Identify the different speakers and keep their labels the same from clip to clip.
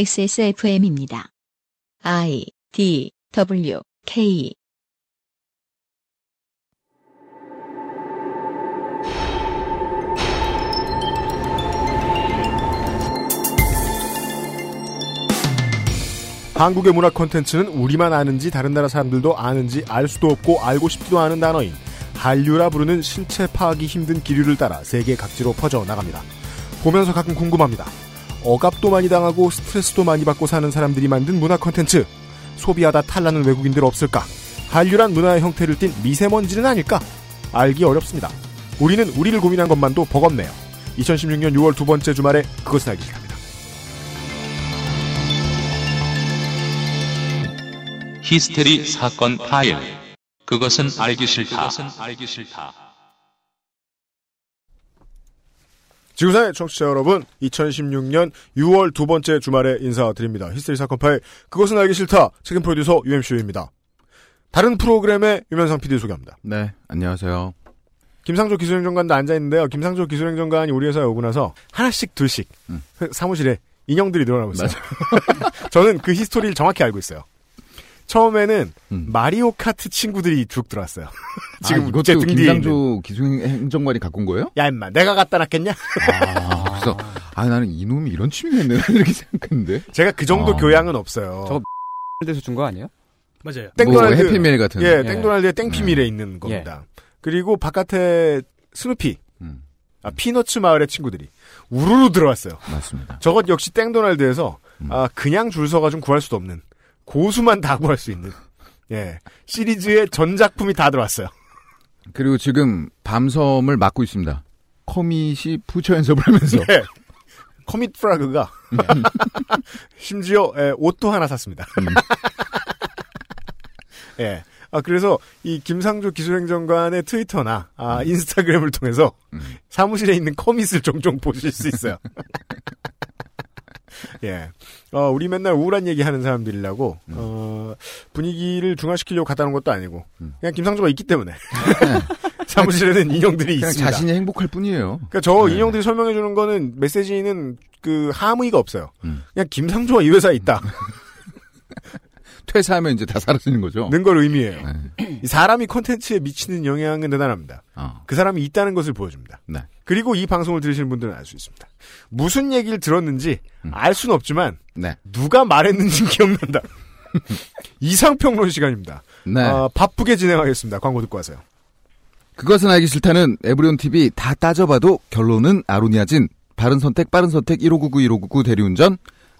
Speaker 1: XSFM입니다. I D W K
Speaker 2: 한국의 문화 콘텐츠는 우리만 아는지 다른 나라 사람들도 아는지 알 수도 없고 알고 싶지도 않은 단어인 한류라 부르는 실체 파악이 힘든 기류를 따라 세계 각지로 퍼져 나갑니다. 보면서 가끔 궁금합니다. 억압도 많이 당하고 스트레스도 많이 받고 사는 사람들이 만든 문화 콘텐츠 소비하다 탈나는 외국인들 없을까? 한류란 문화의 형태를 띤 미세먼지는 아닐까? 알기 어렵습니다. 우리는 우리를 고민한 것만도 버겁네요. 2016년 6월 두 번째 주말에 그것은 알기 싫답니다.
Speaker 3: 히스테리 사건 파일. 그것은 알기 싫다. 알기 싫다.
Speaker 2: 지구상의 청취자 여러분, 2016년 6월 두 번째 주말에 인사드립니다. 히스테리 사건 파일, 그것은 알기 싫다. 책임 프로듀서 UMCU입니다. 다른 프로그램의 유면상 PD 소개합니다.
Speaker 4: 네, 안녕하세요.
Speaker 2: 김상조 기술행정관도 앉아있는데요. 김상조 기술행정관이 우리 회사에 오고 나서 하나씩 둘씩
Speaker 4: 음.
Speaker 2: 회- 사무실에 인형들이 늘어나고 있어요. 저는 그 히스토리를 정확히 알고 있어요. 처음에는
Speaker 4: 음.
Speaker 2: 마리오 카트 친구들이 쭉 들어왔어요. 지금
Speaker 4: 아, 이것도
Speaker 2: 제 등뒤에 있는.
Speaker 4: 김상조 기술행정관이 갖고 온 거예요?
Speaker 2: 야 임마 내가 갖다 놨겠냐?
Speaker 4: 아, 그래서 아 나는 이놈이 이런 취미가 있네 이렇게 생각했는데.
Speaker 2: 제가 그 정도
Speaker 4: 아.
Speaker 2: 교양은 없어요.
Speaker 5: 저거 돼서 준 거 아니에요?
Speaker 6: 맞아요.
Speaker 4: 뭐
Speaker 2: 땡도날드
Speaker 4: 해피밀 같은. 음. 예.
Speaker 2: 예,
Speaker 5: 예.
Speaker 2: 땡도날드의 땡피밀에 있는 겁니다. 그리고 바깥에 스누피,
Speaker 4: 음,
Speaker 2: 아, 피너츠 마을의 친구들이 우르르 들어왔어요.
Speaker 4: 맞습니다.
Speaker 2: 저것 역시 땡도날드에서
Speaker 4: 음.
Speaker 2: 아, 그냥 줄 서가 좀 구할 수도 없는 고수만 다 구할 수 있는 예 시리즈의 전작품이 다 들어왔어요.
Speaker 4: 그리고 지금 밤섬을 맡고 있습니다. 커밋이 부처 연습을 하면서
Speaker 2: 예. 커밋 프라그가
Speaker 4: 음.
Speaker 2: 심지어 예, 옷도 하나 샀습니다. 예. 아 그래서 이 김상조 기술행정관의 트위터나 아, 인스타그램을 통해서
Speaker 4: 음.
Speaker 2: 사무실에 있는 커밋을 종종 보실 수 있어요. 예. 어, 우리 맨날 우울한 얘기 하는 사람들이라고, 어, 분위기를 중화시키려고 갔다는 것도 아니고,
Speaker 4: 음.
Speaker 2: 그냥 김상조가 있기 때문에. 사무실에는 인형들이
Speaker 4: 그냥
Speaker 2: 있습니다.
Speaker 4: 자신이 행복할 뿐이에요.
Speaker 2: 그러니까 저
Speaker 4: 네.
Speaker 2: 인형들이 설명해 주는 거는 메시지는 그 함의가 없어요.
Speaker 4: 음.
Speaker 2: 그냥 김상조가 이 회사에 있다.
Speaker 4: 퇴사하면 이제 다 사라지는 거죠.
Speaker 2: 는 걸 의미해요.
Speaker 4: 어. 네.
Speaker 2: 이 사람이 콘텐츠에 미치는 영향은 대단합니다.
Speaker 4: 어,
Speaker 2: 그 사람이 있다는 것을 보여줍니다.
Speaker 4: 네.
Speaker 2: 그리고 이 방송을 들으시는 분들은 알 수 있습니다. 무슨 얘기를 들었는지
Speaker 4: 음.
Speaker 2: 알 수는 없지만
Speaker 4: 네,
Speaker 2: 누가 말했는지 기억난다. 이상평론 시간입니다.
Speaker 4: 네.
Speaker 2: 아, 바쁘게 진행하겠습니다. 광고 듣고 와세요.
Speaker 4: 그것은 알기 싫다는 에브리온 TV 다 따져봐도 결론은 아로니아진. 바른 선택, 빠른 선택 1599 1599 대리운전.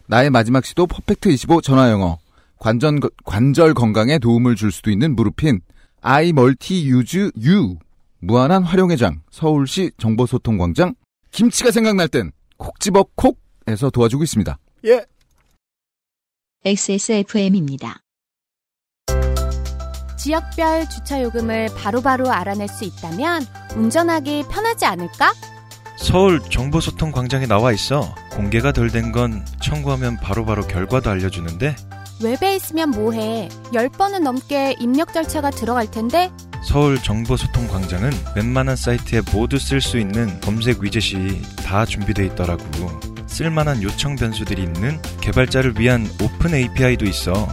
Speaker 4: 나의 마지막 시도 퍼펙트 25 전화 영어. 관전 관절 건강에 도움을 줄 수도 있는 무르핀. 아이 멀티 유즈 유. 무한한 활용회장. 서울시 정보소통광장. 김치가 생각날 땐 콕 집어 콕에서 도와주고 있습니다.
Speaker 2: 예.
Speaker 1: XSFM입니다.
Speaker 7: 지역별 주차 요금을 바로바로 알아낼 수 있다면 운전하기 편하지 않을까?
Speaker 8: 서울 정보소통 광장에 나와 있어 공개가 덜 된 건 청구하면 바로바로 결과도 알려주는데
Speaker 7: 웹에 있으면 뭐해? 10번은 넘게 입력 절차가 들어갈 텐데
Speaker 8: 서울 정보소통 광장은 웬만한 사이트에 모두 쓸 수 있는 검색 위젯이 다 준비돼 있더라고. 쓸만한 요청 변수들이 있는 개발자를 위한 오픈 API도 있어.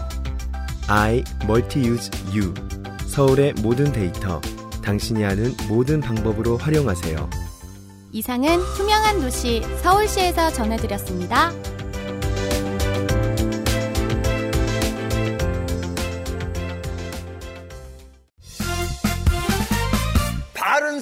Speaker 9: I Multi-Use U 서울의 모든 데이터 당신이 아는 모든 방법으로 활용하세요.
Speaker 7: 이상은 투명한 도시 서울시에서 전해드렸습니다.
Speaker 6: 바른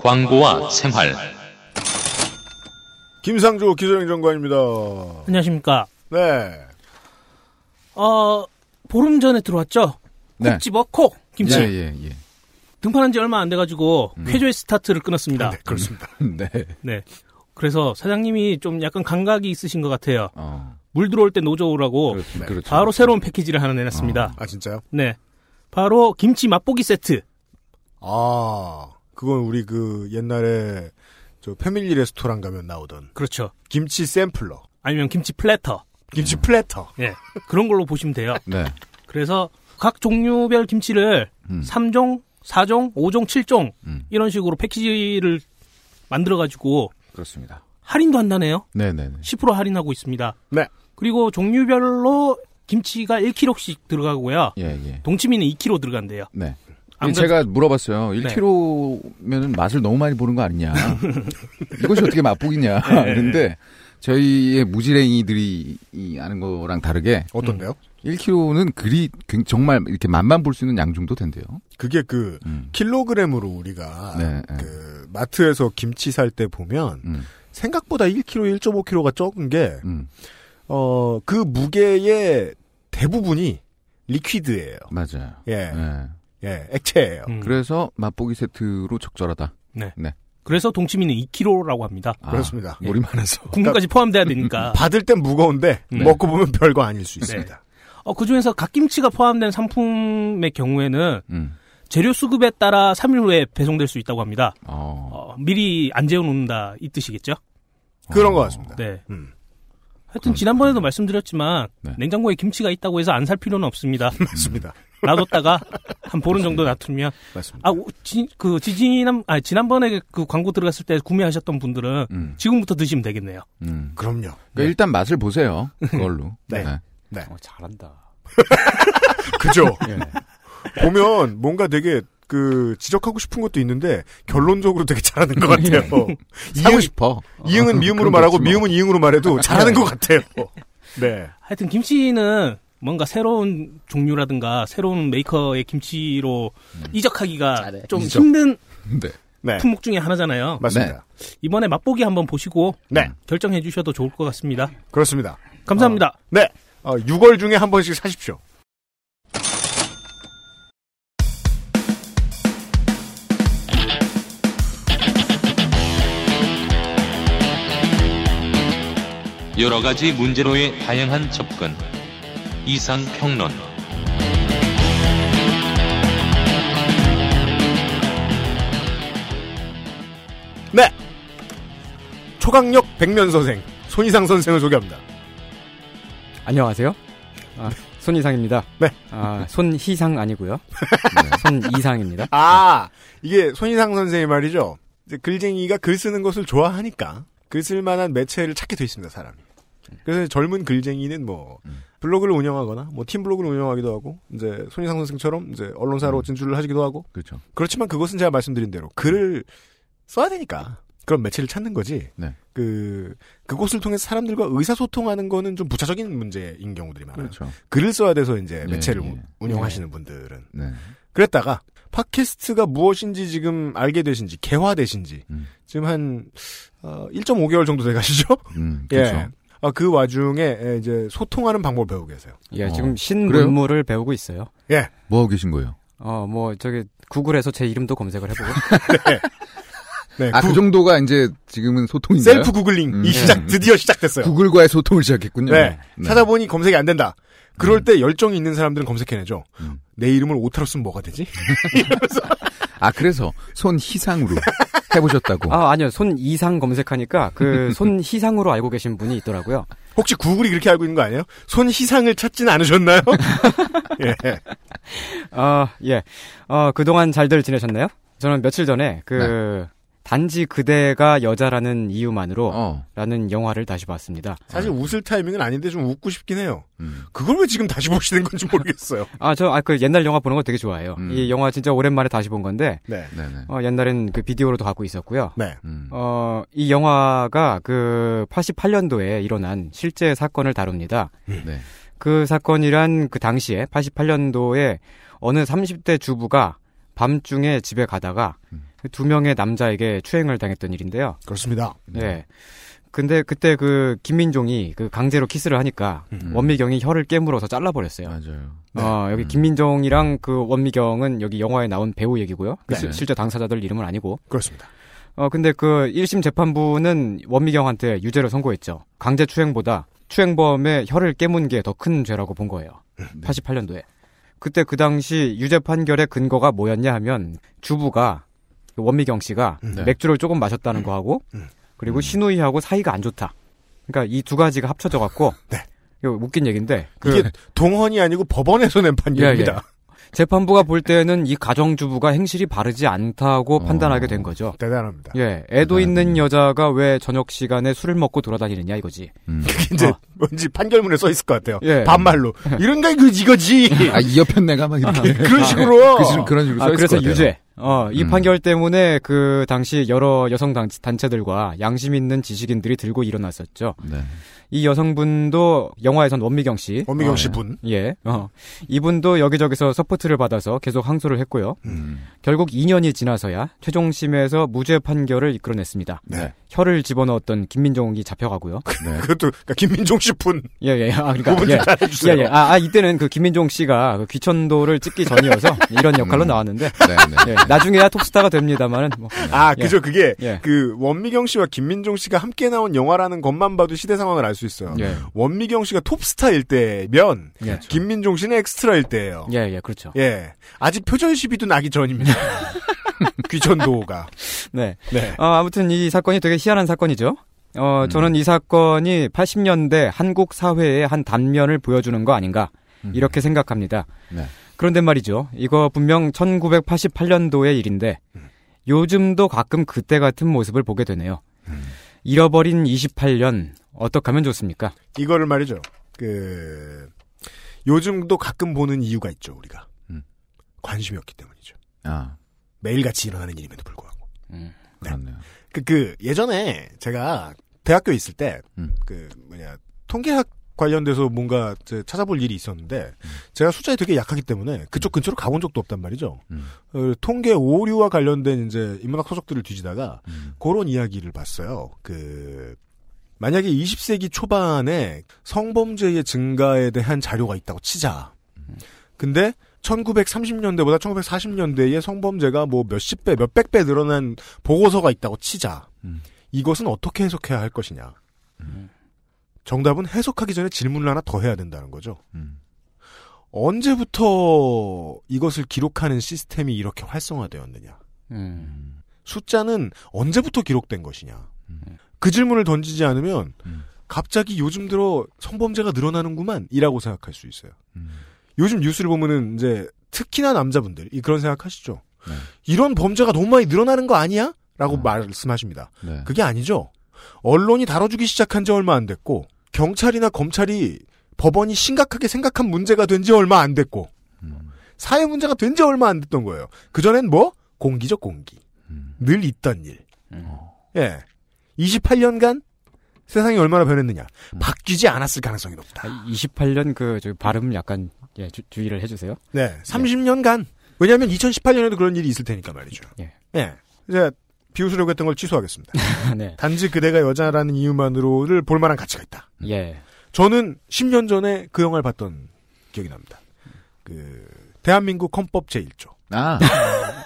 Speaker 3: 광고와 생활.
Speaker 2: 김상조 기술행정관입니다.
Speaker 6: 안녕하십니까.
Speaker 2: 네.
Speaker 6: 어, 보름 전에 들어왔죠? 콕 집어 콕! 김치.
Speaker 4: 네. 예, 음. 예, 예.
Speaker 6: 등판한 지 얼마 안 돼가지고, 쾌조의 스타트를 끊었습니다.
Speaker 2: 네, 그렇습니다.
Speaker 4: 네.
Speaker 6: 네. 그래서 사장님이 좀 약간 감각이 있으신 것 같아요.
Speaker 4: 어.
Speaker 6: 물 들어올 때 노저우라고
Speaker 4: 그렇습니다. 그렇죠.
Speaker 6: 바로 새로운 패키지를 하나 내놨습니다.
Speaker 2: 아 진짜요?
Speaker 6: 네. 바로 김치 맛보기 세트.
Speaker 2: 아 그건 우리 그 옛날에 저 패밀리 레스토랑 가면 나오던
Speaker 6: 그렇죠.
Speaker 2: 김치 샘플러,
Speaker 6: 아니면 김치 플래터.
Speaker 4: 음.
Speaker 2: 김치 플래터.
Speaker 6: 예. 그런 걸로 보시면 돼요.
Speaker 4: 네.
Speaker 6: 그래서 각 종류별 김치를
Speaker 4: 음.
Speaker 6: 삼 3종, 4종, 5종, 7종
Speaker 4: 음.
Speaker 6: 이런 식으로 패키지를 만들어 가지고
Speaker 4: 그렇습니다.
Speaker 6: 할인도 한다네요.
Speaker 4: 네네네.
Speaker 6: 10% 할인하고 있습니다.
Speaker 2: 네.
Speaker 6: 그리고 종류별로 김치가 1kg씩 들어가고요.
Speaker 4: 예, 예.
Speaker 6: 동치미는 2kg 들어간대요.
Speaker 4: 네.
Speaker 6: 안 그래도-
Speaker 4: 제가 물어봤어요.
Speaker 2: 네.
Speaker 4: 1kg면은 맛을 너무 많이 보는 거 아니냐. 이것이 어떻게 맛보기냐.
Speaker 2: 네.
Speaker 4: 그런데 저희의 무지랭이들이 이 아는 거랑 다르게
Speaker 2: 어떤데요?
Speaker 4: 음. 1kg는 그리 굉- 정말 이렇게 맛만 볼 수 있는 양 정도 된대요.
Speaker 2: 그게 그
Speaker 4: 음.
Speaker 2: 킬로그램으로 우리가
Speaker 4: 네, 네.
Speaker 2: 그 마트에서 김치 살 때 보면
Speaker 4: 음,
Speaker 2: 생각보다 1kg, 1.5kg가 적은 게
Speaker 4: 음,
Speaker 2: 어, 그 무게의 대부분이 리퀴드예요.
Speaker 4: 맞아요.
Speaker 2: 예,
Speaker 4: 예.
Speaker 2: 예, 액체예요.
Speaker 6: 음.
Speaker 4: 그래서 맛보기 세트로 적절하다.
Speaker 6: 그래서 동치미는 2kg라고 합니다.
Speaker 4: 아,
Speaker 2: 그렇습니다. 그러니까
Speaker 4: 물이 많아서.
Speaker 6: 국물까지 포함돼야 되니까.
Speaker 2: 받을 땐 무거운데
Speaker 6: 네.
Speaker 2: 먹고 보면 별거 아닐 수 있습니다.
Speaker 6: 어, 그 중에서 갓김치가 포함된 상품의 경우에는
Speaker 4: 음.
Speaker 6: 재료 수급에 따라 3일 후에 배송될 수 있다고 합니다.
Speaker 4: 어.
Speaker 6: 어, 미리 안 재워놓는다 이 뜻이겠죠?
Speaker 2: 그런 것 같습니다.
Speaker 6: 네.
Speaker 2: 음.
Speaker 6: 하여튼 지난번에도 말씀드렸지만
Speaker 4: 네.
Speaker 6: 냉장고에 김치가 있다고 해서 안 살 필요는 없습니다.
Speaker 2: 맞습니다.
Speaker 4: 음.
Speaker 6: 놔뒀다가 한 보름 정도 놔두면
Speaker 2: 맞습니다.
Speaker 6: 아, 오, 지, 그 지지난 아 지난번에 그 광고 들어갔을 때 구매하셨던 분들은
Speaker 4: 음.
Speaker 6: 지금부터 드시면 되겠네요.
Speaker 4: 음.
Speaker 2: 그럼요.
Speaker 4: 그러니까 일단 맛을 보세요. 그걸로.
Speaker 2: 네.
Speaker 4: 네.
Speaker 5: 어, 잘한다.
Speaker 2: 그죠?
Speaker 4: 예.
Speaker 2: 보면 뭔가 되게 그 지적하고 싶은 것도 있는데 결론적으로 되게 잘하는 것 같아요.
Speaker 4: 네. 사고
Speaker 2: 이응,
Speaker 4: 싶어. 아,
Speaker 2: 이응은 미음으로
Speaker 4: 그런
Speaker 2: 말하고
Speaker 4: 거지 뭐.
Speaker 2: 미음은 이응으로 말해도 잘하는 것 같아요. 네.
Speaker 6: 하여튼 김치는 뭔가 새로운 종류라든가 새로운 메이커의 김치로 이적하기가
Speaker 5: 잘해.
Speaker 6: 좀
Speaker 4: 이적.
Speaker 6: 힘든
Speaker 4: 네.
Speaker 2: 네.
Speaker 6: 품목 중에 하나잖아요.
Speaker 2: 맞습니다.
Speaker 6: 이번에 맛보기 한번 보시고
Speaker 2: 네.
Speaker 6: 결정해 주셔도 좋을 것 같습니다.
Speaker 2: 그렇습니다.
Speaker 6: 감사합니다.
Speaker 2: 네. 어, 6월 중에 한 번씩 사십시오.
Speaker 3: 여러 가지 문제로의 다양한 접근. 이상 평론.
Speaker 2: 네. 초강력 백면 선생 손희상 선생을 소개합니다.
Speaker 5: 안녕하세요. 아,
Speaker 4: 네.
Speaker 5: 손이상입니다.
Speaker 2: 네.
Speaker 5: 아, 손희상 아니고요.
Speaker 4: 네.
Speaker 5: 네, 손이상입니다.
Speaker 2: 아 이게 손희상 선생의 말이죠. 이제 글쟁이가 글 쓰는 것을 좋아하니까 글 쓸만한 매체를 찾게 돼 있습니다 사람이. 그래서 젊은 글쟁이는 뭐 블로그를 운영하거나 뭐 팀 블로그를 운영하기도 하고 이제 손희상 선생처럼 이제 언론사로
Speaker 4: 음.
Speaker 2: 진출을 하기도 하고
Speaker 4: 그렇죠.
Speaker 2: 그렇지만 그것은 제가 말씀드린 대로 글을 써야 되니까 그런 매체를 찾는 거지.
Speaker 4: 네.
Speaker 2: 그 그곳을 통해 서 사람들과 의사소통하는 거는 좀 부차적인 문제인 경우들이 많아요.
Speaker 4: 그렇죠.
Speaker 2: 글을 써야 돼서 이제
Speaker 4: 예,
Speaker 2: 매체를
Speaker 4: 예.
Speaker 2: 운- 운영하시는 분들은
Speaker 4: 네.
Speaker 2: 그랬다가 팟캐스트가 무엇인지 지금 알게 되신지 개화되신지
Speaker 4: 음.
Speaker 2: 지금 한 어, 1.5개월 정도 돼가시죠?
Speaker 4: 음, 그렇죠.
Speaker 2: 예. 아, 그 와중에 예, 이제 소통하는 방법을 배우고 계세요.
Speaker 5: 예,
Speaker 4: 어.
Speaker 5: 지금
Speaker 4: 그래요?
Speaker 5: 신문물을 배우고 있어요.
Speaker 4: 뭐 하고 계신 거예요?
Speaker 5: 어, 뭐 저기 구글에서 제 이름도 검색을 해보고.
Speaker 2: 네,
Speaker 4: 아,
Speaker 2: 구-
Speaker 4: 그 정도가 이제 지금은 소통인가요?
Speaker 2: 셀프 구글링이
Speaker 4: 음.
Speaker 2: 시작 드디어 시작됐어요.
Speaker 4: 구글과의 소통을 시작했군요.
Speaker 2: 네. 찾아보니 검색이 안 된다. 그럴 때 열정이 있는 사람들은 검색해내죠.
Speaker 4: 음.
Speaker 2: 내 이름을 오타로 쓰면 뭐가 되지?
Speaker 4: 아, 그래서 손희상으로 해보셨다고.
Speaker 5: 아, 아니요. 손이상 검색하니까 그 손희상으로 알고 계신 분이 있더라고요.
Speaker 2: 혹시 구글이 그렇게 알고 있는 거 아니에요? 손희상을 찾진 않으셨나요? 예.
Speaker 5: 아, 예. 어, 그동안 잘들 지내셨나요? 저는 며칠 전에
Speaker 4: 네.
Speaker 5: 그 단지 그대가 여자라는 이유만으로
Speaker 2: 뭐.
Speaker 4: 어.
Speaker 5: 라는 영화를 다시 봤습니다.
Speaker 2: 사실 웃을 타이밍은 아닌데 좀 웃고 싶긴 해요.
Speaker 4: 음.
Speaker 2: 그걸 왜 지금 다시 보시는 건지 모르겠어요.
Speaker 5: 아, 저, 아, 그 옛날 영화 보는 거 되게 좋아해요.
Speaker 4: 음.
Speaker 5: 이 영화 진짜 오랜만에 다시 본 건데,
Speaker 2: 네.
Speaker 4: 네네.
Speaker 5: 어, 옛날엔 그 비디오로도 갖고 있었고요.
Speaker 2: 네.
Speaker 4: 음.
Speaker 5: 어, 이 영화가 그 88년도에 일어난 실제 사건을 다룹니다.
Speaker 4: 네.
Speaker 5: 그 사건이란 그 당시에 88년도에 어느 30대 주부가 밤중에 집에 가다가
Speaker 4: 음.
Speaker 5: 두 명의 남자에게 추행을 당했던 일인데요.
Speaker 2: 그렇습니다.
Speaker 4: 네.
Speaker 5: 예. 근데 그때 그 김민종이 그 강제로 키스를 하니까
Speaker 4: 음. 네,
Speaker 5: 원미경이 혀를 깨물어서 잘라버렸어요.
Speaker 4: 맞아요.
Speaker 5: 어, 여기
Speaker 4: 음.
Speaker 5: 김민종이랑 그 원미경은 여기 영화에 나온 배우 얘기고요. 그
Speaker 4: 네.
Speaker 5: 시- 실제 당사자들 이름은 아니고.
Speaker 2: 그렇습니다.
Speaker 5: 어, 근데 그 1심 재판부는 원미경한테 유죄를 선고했죠. 강제 추행보다 추행범의 혀를 깨문 게 더 큰 죄라고 본 거예요.
Speaker 4: 네.
Speaker 5: 88년도에. 그때 그 당시 유죄 판결의 근거가 뭐였냐 하면 주부가 그 원미경 씨가
Speaker 4: 네. 음.
Speaker 5: 맥주를 조금 마셨다는 거하고 그리고 신우이하고 사이가 안 좋다. 그러니까 이 두 가지가 합쳐져 갖고
Speaker 4: 네.
Speaker 5: 이거 웃긴 얘기인데 그 예,
Speaker 2: 이게 동헌이 아니고 법원에서 낸 판결입니다.
Speaker 5: 재판부가 볼 때는 이 가정주부가 행실이 바르지 않다고
Speaker 4: 어.
Speaker 5: 판단하게 된 거죠.
Speaker 2: 대단합니다.
Speaker 5: 예, 애도
Speaker 4: 대단하네요.
Speaker 5: 있는 여자가 왜 저녁 시간에 술을 먹고 돌아다니느냐 이거지.
Speaker 4: 음.
Speaker 2: 이제
Speaker 5: 어.
Speaker 2: 뭔지 판결문에 써 있을 것 같아요.
Speaker 5: 예.
Speaker 2: 반말로 이런 게 그- 이거지.
Speaker 4: 아, 이어편 내가 막 이렇게.
Speaker 2: 그런 식으로.
Speaker 4: 그 식으로- 그런 식으로
Speaker 5: 아,
Speaker 4: 써있을 것
Speaker 5: 그래서
Speaker 4: 같아요.
Speaker 5: 유죄. 어, 이
Speaker 4: 음.
Speaker 5: 판결 때문에 그 당시 여러 여성 단- 단체들과 양심 있는 지식인들이 들고 일어났었죠.
Speaker 4: 네.
Speaker 5: 이 여성분도 영화에선 원미경 씨.
Speaker 2: 원미경
Speaker 4: 어,
Speaker 2: 씨
Speaker 4: 예.
Speaker 2: 분.
Speaker 5: 예. 어. 이분도 여기저기서 서포트를 받아서 계속 항소를 했고요.
Speaker 4: 음.
Speaker 5: 결국 2년이 지나서야 최종심에서 무죄 판결을 이끌어냈습니다.
Speaker 4: 네.
Speaker 5: 혀를 집어넣었던 김민종이 잡혀가고요.
Speaker 4: 네.
Speaker 2: 그것도 그러니까 김민종 씨 분.
Speaker 5: 예, 예. 아, 그러니까.
Speaker 2: 구분 좀
Speaker 5: 예. 예,
Speaker 2: 잘해주세요.
Speaker 5: 예. 아, 아, 이때는 그 김민종 씨가 그 귀천도를 찍기 전이어서 이런 역할로
Speaker 4: 음.
Speaker 5: 나왔는데,
Speaker 4: 네, 네.
Speaker 5: 예, 나중에야 톱스타가 됩니다만은, 뭐,
Speaker 2: 아 그죠 그게
Speaker 5: 예.
Speaker 2: 그 원미경 씨와 김민종 씨가 함께 나온 영화라는 것만 봐도 시대 상황을 알 수 있어요.
Speaker 5: 예.
Speaker 2: 원미경 씨가 톱스타일 때면
Speaker 5: 예.
Speaker 2: 김민종 씨는 엑스트라일 때예요.
Speaker 5: 예, 예,
Speaker 2: 그렇죠.
Speaker 5: 그렇죠.
Speaker 2: 예. 아직 표절 시비도 나기 전입니다. 귀천도가.
Speaker 5: 네.
Speaker 2: 네.
Speaker 5: 어, 아무튼 이 사건이 되게 희한한 사건이죠. 어,
Speaker 4: 음.
Speaker 5: 저는 이 사건이 80년대 한국 사회의 한 단면을 보여주는 거 아닌가, 이렇게 생각합니다.
Speaker 4: 음. 네.
Speaker 5: 그런데 말이죠. 이거 분명 1988년도의 일인데,
Speaker 4: 음.
Speaker 5: 요즘도 가끔 그때 같은 모습을 보게 되네요.
Speaker 4: 음.
Speaker 5: 잃어버린 28년, 어떻게 하면 좋습니까?
Speaker 2: 이거를 말이죠. 그 요즘도 가끔 보는 이유가 있죠 우리가
Speaker 4: 음.
Speaker 2: 관심이 없기 때문이죠.
Speaker 4: 아,
Speaker 2: 매일같이 일어나는 일임에도 불구하고.
Speaker 4: 그렇네요.
Speaker 2: 그, 그 예전에 제가 대학교에 있을 때 그
Speaker 4: 음.
Speaker 2: 뭐냐 통계학 관련돼서 뭔가 이제 찾아볼 일이 있었는데 제가 숫자에 되게 약하기 때문에 그쪽 근처로 가본 적도 없단 말이죠.
Speaker 4: 음.
Speaker 2: 어, 통계 오류와 관련된 이제 인문학 서적들을 뒤지다가
Speaker 4: 음.
Speaker 2: 그런 이야기를 봤어요. 그 만약에 20세기 초반에 성범죄의 증가에 대한 자료가 있다고 치자.
Speaker 4: 음.
Speaker 2: 근데 1930년대보다 1940년대에 성범죄가 뭐 몇십 배, 몇백 배 늘어난 보고서가 있다고 치자.
Speaker 4: 음.
Speaker 2: 이것은 어떻게 해석해야 할 것이냐. 정답은 해석하기 전에 질문을 하나 더 해야 된다는 거죠.
Speaker 4: 음.
Speaker 2: 언제부터 이것을 기록하는 시스템이 이렇게 활성화되었느냐.
Speaker 5: 음.
Speaker 2: 숫자는 언제부터 기록된 것이냐.
Speaker 4: 음.
Speaker 2: 그 질문을 던지지 않으면
Speaker 4: 음.
Speaker 2: 갑자기 요즘 들어 성범죄가 늘어나는구만이라고 생각할 수 있어요.
Speaker 4: 음.
Speaker 2: 요즘 뉴스를 보면은 이제 특히나 남자분들 이 그런 생각하시죠.
Speaker 4: 네.
Speaker 2: 이런 범죄가 너무 많이 늘어나는 거 아니야? 라고
Speaker 4: 아.
Speaker 2: 말씀하십니다.
Speaker 4: 네.
Speaker 2: 그게 아니죠. 언론이 다뤄주기 시작한 지 얼마 안 됐고 경찰이나 검찰이 법원이 심각하게 생각한 문제가 된 지 얼마 안 됐고
Speaker 4: 음.
Speaker 2: 사회 문제가 된 지 얼마 안 됐던 거예요. 그 전엔 뭐 공기죠 공기.
Speaker 4: 음.
Speaker 2: 늘 있던 일.
Speaker 4: 어.
Speaker 2: 예. 28년간 세상이 얼마나 변했느냐. 바뀌지 않았을 가능성이 높다.
Speaker 5: 28년 그, 저 발음 약간, 예, 주, 주의를 해주세요.
Speaker 2: 네. 30년간. 왜냐하면 2018년에도 그런 일이 있을 테니까 말이죠.
Speaker 5: 예.
Speaker 2: 예. 이제 비웃으려고 했던 걸 취소하겠습니다.
Speaker 5: 네.
Speaker 2: 단지 그대가 여자라는 이유만으로를 볼 만한 가치가 있다.
Speaker 5: 예.
Speaker 2: 저는 10년 전에 그 영화를 봤던 기억이 납니다. 그 대한민국 헌법 제1조.
Speaker 4: 아,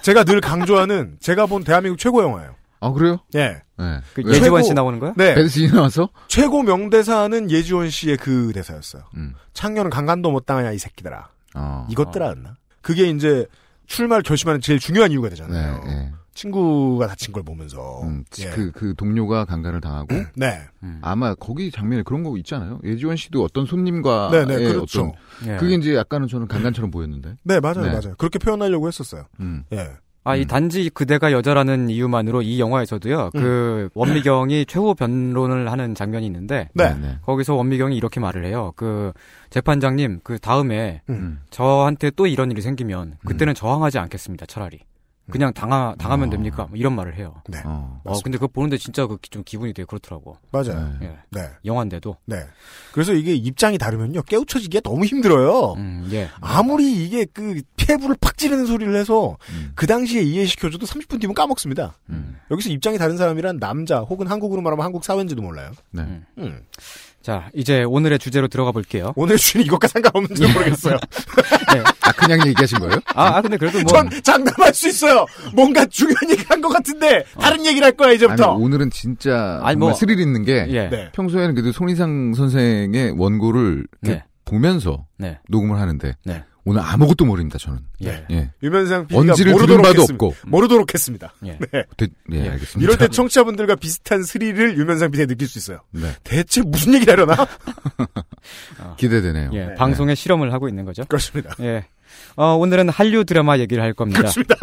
Speaker 2: 제가 늘 강조하는 제가 본 대한민국 최고 영화예요.
Speaker 4: 아 그래요?
Speaker 2: 예.
Speaker 4: 네.
Speaker 5: 그
Speaker 4: 왜?
Speaker 5: 예지원 씨
Speaker 2: 최고-
Speaker 5: 나오는 거야?
Speaker 2: 네.
Speaker 4: 벤슨이 나와서?
Speaker 2: 최고 명대사는 예지원 씨의 그 대사였어요.
Speaker 4: 음.
Speaker 2: 창녀는 강간도 못 당하냐 이 새끼들아.
Speaker 4: 어.
Speaker 2: 이것들아 했나? 그게 이제 출마를 결심하는 제일 중요한 이유가 되잖아요.
Speaker 4: 네, 예.
Speaker 2: 친구가 다친 걸 보면서.
Speaker 4: 음,
Speaker 2: 예.
Speaker 4: 그, 그 동료가 강간을 당하고
Speaker 2: 네.
Speaker 4: 아마 거기 장면에 그런 거 있잖아요. 예지원 씨도 어떤 손님과
Speaker 2: 네, 네, 그렇죠.
Speaker 4: 아, 어떤
Speaker 5: 예.
Speaker 4: 그게 이제 약간은 저는 강간처럼 보였는데.
Speaker 2: 네, 맞아요,
Speaker 4: 네.
Speaker 2: 맞아요. 그렇게 표현하려고 했었어요.
Speaker 4: 음.
Speaker 2: 예.
Speaker 5: 아, 이
Speaker 4: 음.
Speaker 5: 단지 그대가 여자라는 이유만으로 이 영화에서도요,
Speaker 2: 음.
Speaker 5: 그, 원미경이 최후 변론을 하는 장면이 있는데,
Speaker 2: 네.
Speaker 5: 거기서 원미경이 이렇게 말을 해요. 그, 재판장님, 그 다음에
Speaker 4: 음.
Speaker 5: 저한테 또 이런 일이 생기면,
Speaker 2: 음.
Speaker 5: 그때는 저항하지 않겠습니다, 차라리. 그냥 당하, 당하면
Speaker 4: 아.
Speaker 5: 됩니까? 뭐 이런 말을 해요.
Speaker 2: 네.
Speaker 4: 어.
Speaker 5: 어, 근데 그거 보는데 진짜 그, 좀 기분이 되게 그렇더라고.
Speaker 2: 맞아요.
Speaker 4: 네.
Speaker 5: 예.
Speaker 2: 네.
Speaker 5: 영화인데도.
Speaker 2: 네. 그래서 이게 입장이 다르면요. 깨우쳐지기가 너무 힘들어요.
Speaker 5: 음, 예.
Speaker 2: 아무리 이게 그 폐부를 팍 찌르는 소리를 해서
Speaker 4: 음.
Speaker 2: 그 당시에 이해시켜줘도 30분 뒤면 까먹습니다.
Speaker 4: 음.
Speaker 2: 여기서 입장이 다른 사람이란 남자 혹은 한국으로 말하면 한국 사회인지도 몰라요.
Speaker 4: 네.
Speaker 5: 음.
Speaker 2: 음.
Speaker 5: 자, 이제 오늘의 주제로 들어가 볼게요.
Speaker 2: 오늘 주인 이것과 상관없는지
Speaker 4: 네.
Speaker 2: 모르겠어요.
Speaker 4: 아 그냥 얘기하신 거예요?
Speaker 5: 아, 아, 근데 그래도 뭐
Speaker 2: 전 장담할 수 있어요. 뭔가 중요한 얘기 한 것 같은데 다른 얘기를 할 거야
Speaker 4: 어. 아니
Speaker 2: 이제부터.
Speaker 4: 오늘은 진짜 정말
Speaker 5: 아니, 뭐-
Speaker 4: 스릴 있는 게
Speaker 5: 예.
Speaker 2: 네.
Speaker 4: 평소에는 그래도 손희상 선생의 원고를 이렇게
Speaker 5: 네.
Speaker 4: 보면서
Speaker 5: 네.
Speaker 4: 녹음을 하는데
Speaker 5: 네.
Speaker 4: 오늘 아무것도 모릅니다 저는.
Speaker 2: 네.
Speaker 5: 예.
Speaker 4: 예.
Speaker 2: 유면상 PD가
Speaker 4: 언지를 들은
Speaker 2: 모르도록
Speaker 4: 바도
Speaker 2: 했습니다.
Speaker 4: 없고.
Speaker 2: 모르도록 했습니다.
Speaker 5: 예.
Speaker 2: 네.
Speaker 4: 되, 예,
Speaker 5: 예.
Speaker 4: 알겠습니다.
Speaker 2: 이럴 때 청취자분들과 비슷한 스릴을 유면상 PD가 느낄 수 있어요.
Speaker 4: 네.
Speaker 2: 대체 무슨 얘기를 하려나?
Speaker 4: 기대되네요.
Speaker 5: 예, 방송에 실험을 하고 있는 거죠.
Speaker 2: 그렇습니다.
Speaker 5: 예. 어, 오늘은 한류 드라마 얘기를 할 겁니다.
Speaker 2: 그렇습니다.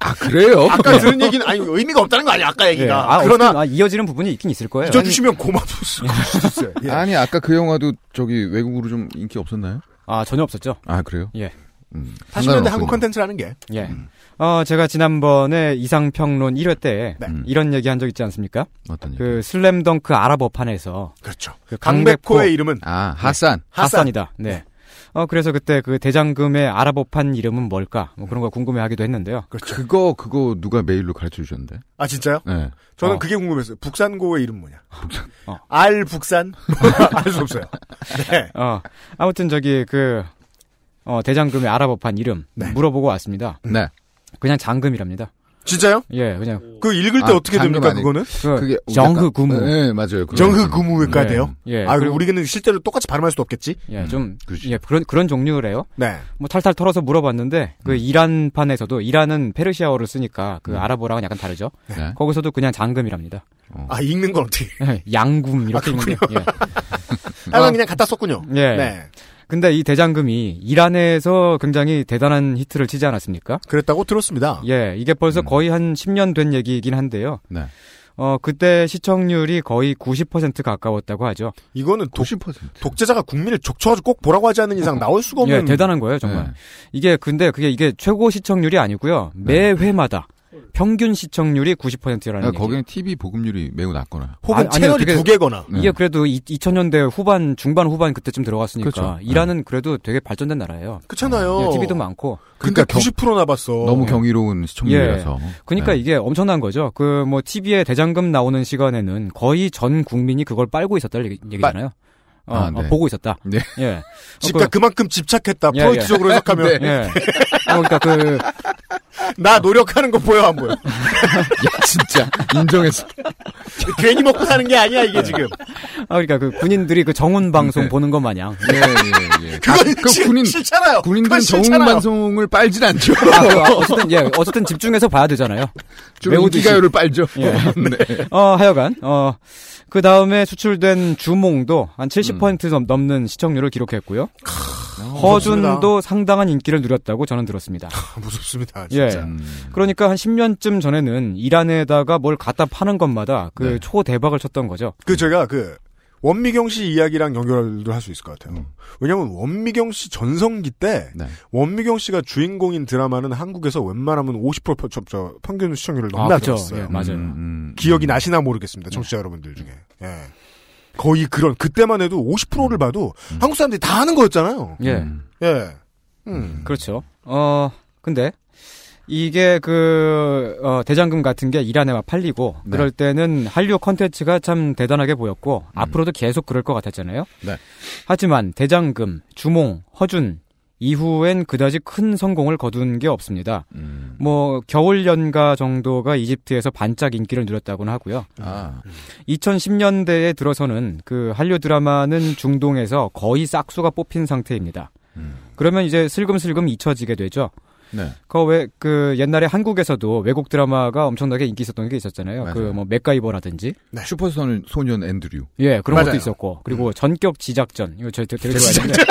Speaker 4: 아 그래요?
Speaker 2: 아까 들은 얘기는 아니 의미가 없다는 거 아니야 아까
Speaker 5: 어, 예.
Speaker 2: 얘기가.
Speaker 5: 아,
Speaker 2: 그러나
Speaker 5: 그러나 이어지는 부분이 있긴 있을 거예요.
Speaker 2: 잊어주시면 고맙을 수도 있어요. 예.
Speaker 4: 아니 아까 그 영화도 저기 외국으로 좀 인기 없었나요?
Speaker 5: 아, 전혀 없었죠.
Speaker 4: 아 그래요?
Speaker 5: 예.
Speaker 4: 음,
Speaker 2: 80년대 한국
Speaker 4: 상관없군요.
Speaker 2: 컨텐츠라는 게
Speaker 5: 예. 어, 제가 지난번에 이상평론 1회 때
Speaker 2: 네. 예.
Speaker 4: 음.
Speaker 5: 이런 얘기 한 적 있지 않습니까?
Speaker 4: 어떤 얘기?
Speaker 5: 그 슬램덩크 아랍어판에서
Speaker 2: 그렇죠.
Speaker 5: 강백호.
Speaker 2: 강백호의 이름은
Speaker 4: 아
Speaker 5: 예.
Speaker 4: 하산.
Speaker 2: 하산.
Speaker 5: 하산이다. 네. 어, 그래서 그때 그 대장금의 아랍어판 이름은 뭘까? 뭐 그런 거 궁금해 하기도 했는데요.
Speaker 2: 그렇죠.
Speaker 4: 그거 그거 누가 메일로 가르쳐 주셨는데?
Speaker 2: 아 진짜요?
Speaker 4: 네.
Speaker 2: 저는
Speaker 5: 어.
Speaker 2: 그게 궁금했어요. 북산고의 이름 뭐냐?
Speaker 5: 어.
Speaker 2: 알 북산? 알 수 없어요. 네.
Speaker 5: 어, 아무튼 저기 그, 어, 대장금의 아랍어판 이름
Speaker 2: 네.
Speaker 5: 물어보고 왔습니다.
Speaker 4: 네.
Speaker 5: 그냥 장금이랍니다.
Speaker 2: 진짜요?
Speaker 5: 예, 그냥.
Speaker 2: 그 읽을 때
Speaker 4: 아,
Speaker 2: 어떻게
Speaker 4: 방금
Speaker 2: 됩니까
Speaker 4: 아니-
Speaker 2: 그거는?
Speaker 5: 그
Speaker 4: 그게
Speaker 5: 정흐 구무.
Speaker 4: 네 맞아요. 그거.
Speaker 2: 정흑구무외과 돼요?
Speaker 5: 예.
Speaker 2: 예. 아,
Speaker 5: 그리고-
Speaker 2: 우리는 실제로 똑같이 발음할 수도 없겠지?
Speaker 5: 예, 좀,
Speaker 4: 그렇지.
Speaker 5: 예, 그런, 그런 종류래요.
Speaker 2: 네.
Speaker 5: 뭐 탈탈 털어서 물어봤는데, 그 이란판에서도, 이란은 페르시아어를 쓰니까, 그
Speaker 4: 음.
Speaker 5: 아랍어랑은 약간 다르죠.
Speaker 4: 네.
Speaker 5: 거기서도 그냥 장금이랍니다.
Speaker 4: 어.
Speaker 2: 아, 읽는 건 어떻게.
Speaker 5: 양금, 이렇게
Speaker 2: 아,
Speaker 5: 있는데. 예.
Speaker 2: 아, 그냥 갖다 썼군요.
Speaker 5: 음. 예.
Speaker 2: 네.
Speaker 5: 근데 이 대장금이 이란에서 굉장히 대단한 히트를 치지 않았습니까?
Speaker 2: 그랬다고 들었습니다.
Speaker 5: 예, 이게 벌써
Speaker 4: 음.
Speaker 5: 거의 한 10년 된 얘기이긴 한데요.
Speaker 4: 네.
Speaker 5: 어, 그때 시청률이 거의 90% 가까웠다고 하죠.
Speaker 2: 이거는 독,
Speaker 4: 90%.
Speaker 2: 독재자가 국민을 족쳐가지고 꼭 보라고 하지 않는 이상 나올 수가 없는.
Speaker 5: 예, 대단한 거예요, 정말.
Speaker 4: 네.
Speaker 5: 이게 근데 그게 이게 최고 시청률이 아니고요. 매 회마다 평균 시청률이 90%라는
Speaker 4: 그러니까
Speaker 5: 얘기.
Speaker 4: 네. 거기는 TV 보급률이 매우 낮거나.
Speaker 2: 혹은
Speaker 5: 아니, 아니,
Speaker 2: 채널이
Speaker 5: 어떻게-
Speaker 2: 두 개거나.
Speaker 4: 네.
Speaker 5: 이게 그래도 이, 2000년대 후반 중반 후반 그때쯤 들어갔으니까
Speaker 4: 그렇죠. 어.
Speaker 5: 이란은 그래도 되게 발전된 나라예요.
Speaker 2: 그렇잖아요.
Speaker 5: 예, TV도 많고.
Speaker 2: 근데
Speaker 4: 그러니까 경-
Speaker 2: 90%나 봤어.
Speaker 4: 너무 경이로운 시청률이라서.
Speaker 5: 그러니까
Speaker 4: 네.
Speaker 5: 이게 엄청난 거죠. 그 뭐 TV에 대장금 나오는 시간에는 거의 전 국민이 그걸 빨고 있었다는 얘기- 얘기잖아요. 어,
Speaker 4: 아,
Speaker 5: 어,
Speaker 4: 네.
Speaker 5: 보고 있었다.
Speaker 4: 네.
Speaker 5: 예. 어,
Speaker 2: 그러니까 그만큼 집착했다.
Speaker 5: 예,
Speaker 2: 프로이트적으로 해석하면.
Speaker 5: 그, 예. 어, 그러니까 그
Speaker 2: 나 노력하는 거 보여, 안 보여?
Speaker 4: 야, 진짜 인정했어.
Speaker 2: 괜히 먹고 사는 게 아니야, 이게 지금.
Speaker 5: 아, 그러니까 그 군인들이 그 정훈 방송
Speaker 4: 네.
Speaker 5: 보는 것 마냥.
Speaker 4: 예, 예, 예.
Speaker 2: 그건
Speaker 4: 아, 그
Speaker 2: 실-
Speaker 4: 군인
Speaker 2: 싫잖아요.
Speaker 4: 군인들은
Speaker 2: 그건
Speaker 4: 정웅
Speaker 2: 싫잖아요.
Speaker 4: 방송을 빨진 않죠.
Speaker 5: 아, 그, 아, 어쨌든 예, 어쨌든 집중해서 봐야 되잖아요.
Speaker 4: 주로
Speaker 5: 매우듯이.
Speaker 4: 인기가요를 빨죠.
Speaker 5: 예.
Speaker 4: 네.
Speaker 5: 어, 하여간 어 그 다음에 수출된 주몽도 한 70% 넘- 넘는 시청률을 기록했고요. 허준도 상당한 인기를 누렸다고 저는 들었습니다.
Speaker 2: 아, 무섭습니다,
Speaker 5: 예.
Speaker 2: 진짜.
Speaker 5: 그러니까 한 10년쯤 전에는 이란에다가 뭘 갖다 파는 것마다 그
Speaker 4: 네.
Speaker 5: 초대박을 쳤던 거죠.
Speaker 2: 그 제가 그 원미경 씨 이야기랑 연결도 할 수 있을 것 같아요. 왜냐하면 원미경 씨 전성기 때
Speaker 4: 음. 네.
Speaker 2: 원미경 씨가 주인공인 드라마는 한국에서 웬만하면 50% 펴, 저, 저, 평균 시청률을 넘나들었어요.
Speaker 5: 예, 맞아요.
Speaker 4: 음,
Speaker 2: 기억이 나시나 모르겠습니다, 청취자 여러분들 중에. 예. 거의 그런 그때만 해도 50%를 봐도 한국 사람들이 다 아는 거였잖아요.
Speaker 5: 예,
Speaker 4: 음.
Speaker 2: 예. 음.
Speaker 5: 그렇죠. 어, 근데 이게 그 어, 대장금 같은 게 이란에 막 팔리고
Speaker 4: 네.
Speaker 5: 그럴 때는 한류 콘텐츠가 참 대단하게 보였고 앞으로도 계속 그럴 것 같았잖아요.
Speaker 4: 음. 네.
Speaker 5: 하지만 대장금, 주몽, 허준 이후엔 그다지 큰 성공을 거둔 게 없습니다.
Speaker 4: 음.
Speaker 5: 뭐 겨울 연가 정도가 이집트에서 반짝 인기를 누렸다고는 하고요.
Speaker 4: 아,
Speaker 5: 2010년대에 들어서는 그 한류 드라마는 중동에서 거의 싹수가 뽑힌 상태입니다. 그러면 이제 슬금슬금 잊혀지게 되죠.
Speaker 4: 음. 네.
Speaker 5: 그왜그 옛날에 한국에서도 외국 드라마가 엄청나게 인기 있었던 게 있었잖아요.
Speaker 4: 맞아요.
Speaker 5: 그 뭐 맥가이버라든지
Speaker 4: 슈퍼 소년 앤드류.
Speaker 5: 예 그런
Speaker 2: 맞아요.
Speaker 5: 것도 있었고
Speaker 4: 음.
Speaker 5: 그리고 전격 지작전 이거 저희 들어가야 되는데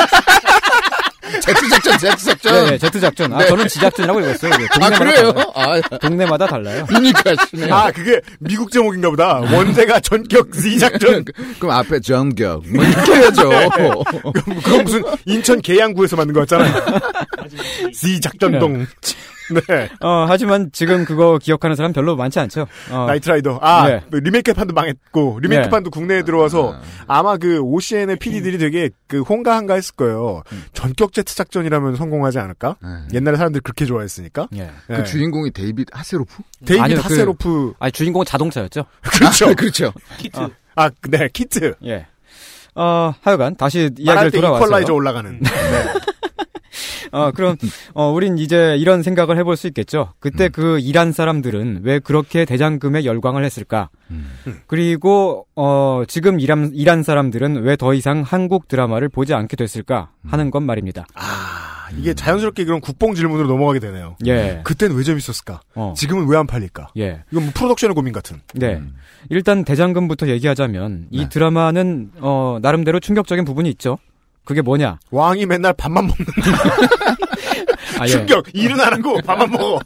Speaker 4: 제트 작전, 제트 작전.
Speaker 5: 네, 네, 제트 작전 아 저는 지작전이라고 읽었어요. 이게
Speaker 4: 아
Speaker 5: 동네마다
Speaker 4: 그래요?
Speaker 5: 달라요.
Speaker 4: 아,
Speaker 5: 동네마다 달라요.
Speaker 4: 유니크하시네요.
Speaker 2: 아 그게 미국 제목인가 보다. 원제가 전격 이작전.
Speaker 4: 그럼 앞에 정격 뭐 이렇게 해야죠.
Speaker 2: 그건 무슨 인천 계양구에서 만든 거 같잖아요. 이 작전동. 네.
Speaker 5: 어 하지만 지금 그거 기억하는 사람 별로 많지 않죠. 어,
Speaker 2: 나이트라이더. 아,
Speaker 5: 예.
Speaker 2: 리메이크판도 망했고, 리메이크판도
Speaker 4: 아.
Speaker 2: 국내에 들어와서 아마 그 OCN의 PD들이 되게 그 홍가한가 했을 거예요. 전격 제트 작전이라면 성공하지 않을까?
Speaker 4: 네.
Speaker 2: 옛날에 사람들이 그렇게 좋아했으니까.
Speaker 5: 예.
Speaker 2: 예.
Speaker 4: 그 주인공이 데이빗 하세로프?
Speaker 2: 데이비드
Speaker 5: 아니요, 그-
Speaker 2: 하세로프.
Speaker 5: 아 주인공은 자동차였죠.
Speaker 2: 그렇죠.
Speaker 4: 그렇죠.
Speaker 2: 아, 네, 키트.
Speaker 5: 예. 어, 하여간 다시
Speaker 2: 말할
Speaker 5: 이야기를 네.
Speaker 2: 때
Speaker 5: 돌아와서
Speaker 2: 이퀄라이저 올라가는.
Speaker 5: 어, 그럼, 어, 우린 이제 이런 생각을 해볼 수 있겠죠. 그때
Speaker 2: 음.
Speaker 5: 그 이란 사람들은 왜 그렇게 대장금에 열광을 했을까?
Speaker 2: 음.
Speaker 5: 그리고, 어, 지금 이란, 이란 사람들은 왜 더 이상 한국 드라마를 보지 않게 됐을까?
Speaker 2: 음.
Speaker 5: 하는 건 말입니다.
Speaker 2: 아, 이게 자연스럽게 그런 국뽕 질문으로 넘어가게 되네요.
Speaker 5: 예.
Speaker 2: 그땐 왜 재밌었을까?
Speaker 5: 어,
Speaker 2: 지금은 음. 왜 안 팔릴까?
Speaker 5: 예.
Speaker 2: 이건 뭐 프로덕션의 고민 같은.
Speaker 5: 네. 일단 대장금부터 얘기하자면
Speaker 2: 네.
Speaker 5: 이 드라마는 어 나름대로 충격적인 부분이 있죠. 그게 뭐냐?
Speaker 2: 왕이 맨날 밥만 먹는
Speaker 5: 아, 예.
Speaker 2: 충격. 일은 안 하고 밥만 먹어.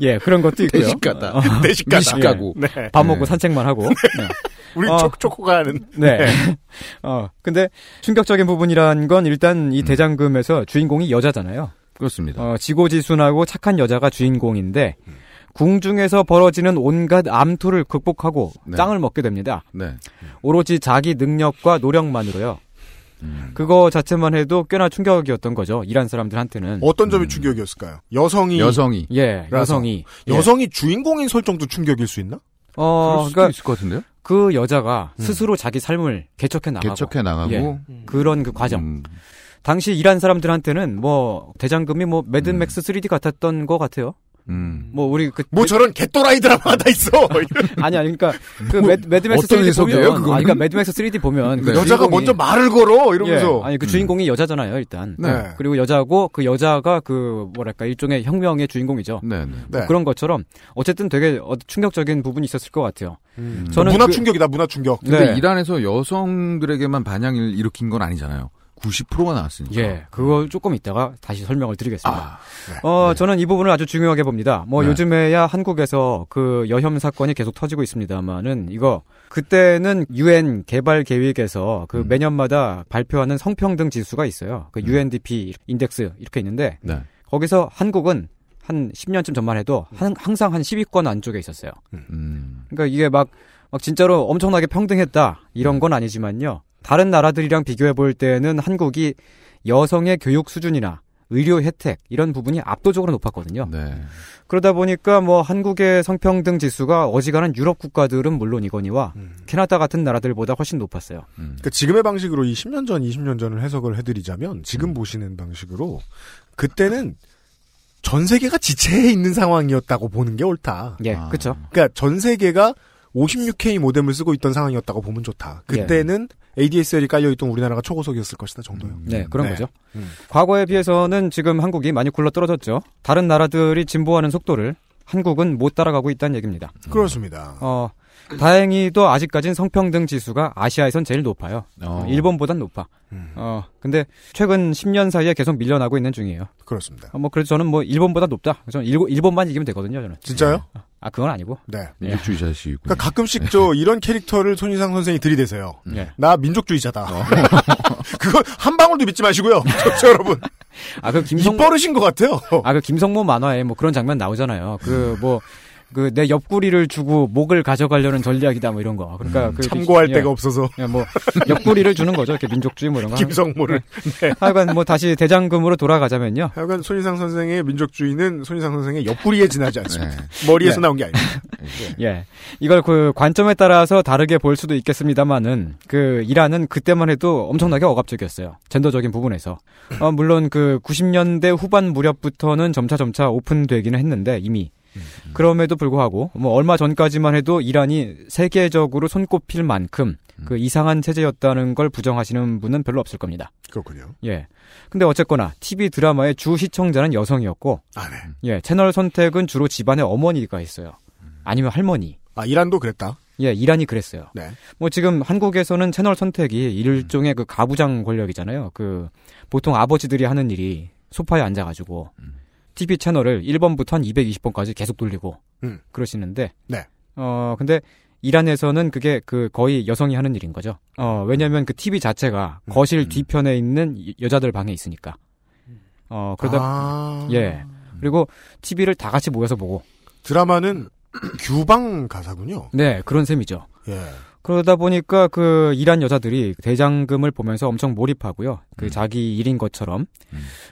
Speaker 5: 예, 그런 것도 있고요.
Speaker 4: 대식 같다.
Speaker 5: 어,
Speaker 2: 대식가다.
Speaker 4: 미식 가고.
Speaker 2: 네.
Speaker 5: 밥 먹고
Speaker 4: 네.
Speaker 5: 산책만 하고. 네.
Speaker 2: 우리
Speaker 5: 어.
Speaker 2: 초코 초코가 하는.
Speaker 5: 네. 어, 근데 충격적인 부분이란 건 일단
Speaker 4: 음.
Speaker 5: 이 대장금에서 주인공이 여자잖아요.
Speaker 4: 그렇습니다. 음.
Speaker 5: 어, 지고지순하고 착한 여자가 주인공인데 궁중에서 벌어지는 온갖 암투를 극복하고
Speaker 4: 네.
Speaker 5: 짱을 먹게 됩니다.
Speaker 4: 네.
Speaker 5: 오로지 자기 능력과 노력만으로요.
Speaker 4: 음.
Speaker 5: 그거 자체만 해도 꽤나 충격이었던 거죠. 이란 사람들한테는.
Speaker 2: 어떤 점이 충격이었을까요? 여성이
Speaker 4: 여성이.
Speaker 5: 예,
Speaker 2: 라서.
Speaker 5: 여성이. 예.
Speaker 2: 여성이 주인공인 설정도 충격일 수 있나?
Speaker 5: 어,
Speaker 4: 그럴 수도
Speaker 5: 그러니까
Speaker 4: 있을 것 같은데요?
Speaker 5: 그 여자가 스스로 자기 삶을 개척해 나가고
Speaker 4: 개척해 나가고.
Speaker 5: 예. 그런 그 과정.
Speaker 4: 음,
Speaker 5: 당시 이란 사람들한테는 뭐 대장금이 뭐 매드맥스 3D 같았던 것 같아요.
Speaker 4: 음.
Speaker 5: 뭐 우리 그
Speaker 2: 뭐 저런 개또라이 드라마가 다 있어.
Speaker 5: 아니 아니 그러니까 그 매드, 맥스
Speaker 4: 어떤
Speaker 5: 3D 보면
Speaker 4: 해석이에요,
Speaker 5: 아,
Speaker 4: 그거는?
Speaker 5: 그러니까 매드맥스 3D 보면 그
Speaker 4: 네.
Speaker 2: 여자가
Speaker 5: 주인공이-
Speaker 2: 먼저 말을 걸어 이러면서.
Speaker 5: 예, 아니 그 주인공이 여자잖아요 일단.
Speaker 4: 네.
Speaker 2: 네.
Speaker 5: 그리고 여자고 그 여자가 그 뭐랄까 일종의 혁명의 주인공이죠.
Speaker 4: 네, 네.
Speaker 2: 네.
Speaker 5: 그런 것처럼 어쨌든 되게 어- 충격적인 부분이 있었을 것 같아요.
Speaker 2: 음.
Speaker 5: 저는
Speaker 2: 문화
Speaker 5: 그-
Speaker 2: 충격이다 문화 충격.
Speaker 4: 근데
Speaker 5: 네.
Speaker 4: 이란에서 여성들에게만 반향을 일으킨 건 아니잖아요. 90%가 나왔으니까.
Speaker 5: 예, 그거 조금 이따가 다시 설명을 드리겠습니다.
Speaker 4: 아,
Speaker 5: 어, 저는 이 부분을 아주 중요하게 봅니다. 뭐
Speaker 4: 네.
Speaker 5: 요즘에야 한국에서 그 여혐 사건이 계속 터지고 있습니다만은 이거 그때는 UN 개발 계획에서 그
Speaker 4: 음.
Speaker 5: 매년마다 발표하는 성평등 지수가 있어요. 그
Speaker 4: 음. UNDP
Speaker 5: UNDP 인덱스 이렇게 있는데
Speaker 4: 네.
Speaker 5: 거기서 한국은 한 10년쯤 전만 해도 한- 항상 한 10위권 안쪽에 있었어요.
Speaker 4: 음.
Speaker 5: 그러니까 이게 막, 막 진짜로 엄청나게 평등했다 이런 건 아니지만요. 다른 나라들이랑 비교해 볼 때는 한국이 여성의 교육 수준이나 의료 혜택 이런 부분이 압도적으로 높았거든요.
Speaker 4: 네.
Speaker 5: 그러다 보니까 뭐 한국의 성평등 지수가 어지간한 유럽 국가들은 물론이거니와
Speaker 2: 음.
Speaker 5: 캐나다 같은 나라들보다 훨씬 높았어요.
Speaker 4: 음.
Speaker 2: 그러니까 지금의 방식으로 이 10년 전, 20년 전을 해석을 해드리자면 지금
Speaker 5: 음.
Speaker 2: 보시는 방식으로 그때는 전 세계가 지체해 있는 상황이었다고 보는 게 옳다.
Speaker 5: 예,
Speaker 4: 아.
Speaker 5: 그렇죠.
Speaker 2: 그러니까 전 세계가 56K 모뎀을 쓰고 있던 상황이었다고 보면 좋다. 그때는 ADSL이 깔려있던 우리나라가 초고속이었을 것이다 정도요.
Speaker 5: 네, 그런
Speaker 2: 네.
Speaker 5: 거죠.
Speaker 2: 음.
Speaker 5: 과거에 비해서는 지금 한국이 많이 굴러 떨어졌죠. 다른 나라들이 진보하는 속도를 한국은 못 따라가고 있다는 얘기입니다.
Speaker 2: 그렇습니다.
Speaker 5: 음. 어, 다행히도 아직까진 성평등 지수가 아시아에선 제일 높아요.
Speaker 4: 어.
Speaker 5: 일본보단 높아.
Speaker 2: 음.
Speaker 5: 어, 근데 최근 10년 사이에 계속 밀려나고 있는 중이에요.
Speaker 2: 그렇습니다.
Speaker 5: 어, 뭐 그래서 저는 뭐 일본보다 높다. 저는 일본, 일본만 이기면 되거든요, 저는.
Speaker 2: 진짜요?
Speaker 5: 아, 그건 아니고.
Speaker 2: 네.
Speaker 4: 민족주의 자식이고.
Speaker 2: 그러니까 가끔씩 저 이런 캐릭터를 손희상 선생이 들이대세요.
Speaker 5: 예.
Speaker 2: 나 민족주의자다.
Speaker 5: 어.
Speaker 2: 그거 한 방울도 믿지 마시고요. 청취자 여러분.
Speaker 5: 아, 그
Speaker 2: 이
Speaker 5: 김성
Speaker 2: 버릇인 것 같아요.
Speaker 5: 아, 그 김성모 만화에 뭐 그런 장면 나오잖아요. 그 뭐 그 내 옆구리를 주고 목을 가져가려는 전략이다 뭐 이런 거. 그러니까 그
Speaker 2: 음, 참고할
Speaker 5: 예,
Speaker 2: 데가 없어서
Speaker 5: 예, 뭐 옆구리를 주는 거죠. 이렇게 민족주의 뭐 이런 거.
Speaker 2: 김성모를
Speaker 5: 하여간 뭐 다시 대장금으로 돌아가자면요.
Speaker 2: 하여간 손희상 선생의 민족주의는 손희상 선생의 옆구리에 지나지 않습니다.
Speaker 4: 네.
Speaker 2: 머리에서
Speaker 5: 네.
Speaker 2: 나온 게 아닙니다.
Speaker 5: 예. 이걸 그 관점에 따라서 다르게 볼 수도 있겠습니다만은 그 이란은 그때만 해도 엄청나게 억압적이었어요. 젠더적인 부분에서. 어, 물론 그 90년대 후반 무렵부터는 점차 점차 오픈되기는 했는데 이미 그럼에도 불구하고 뭐 얼마 전까지만 해도 이란이 세계적으로 손꼽힐 만큼 그 이상한 체제였다는 걸 부정하시는 분은 별로 없을 겁니다.
Speaker 2: 그렇군요.
Speaker 5: 예. 근데 어쨌거나 TV 드라마의 주 시청자는 여성이었고
Speaker 2: 아, 네.
Speaker 5: 예, 채널 선택은 주로 집안에 어머니가 있어요. 아니면 할머니.
Speaker 2: 아, 이란도 그랬다.
Speaker 5: 예, 이란이 그랬어요.
Speaker 2: 네.
Speaker 5: 뭐 지금 한국에서는 채널 선택이 일종의 그 가부장 권력이잖아요. 그 보통 아버지들이 하는 일이 소파에 앉아가지고
Speaker 2: 음.
Speaker 5: TV 채널을 1번부터 한 220번까지 계속 돌리고
Speaker 2: 음.
Speaker 5: 그러시는데.
Speaker 2: 네.
Speaker 5: 어 근데 이란에서는 그게 그 거의 여성이 하는 일인 거죠. 어 왜냐하면 그 TV 자체가
Speaker 2: 음.
Speaker 5: 거실 뒤편에 있는 이- 여자들 방에 있으니까. 어 그러다
Speaker 2: 아,
Speaker 5: 예 그리고 TV를 다 같이 모여서 보고.
Speaker 2: 드라마는 규방 가사군요.
Speaker 5: 네 그런 셈이죠.
Speaker 2: 예.
Speaker 5: 그러다 보니까 그 이란 여자들이 대장금을 보면서 엄청 몰입하고요. 그 자기 일인 것처럼.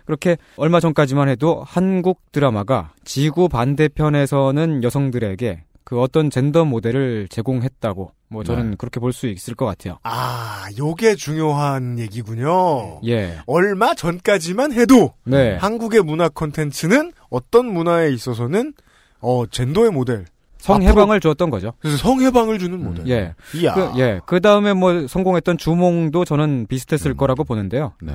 Speaker 5: 그렇게 얼마 전까지만 해도 한국 드라마가 지구 반대편에서는 여성들에게 그 어떤 젠더 모델을 제공했다고 뭐 저는 그렇게 볼 수 있을 것 같아요.
Speaker 2: 아, 요게 중요한 얘기군요.
Speaker 5: 예.
Speaker 2: 얼마 전까지만 해도
Speaker 5: 네.
Speaker 2: 한국의 문화 콘텐츠는 어떤 문화에 있어서는 어 젠더의 모델,
Speaker 5: 성해방을 주었던 거죠.
Speaker 2: 그래서 성해방을 주는 모델.
Speaker 5: 예.
Speaker 2: 네. 이야.
Speaker 5: 그, 예. 그 다음에 뭐 성공했던 주몽도 저는 비슷했을 거라고 보는데요.
Speaker 4: 네.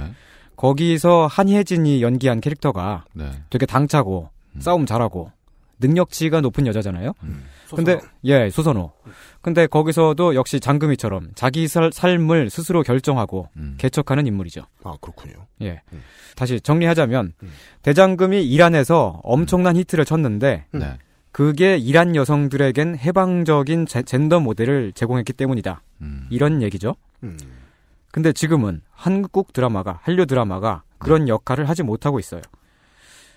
Speaker 5: 거기서 한혜진이 연기한 캐릭터가
Speaker 4: 네.
Speaker 5: 되게 당차고
Speaker 4: 음.
Speaker 5: 싸움 잘하고 능력치가 높은 여자잖아요. 근데 예, 소선호. 근데 거기서도 역시 장금이처럼 자기 살, 삶을 스스로 결정하고
Speaker 4: 음.
Speaker 5: 개척하는 인물이죠.
Speaker 2: 아 그렇군요.
Speaker 5: 예.
Speaker 2: 음.
Speaker 5: 다시 정리하자면
Speaker 4: 음.
Speaker 5: 대장금이 이란에서 엄청난 히트를 쳤는데
Speaker 4: 네.
Speaker 5: 그게 이란 여성들에겐 해방적인 제- 젠더 모델을 제공했기 때문이다.
Speaker 4: 음.
Speaker 5: 이런 얘기죠.
Speaker 2: 음.
Speaker 5: 근데 지금은 한국 드라마가 한류 드라마가
Speaker 2: 음.
Speaker 5: 그런 역할을 하지 못하고 있어요.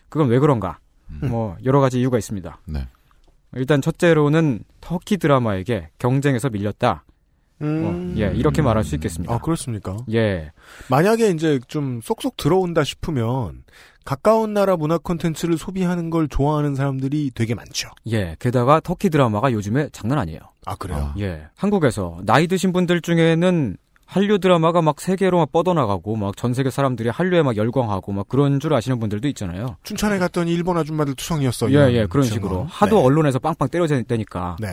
Speaker 5: 그건 왜 그런가?
Speaker 2: 음.
Speaker 5: 뭐 여러 가지 이유가 있습니다.
Speaker 4: 네.
Speaker 5: 일단 첫째로는 터키 드라마에게 경쟁에서 밀렸다. 뭐,
Speaker 2: 음.
Speaker 5: 예, 이렇게 말할 수 있겠습니다.
Speaker 2: 아 그렇습니까?
Speaker 5: 예,
Speaker 2: 만약에 이제 좀 쏙쏙 들어온다 싶으면 가까운 나라 문화 콘텐츠를 소비하는 걸 좋아하는 사람들이 되게 많죠.
Speaker 5: 예. 게다가 터키 드라마가 요즘에 장난 아니에요.
Speaker 2: 아 그래요.
Speaker 5: 예. 한국에서 나이 드신 분들 중에는 한류 드라마가 막 세계로 막 뻗어나가고 막 전 세계 사람들이 한류에 막 열광하고 막 그런 줄 아시는 분들도 있잖아요.
Speaker 2: 춘천에 갔더니 일본 아줌마들 투성이었어.
Speaker 5: 예,
Speaker 2: 이런
Speaker 5: 예,
Speaker 2: 증언.
Speaker 5: 그런 식으로.
Speaker 2: 네.
Speaker 5: 하도 언론에서 빵빵 때려대니까.
Speaker 2: 네.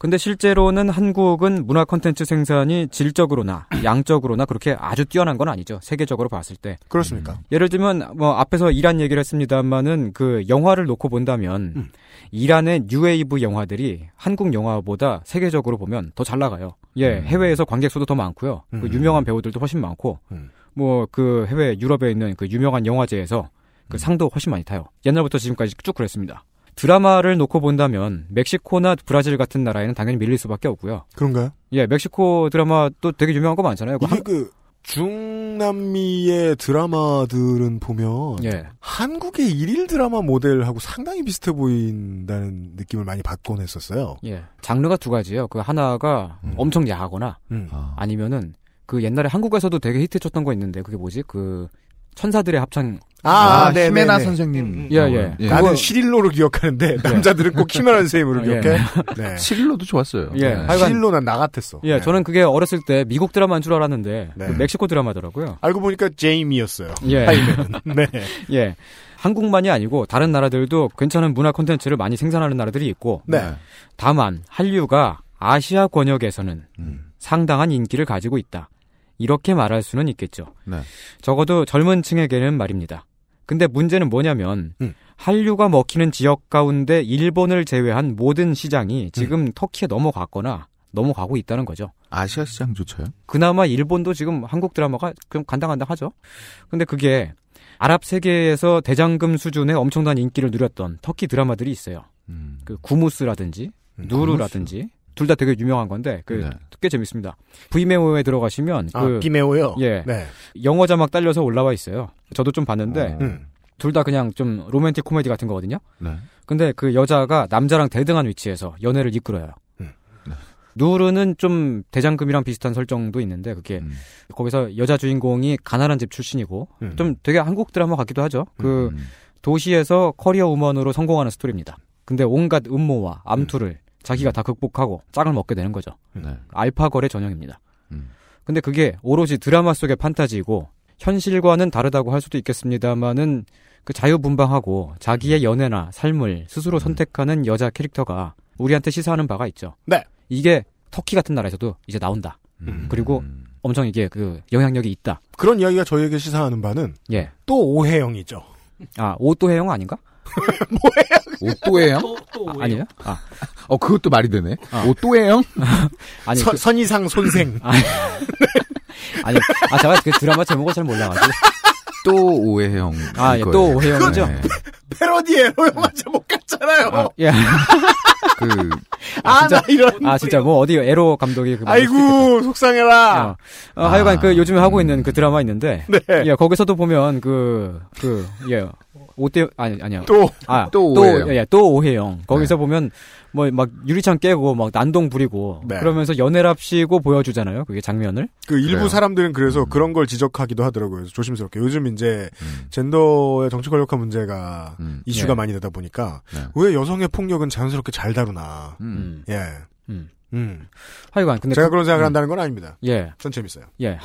Speaker 5: 근데 실제로는 한국은 문화 콘텐츠 생산이 질적으로나 양적으로나 그렇게 아주 뛰어난 건 아니죠. 세계적으로 봤을 때.
Speaker 2: 그렇습니까?
Speaker 5: 예를 들면 뭐 앞에서 이란 얘기를 했습니다만은 그 영화를 놓고 본다면
Speaker 2: 음.
Speaker 5: 이란의 뉴웨이브 영화들이 한국 영화보다 세계적으로 보면 더 잘 나가요. 예, 해외에서 관객 수도 더 많고요. 그
Speaker 2: 음.
Speaker 5: 유명한 배우들도 훨씬 많고
Speaker 2: 음.
Speaker 5: 뭐 그 해외 유럽에 있는 그 유명한 영화제에서
Speaker 2: 음.
Speaker 5: 그 상도 훨씬 많이 타요. 옛날부터 지금까지 쭉 그랬습니다. 드라마를 놓고 본다면 멕시코나 브라질 같은 나라에는 당연히 밀릴 수밖에 없고요.
Speaker 2: 그런가요?
Speaker 5: 예, 멕시코 드라마도 되게 유명한 거 많잖아요. 그
Speaker 2: 이게
Speaker 5: 한-
Speaker 2: 그 중남미의 드라마들은 보면
Speaker 5: 예.
Speaker 2: 한국의 일일 드라마 모델하고 상당히 비슷해 보인다는 느낌을 많이 받곤 했었어요.
Speaker 5: 예. 장르가 두 가지예요. 그 하나가 엄청 야하거나
Speaker 2: 음.
Speaker 4: 아.
Speaker 5: 아니면은 그 옛날에 한국에서도 되게 히트쳤던 거 있는데 그게 뭐지? 그 천사들의 합창.
Speaker 4: 아,
Speaker 2: 네,
Speaker 4: 히메나
Speaker 2: 네, 네.
Speaker 4: 선생님.
Speaker 5: 예, 예.
Speaker 4: 예.
Speaker 2: 나는
Speaker 5: 그거- 네.
Speaker 2: 시릴로로 기억하는데 남자들은 꼭 키마란 세임으로
Speaker 5: 아,
Speaker 2: 기억해.
Speaker 5: 예.
Speaker 2: 네.
Speaker 4: 시릴로도 좋았어요.
Speaker 5: 예.
Speaker 4: 네.
Speaker 5: 하여간-
Speaker 2: 시릴로 난 나 같았어.
Speaker 5: 예,
Speaker 2: 네.
Speaker 5: 저는 그게 어렸을 때 미국 드라마인 줄 알았는데
Speaker 2: 네.
Speaker 5: 그 멕시코 드라마더라고요.
Speaker 2: 알고 보니까 제임이었어요.
Speaker 5: 예.
Speaker 2: 네.
Speaker 5: 예. 한국만이 아니고 다른 나라들도 괜찮은 문화 콘텐츠를 많이 생산하는 나라들이 있고
Speaker 2: 네.
Speaker 5: 다만 한류가 아시아 권역에서는
Speaker 4: 음.
Speaker 5: 상당한 인기를 가지고 있다. 이렇게 말할 수는 있겠죠.
Speaker 4: 네.
Speaker 5: 적어도 젊은 층에게는 말입니다. 근데 문제는 뭐냐면
Speaker 2: 음.
Speaker 5: 한류가 먹히는 지역 가운데 일본을 제외한 모든 시장이
Speaker 4: 음.
Speaker 5: 지금 터키에 넘어갔거나 넘어가고 있다는 거죠.
Speaker 4: 아시아 시장 조차요?
Speaker 5: 그나마 일본도 지금 한국 드라마가 좀 간당간당하죠. 근데 그게 아랍 세계에서 대장금 수준의 엄청난 인기를 누렸던 터키 드라마들이 있어요.
Speaker 4: 음.
Speaker 5: 그 구무스라든지 누르라든지 둘 다 되게 유명한 건데 그
Speaker 4: 네.
Speaker 5: 꽤 재밌습니다. 브이메오에 들어가시면
Speaker 2: 아,
Speaker 5: 그
Speaker 2: 비메오요.
Speaker 5: 예.
Speaker 2: 네.
Speaker 5: 영어 자막 딸려서 올라와 있어요. 저도 좀 봤는데
Speaker 2: 음.
Speaker 5: 둘 다 그냥 좀 로맨틱 코미디 같은 거거든요.
Speaker 4: 네.
Speaker 5: 근데 그 여자가 남자랑 대등한 위치에서 연애를 이끌어요.
Speaker 2: 음.
Speaker 5: 누르는 좀 대장금이랑 비슷한 설정도 있는데 그게
Speaker 4: 음.
Speaker 5: 거기서 여자 주인공이 가난한 집 출신이고
Speaker 2: 음.
Speaker 5: 좀 되게 한국 드라마 같기도 하죠. 그
Speaker 4: 음.
Speaker 5: 도시에서 커리어 우먼으로 성공하는 스토리입니다. 근데 온갖 음모와 암투를 자기가 다 극복하고 짝을 먹게 되는 거죠.
Speaker 4: 음. 네.
Speaker 5: 알파걸의 전형입니다.
Speaker 4: 음.
Speaker 5: 근데 그게 오로지 드라마 속의 판타지이고 현실과는 다르다고 할 수도 있겠습니다만은 그 자유분방하고
Speaker 4: 음.
Speaker 5: 자기의 연애나 삶을 스스로 선택하는 여자 캐릭터가 우리한테 시사하는 바가 있죠.
Speaker 2: 네.
Speaker 5: 이게 터키 같은 나라에서도 이제 나온다.
Speaker 4: 음.
Speaker 5: 그리고 엄청 이게 그 영향력이 있다.
Speaker 2: 그런 이야기가 저희에게 시사하는 바는
Speaker 5: 예.
Speaker 2: 또 오해영이죠.
Speaker 5: 아, 오또해영 아닌가?
Speaker 4: 오또예요?
Speaker 6: 또, 또
Speaker 5: 아,
Speaker 6: 오해요.
Speaker 5: 아니에요? 아,
Speaker 4: 어 그것도 말이 되네.
Speaker 5: 아.
Speaker 4: 오또예요?
Speaker 5: 아니.
Speaker 2: 선-
Speaker 5: 그-
Speaker 2: 선이상 손생.
Speaker 5: 아니, 아, 제가 그 드라마 제목을 잘 몰라가지고.
Speaker 4: 또 오해형.
Speaker 5: 아, 예, 또 오해영이죠?
Speaker 4: 네.
Speaker 2: 패러디예요. 영화제 못 갔잖아요.
Speaker 5: 음. 아, 예.
Speaker 4: 그
Speaker 2: 아,
Speaker 5: 진짜?
Speaker 2: 나 이런.
Speaker 5: 아, 진짜 뭐 어디 에로 감독이 그. 말을 시켰겠다.
Speaker 2: 아이고 속상해라.
Speaker 5: 어, 어, 하여간
Speaker 4: 아,
Speaker 5: 그 요즘에 하고
Speaker 4: 음.
Speaker 5: 있는 그 드라마 있는데.
Speaker 2: 네.
Speaker 5: 예, 거기서도 보면 그, 그, 예. 오대, 아니, 아니요.
Speaker 2: 또
Speaker 5: 아,
Speaker 4: 또 오해영.
Speaker 5: 예, 예, 또 오해영. 거기서 보면, 뭐, 막, 유리창 깨고, 막, 난동 부리고,
Speaker 2: 네.
Speaker 5: 그러면서 연애랍시고 보여주잖아요. 그게 장면을.
Speaker 2: 그 일부
Speaker 4: 그래요.
Speaker 2: 사람들은
Speaker 5: 음.
Speaker 2: 그래서 그런 걸 지적하기도 하더라고요. 그래서 조심스럽게. 요즘 이제 젠더의 정치 권력화 문제가
Speaker 4: 음.
Speaker 2: 이슈가
Speaker 5: 예.
Speaker 2: 많이 되다 보니까
Speaker 4: 네.
Speaker 2: 왜 여성의 폭력은 자연스럽게 잘 다루나.
Speaker 4: 음.
Speaker 2: 예.
Speaker 5: 음.
Speaker 2: 음.
Speaker 5: 하여간 근데
Speaker 2: 제가
Speaker 5: 그,
Speaker 2: 그런 생각을
Speaker 5: 음.
Speaker 2: 한다는 건 아닙니다.
Speaker 5: 예,
Speaker 2: 전 재밌어요.
Speaker 5: 예.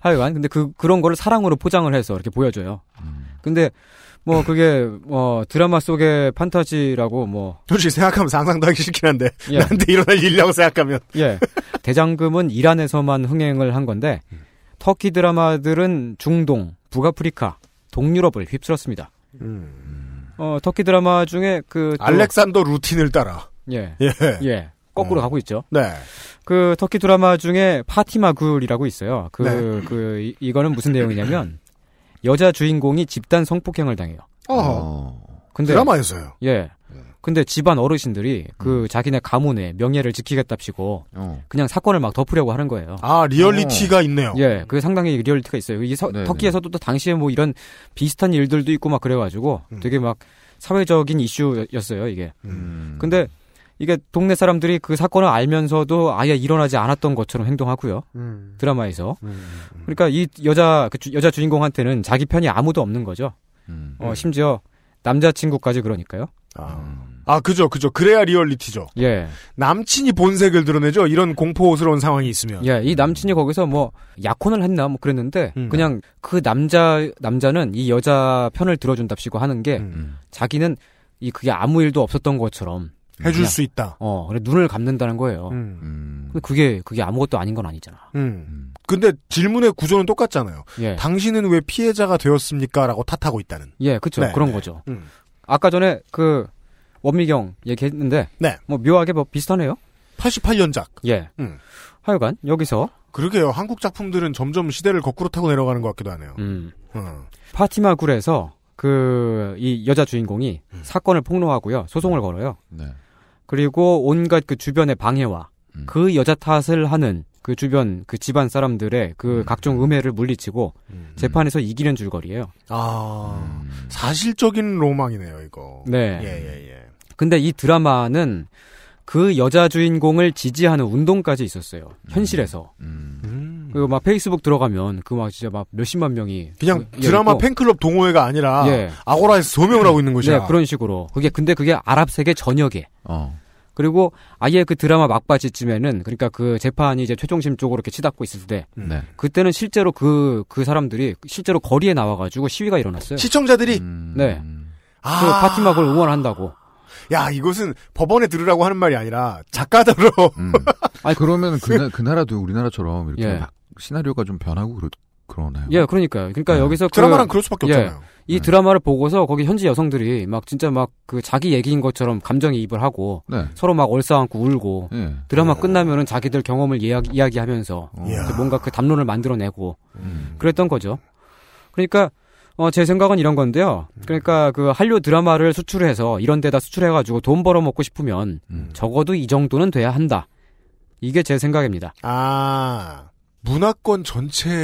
Speaker 5: 하여간 근데 그 그런 거를 사랑으로 포장을 해서 이렇게 보여줘요.
Speaker 2: 음.
Speaker 5: 근데 뭐 그게 뭐 드라마 속의 판타지라고 뭐
Speaker 2: 솔직히 생각하면 상상도 하기 싫긴 한데
Speaker 5: 예.
Speaker 2: 나한테 일어날 일이라고 생각하면
Speaker 5: 예. 대장금은 이란에서만 흥행을 한 건데 터키 드라마들은 중동, 북아프리카, 동유럽을 휩쓸었습니다. 어, 터키 드라마 중에 그 또-
Speaker 2: 음. 알렉산더 루틴을 따라.
Speaker 5: 예.
Speaker 2: 예.
Speaker 5: 예. 거꾸로
Speaker 2: 어.
Speaker 5: 가고 있죠.
Speaker 2: 네.
Speaker 5: 그 터키 드라마 중에 파티마 굴이라고 있어요. 그,
Speaker 2: 네.
Speaker 5: 그, 이- 이거는 무슨 내용이냐면, 여자 주인공이 집단 성폭행을 당해요.
Speaker 2: 어.
Speaker 5: 근데,
Speaker 2: 드라마에서요.
Speaker 5: 예. 근데 집안 어르신들이 그 자기네 가문의 명예를 지키겠답시고,
Speaker 4: 어.
Speaker 5: 그냥 사건을 막 덮으려고 하는 거예요.
Speaker 2: 아 리얼리티가 있네요.
Speaker 5: 예, 그게 상당히 리얼리티가 있어요. 이 서-
Speaker 4: 네네.
Speaker 5: 터키에서도 또 당시에 뭐 이런 비슷한 일들도 있고 막 그래가지고
Speaker 2: 음.
Speaker 5: 되게 막 사회적인 이슈였어요, 이게.
Speaker 4: 음.
Speaker 5: 근데 이게 동네 사람들이 그 사건을 알면서도 아예 일어나지 않았던 것처럼 행동하고요. 드라마에서. 그러니까 이 여자 그 주- 여자 주인공한테는 자기 편이 아무도 없는 거죠.
Speaker 4: 음.
Speaker 5: 어, 심지어 남자친구까지 그러니까요.
Speaker 2: 아.
Speaker 4: 음.
Speaker 2: 아 그죠 그죠 그래야 리얼리티죠.
Speaker 5: 예,
Speaker 2: 남친이 본색을 드러내죠. 이런 공포스러운 상황이 있으면.
Speaker 5: 예, 이 남친이 거기서 뭐 약혼을 했나 뭐 그랬는데
Speaker 2: 음.
Speaker 5: 그냥 그 남자 남자는 이 여자 편을 들어준답시고 하는 게
Speaker 2: 음.
Speaker 5: 자기는 이 그게 아무 일도 없었던 것처럼
Speaker 2: 해줄
Speaker 5: 그냥-
Speaker 2: 수 있다.
Speaker 5: 어 그래 눈을 감는다는 거예요.
Speaker 2: 음.
Speaker 4: 음.
Speaker 5: 근데 그게 그게 아무것도 아닌 건 아니잖아.
Speaker 2: 음.
Speaker 4: 음.
Speaker 2: 근데 질문의 구조는 똑같잖아요.
Speaker 5: 예,
Speaker 2: 당신은 왜 피해자가 되었습니까?라고 탓하고 있다는.
Speaker 5: 예, 그쵸
Speaker 2: 네.
Speaker 5: 그런 거죠.
Speaker 2: 음.
Speaker 5: 아까 전에 그 원미경 얘기했는데
Speaker 2: 네.
Speaker 5: 뭐 묘하게 뭐 비슷하네요.
Speaker 2: 88년작.
Speaker 5: 예.
Speaker 2: 음.
Speaker 5: 하여간 여기서
Speaker 2: 그러게요. 한국 작품들은 점점 시대를 거꾸로 타고 내려가는 것 같기도 하네요.
Speaker 5: 음,
Speaker 2: 음.
Speaker 5: 파티마 굴에서 그 이 여자 주인공이
Speaker 2: 음.
Speaker 5: 사건을 폭로하고요 소송을 걸어요.
Speaker 4: 네.
Speaker 5: 그리고 온갖 그 주변의 방해와
Speaker 4: 음.
Speaker 5: 그 여자 탓을 하는 그 주변 그 집안 사람들의 그
Speaker 4: 음.
Speaker 5: 각종 음해를 음. 물리치고
Speaker 2: 음.
Speaker 5: 재판에서 이기는 줄거리예요.
Speaker 2: 아
Speaker 4: 음.
Speaker 2: 사실적인 로망이네요 이거.
Speaker 5: 네.
Speaker 2: 예예예. 예,
Speaker 5: 근데 이 드라마는 그 여자 주인공을 지지하는 운동까지 있었어요. 현실에서.
Speaker 4: 음.
Speaker 2: 음.
Speaker 5: 그 막 페이스북 들어가면 그 막 진짜 막 몇십만 명이
Speaker 2: 그냥
Speaker 5: 그- 예,
Speaker 2: 드라마
Speaker 5: 있고.
Speaker 2: 팬클럽 동호회가 아니라
Speaker 5: 예.
Speaker 2: 아고라에서 소명을 하고 있는 곳이야.
Speaker 5: 네, 그런 식으로. 그게 근데 그게 아랍 세계 전역에
Speaker 4: 어.
Speaker 5: 그리고 아예 그 드라마 막바지쯤에는 그러니까 그 재판이 이제 최종심 쪽으로 이렇게 치닫고 있을 때
Speaker 2: 음.
Speaker 4: 네.
Speaker 5: 그때는 실제로 그 그 사람들이 실제로 거리에 나와 가지고 시위가 일어났어요.
Speaker 2: 시청자들이
Speaker 4: 음.
Speaker 5: 네.
Speaker 2: 아,
Speaker 5: 그 파티막을 응원한다고.
Speaker 2: 야 이것은 법원에 들으라고 하는 말이 아니라 작가들로
Speaker 5: 그
Speaker 4: 음. 아니 그러면 그, 나- 그 나라도 우리나라처럼 이렇게
Speaker 5: 예.
Speaker 4: 막 시나리오가 좀 변하고 그러, 그러나요?
Speaker 5: 예, 그러니까요. 그러니까
Speaker 4: 네.
Speaker 5: 여기서 그
Speaker 2: 드라마랑 그럴 네. 수밖에
Speaker 5: 예.
Speaker 2: 없잖아요.
Speaker 5: 이 드라마를 보고서 거기 현지 여성들이 막 진짜 막 그 자기 얘기인 것처럼 감정이입을 하고
Speaker 4: 네.
Speaker 5: 서로 막 얼싸안고 울고
Speaker 4: 예.
Speaker 5: 드라마
Speaker 2: 네.
Speaker 5: 끝나면은 자기들 경험을 이야기, 이야기하면서
Speaker 4: 어.
Speaker 2: 이야.
Speaker 5: 이제 뭔가 그 담론을 만들어내고
Speaker 4: 음.
Speaker 5: 그랬던 거죠. 그러니까 어, 제 생각은 이런 건데요. 그러니까 그 한류 드라마를 수출해서 이런 데다 수출해가지고 돈 벌어먹고 싶으면
Speaker 4: 음.
Speaker 5: 적어도 이 정도는 돼야 한다. 이게 제 생각입니다.
Speaker 2: 아 문화권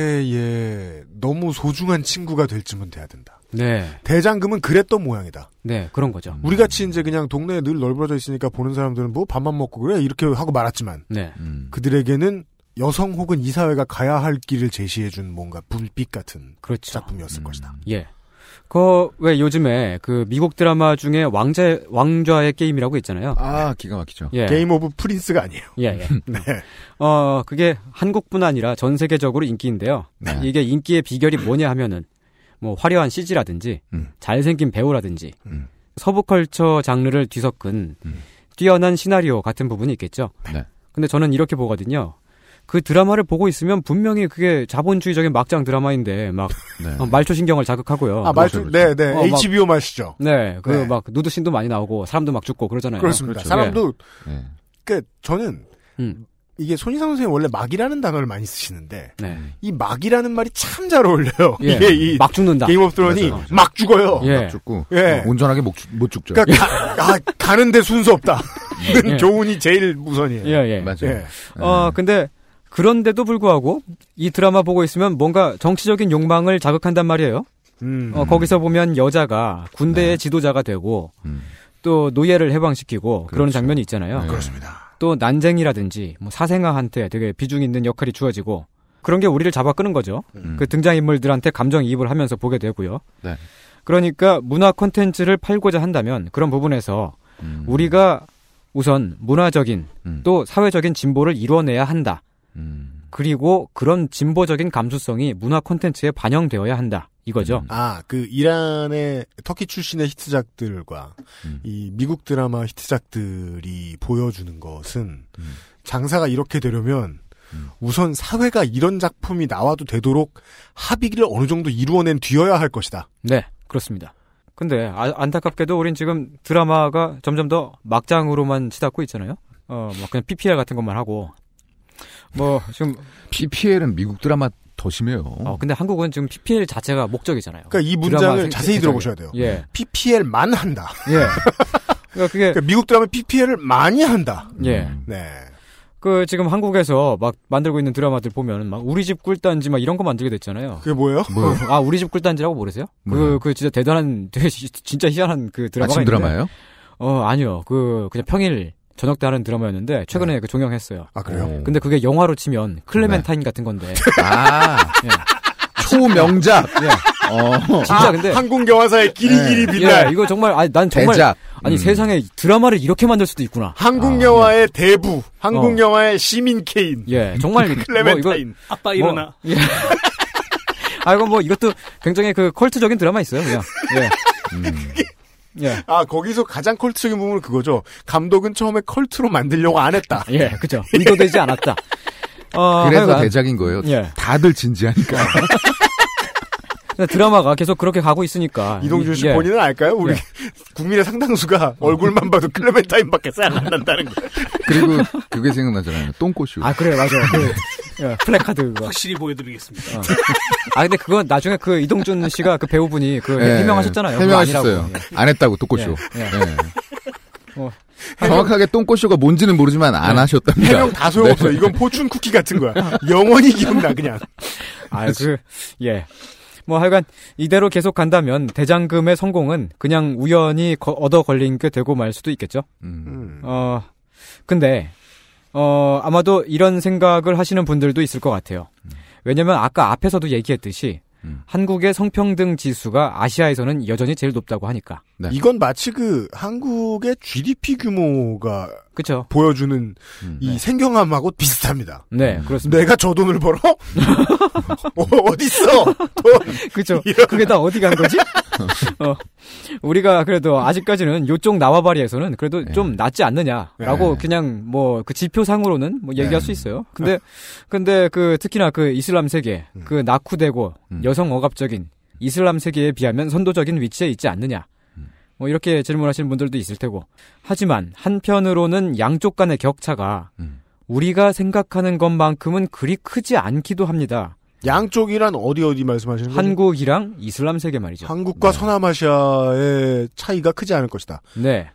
Speaker 2: 전체에 너무 소중한 친구가 될 쯤은 돼야 된다.
Speaker 5: 네,
Speaker 2: 대장금은 그랬던 모양이다.
Speaker 5: 네 그런 거죠.
Speaker 2: 우리 같이 이제 그냥 동네에 늘 널브러져 있으니까 보는 사람들은 뭐 밥만 먹고 그래 이렇게 하고 말았지만
Speaker 5: 네,
Speaker 4: 음.
Speaker 2: 그들에게는 여성 혹은 이 사회가 가야 할 길을 제시해준 뭔가 불빛 같은
Speaker 5: 그렇죠.
Speaker 2: 작품이었을 것이다.
Speaker 5: 예. 그 왜 요즘에 그 미국 드라마 중에 왕자 왕좌의 게임이라고 있잖아요.
Speaker 4: 아 기가 막히죠.
Speaker 5: 예.
Speaker 2: 게임 오브 프린스가 아니에요.
Speaker 5: 예. 예.
Speaker 4: 네.
Speaker 5: 어, 그게 한국뿐 아니라 전 세계적으로 인기인데요.
Speaker 4: 네.
Speaker 5: 이게 인기의 비결이 뭐냐 하면은 뭐 화려한 CG라든지
Speaker 4: 음.
Speaker 5: 잘생긴 배우라든지
Speaker 4: 음.
Speaker 5: 서부 컬처 장르를 뒤섞은
Speaker 4: 음.
Speaker 5: 뛰어난 시나리오 같은 부분이 있겠죠.
Speaker 4: 네.
Speaker 5: 근데 저는 이렇게 보거든요. 그 드라마를 보고 있으면 분명히 그게 자본주의적인 막장 드라마인데 막
Speaker 4: 네.
Speaker 5: 어, 말초 신경을 자극하고요.
Speaker 2: 아 말투,
Speaker 4: 그렇죠,
Speaker 2: 네네
Speaker 4: 그렇죠.
Speaker 5: 어, 막-
Speaker 2: HBO 맛이죠.
Speaker 5: 네, 그
Speaker 2: 네.
Speaker 5: 막 누드신도 많이 나오고 사람도 막 죽고 그러잖아요.
Speaker 2: 그렇습니다.
Speaker 4: 그렇죠.
Speaker 2: 사람도
Speaker 4: 예.
Speaker 2: 그 저는
Speaker 5: 음.
Speaker 2: 이게 손희상 선생님 원래 막이라는 단어를 많이 쓰시는데
Speaker 5: 네.
Speaker 2: 이 막이라는 말이 참 잘 어울려요.
Speaker 5: 예.
Speaker 2: 이게 이
Speaker 5: 막 죽는다.
Speaker 2: 게임 오브 드론이
Speaker 4: 맞아요, 맞아요.
Speaker 2: 막 죽어요.
Speaker 5: 예.
Speaker 4: 막 죽고
Speaker 2: 예.
Speaker 4: 온전하게 못, 죽, 못 죽죠.
Speaker 2: 그러니까 가, 는데 순서 없다. 는
Speaker 5: 예.
Speaker 2: 교훈이 제일 우선이에요.
Speaker 5: 예, 예.
Speaker 4: 맞아요.
Speaker 2: 예.
Speaker 4: 네.
Speaker 5: 어, 근데 그런데도 불구하고 이 드라마 보고 있으면 뭔가 정치적인 욕망을 자극한단 말이에요.
Speaker 2: 음.
Speaker 5: 어, 거기서 보면 여자가 군대의
Speaker 4: 네.
Speaker 5: 지도자가 되고
Speaker 4: 음.
Speaker 5: 또 노예를 해방시키고 그런
Speaker 4: 그렇죠.
Speaker 5: 장면이 있잖아요.
Speaker 4: 네.
Speaker 2: 그렇습니다.
Speaker 5: 또 난쟁이라든지 뭐 사생아한테 되게 비중 있는 역할이 주어지고 그런 게 우리를 잡아 끄는 거죠.
Speaker 4: 음.
Speaker 5: 그 등장인물들한테 감정이입을 하면서 보게 되고요.
Speaker 4: 네.
Speaker 5: 그러니까 문화 콘텐츠를 팔고자 한다면 그런 부분에서
Speaker 4: 음.
Speaker 5: 우리가 우선 문화적인
Speaker 4: 음.
Speaker 5: 또 사회적인 진보를 이뤄내야 한다.
Speaker 4: 음.
Speaker 5: 그리고 그런 진보적인 감수성이 문화 콘텐츠에 반영되어야 한다. 이거죠.
Speaker 4: 음.
Speaker 2: 아, 그 이란의 터키 출신의 히트작들과
Speaker 4: 음.
Speaker 2: 이 미국 드라마 히트작들이 보여주는 것은
Speaker 4: 음.
Speaker 2: 장사가 이렇게 되려면
Speaker 4: 음.
Speaker 2: 우선 사회가 이런 작품이 나와도 되도록 합의를 어느 정도 이루어낸 뒤여야 할 것이다.
Speaker 5: 네, 그렇습니다. 근데 아- 안타깝게도 우린 지금 드라마가 점점 더 막장으로만 치닫고 있잖아요. 어, 막 그냥 PPL 같은 것만 하고 뭐 지금
Speaker 4: PPL은 미국 드라마 더 심해요.
Speaker 5: 어, 근데 한국은 지금 PPL 자체가 목적이잖아요.
Speaker 2: 음. 그러니까 이 문장을
Speaker 5: 드라마 생-
Speaker 2: 자세히
Speaker 5: 생산이.
Speaker 2: 들어보셔야 돼요.
Speaker 5: 예,
Speaker 2: PPL만 한다.
Speaker 5: 예. 그러니까 그게
Speaker 2: 그러니까 미국 드라마 PPL을 많이 한다.
Speaker 5: 예.
Speaker 4: 음.
Speaker 2: 네.
Speaker 5: 그 지금 한국에서 막 만들고 있는 드라마들 보면 막 우리 집 꿀단지 막 이런 거 만들게 됐잖아요.
Speaker 2: 그게 뭐예요?
Speaker 4: 뭐요?
Speaker 5: 아 우리 집 꿀단지라고 모르세요?
Speaker 4: 몰라요.
Speaker 5: 그그 진짜 대단한 되게 시- 진짜 희한한 그 드라마가
Speaker 4: 아침
Speaker 5: 있는데.
Speaker 4: 드라마예요?
Speaker 5: 어 아니요 그 그냥 평일 저녁 때 하는 드라마였는데
Speaker 4: 네.
Speaker 5: 최근에 그 종영했어요.
Speaker 2: 아, 그래요?
Speaker 4: 오.
Speaker 5: 근데 그게 영화로 치면 클레멘타인
Speaker 4: 네.
Speaker 5: 같은 건데
Speaker 4: 아
Speaker 5: 예.
Speaker 4: 초명작. 어.
Speaker 5: 진짜 근데
Speaker 2: 한국 영화사의 아, 네. 길이길이 빛날
Speaker 5: 예, 이거 정말 아니 난 정말
Speaker 4: 대작.
Speaker 5: 아니
Speaker 4: 음.
Speaker 5: 세상에 드라마를 이렇게 만들 수도 있구나.
Speaker 2: 한국
Speaker 4: 아,
Speaker 2: 영화의 대부, 한국
Speaker 5: 네. 어.
Speaker 2: 영화의 시민 케인,
Speaker 5: 예 정말 뭐 이거-
Speaker 2: 클레멘타인.
Speaker 6: 아빠 일어나.
Speaker 5: 뭐, 예. 아 이거 뭐 이것도 굉장히 그 컬트적인 드라마 있어요 그냥. 예.
Speaker 4: 음.
Speaker 5: 예.
Speaker 2: 아 거기서 가장 컬트적인 부분은 그거죠. 감독은 처음에 컬트로 만들려고 안 했다.
Speaker 5: 예, 그죠. 의도되지 않았다. 어,
Speaker 4: 그래서
Speaker 5: 하여간
Speaker 4: 대작인 거예요.
Speaker 5: 예.
Speaker 4: 다들 진지하니까.
Speaker 5: 드라마가 계속 그렇게 가고 있으니까.
Speaker 2: 이동준 씨
Speaker 5: 예.
Speaker 2: 본인은 알까요? 우리
Speaker 5: 예. 어.
Speaker 2: 국민의 상당수가 얼굴만 봐도 클레멘타인밖에 생각 안 난다는 거.
Speaker 4: 그리고 그게 생각나잖아요. 똥꼬쇼.
Speaker 5: 아, 그래, 맞아. 그, 예, 플래카드. 그거.
Speaker 6: 확실히 보여드리겠습니다.
Speaker 5: 아, 근데 그건 나중에 그 이동준 씨가 그 배우분이 그
Speaker 4: 예,
Speaker 5: 해명하셨잖아요. 그거
Speaker 4: 해명하셨어요.
Speaker 5: 아니라고.
Speaker 4: 안 했다고 똥꼬쇼.
Speaker 5: 예, 예.
Speaker 4: 예.
Speaker 5: 어.
Speaker 4: 정확하게 똥꼬쇼가 뭔지는 모르지만 안
Speaker 5: 네.
Speaker 4: 하셨답니다. 네.
Speaker 2: 해명 다 소용없어. 요 이건 포춘 쿠키 같은 거야. 영원히 기억나 그냥.
Speaker 5: 아, 그, 예. 뭐 하여간 이대로 계속 간다면 대장금의 성공은 그냥 우연히 거- 얻어 걸린 게 되고 말 수도 있겠죠.
Speaker 4: 음.
Speaker 5: 어, 근데, 어, 아마도 이런 생각을 하시는 분들도 있을 것 같아요. 왜냐면 아까 앞에서도 얘기했듯이
Speaker 4: 음.
Speaker 5: 한국의 성평등 지수가 아시아에서는 여전히 제일 높다고 하니까.
Speaker 4: 네.
Speaker 2: 이건 마치 그 한국의 GDP 규모가
Speaker 5: 그쵸?
Speaker 2: 보여주는
Speaker 4: 음.
Speaker 2: 이 생경함하고 비슷합니다.
Speaker 5: 네, 그렇습니다.
Speaker 2: 내가 저 돈을 벌어? 어, 어딨어? 돈.
Speaker 5: 그쵸? 그게 다 어디 간 거지? 어, 우리가 그래도 아직까지는 요쪽 나와바리에서는 그래도
Speaker 4: 네.
Speaker 5: 좀 낫지 않느냐라고
Speaker 2: 예.
Speaker 4: 네.
Speaker 5: 그냥 뭐 그 지표상으로는 뭐
Speaker 4: 네.
Speaker 5: 얘기할 수 있어요. 근데, 근데 그 특히나 그 이슬람 세계,
Speaker 2: 음.
Speaker 5: 그 낙후되고
Speaker 4: 음.
Speaker 5: 여성 억압적인 이슬람 세계에 비하면 선도적인 위치에 있지 않느냐.
Speaker 4: 음.
Speaker 5: 뭐 이렇게 질문하시는 분들도 있을 테고. 하지만 한편으로는 양쪽 간의 격차가
Speaker 4: 음.
Speaker 5: 우리가 생각하는 것만큼은 그리 크지 않기도 합니다.
Speaker 2: 양쪽이란 어디 어디 말씀하시는 거죠?
Speaker 5: 한국이랑 네. 이슬람 세계 말이죠.
Speaker 2: 한국과 서남아시아의 차이가 크지 않을 것이다.
Speaker 5: 네.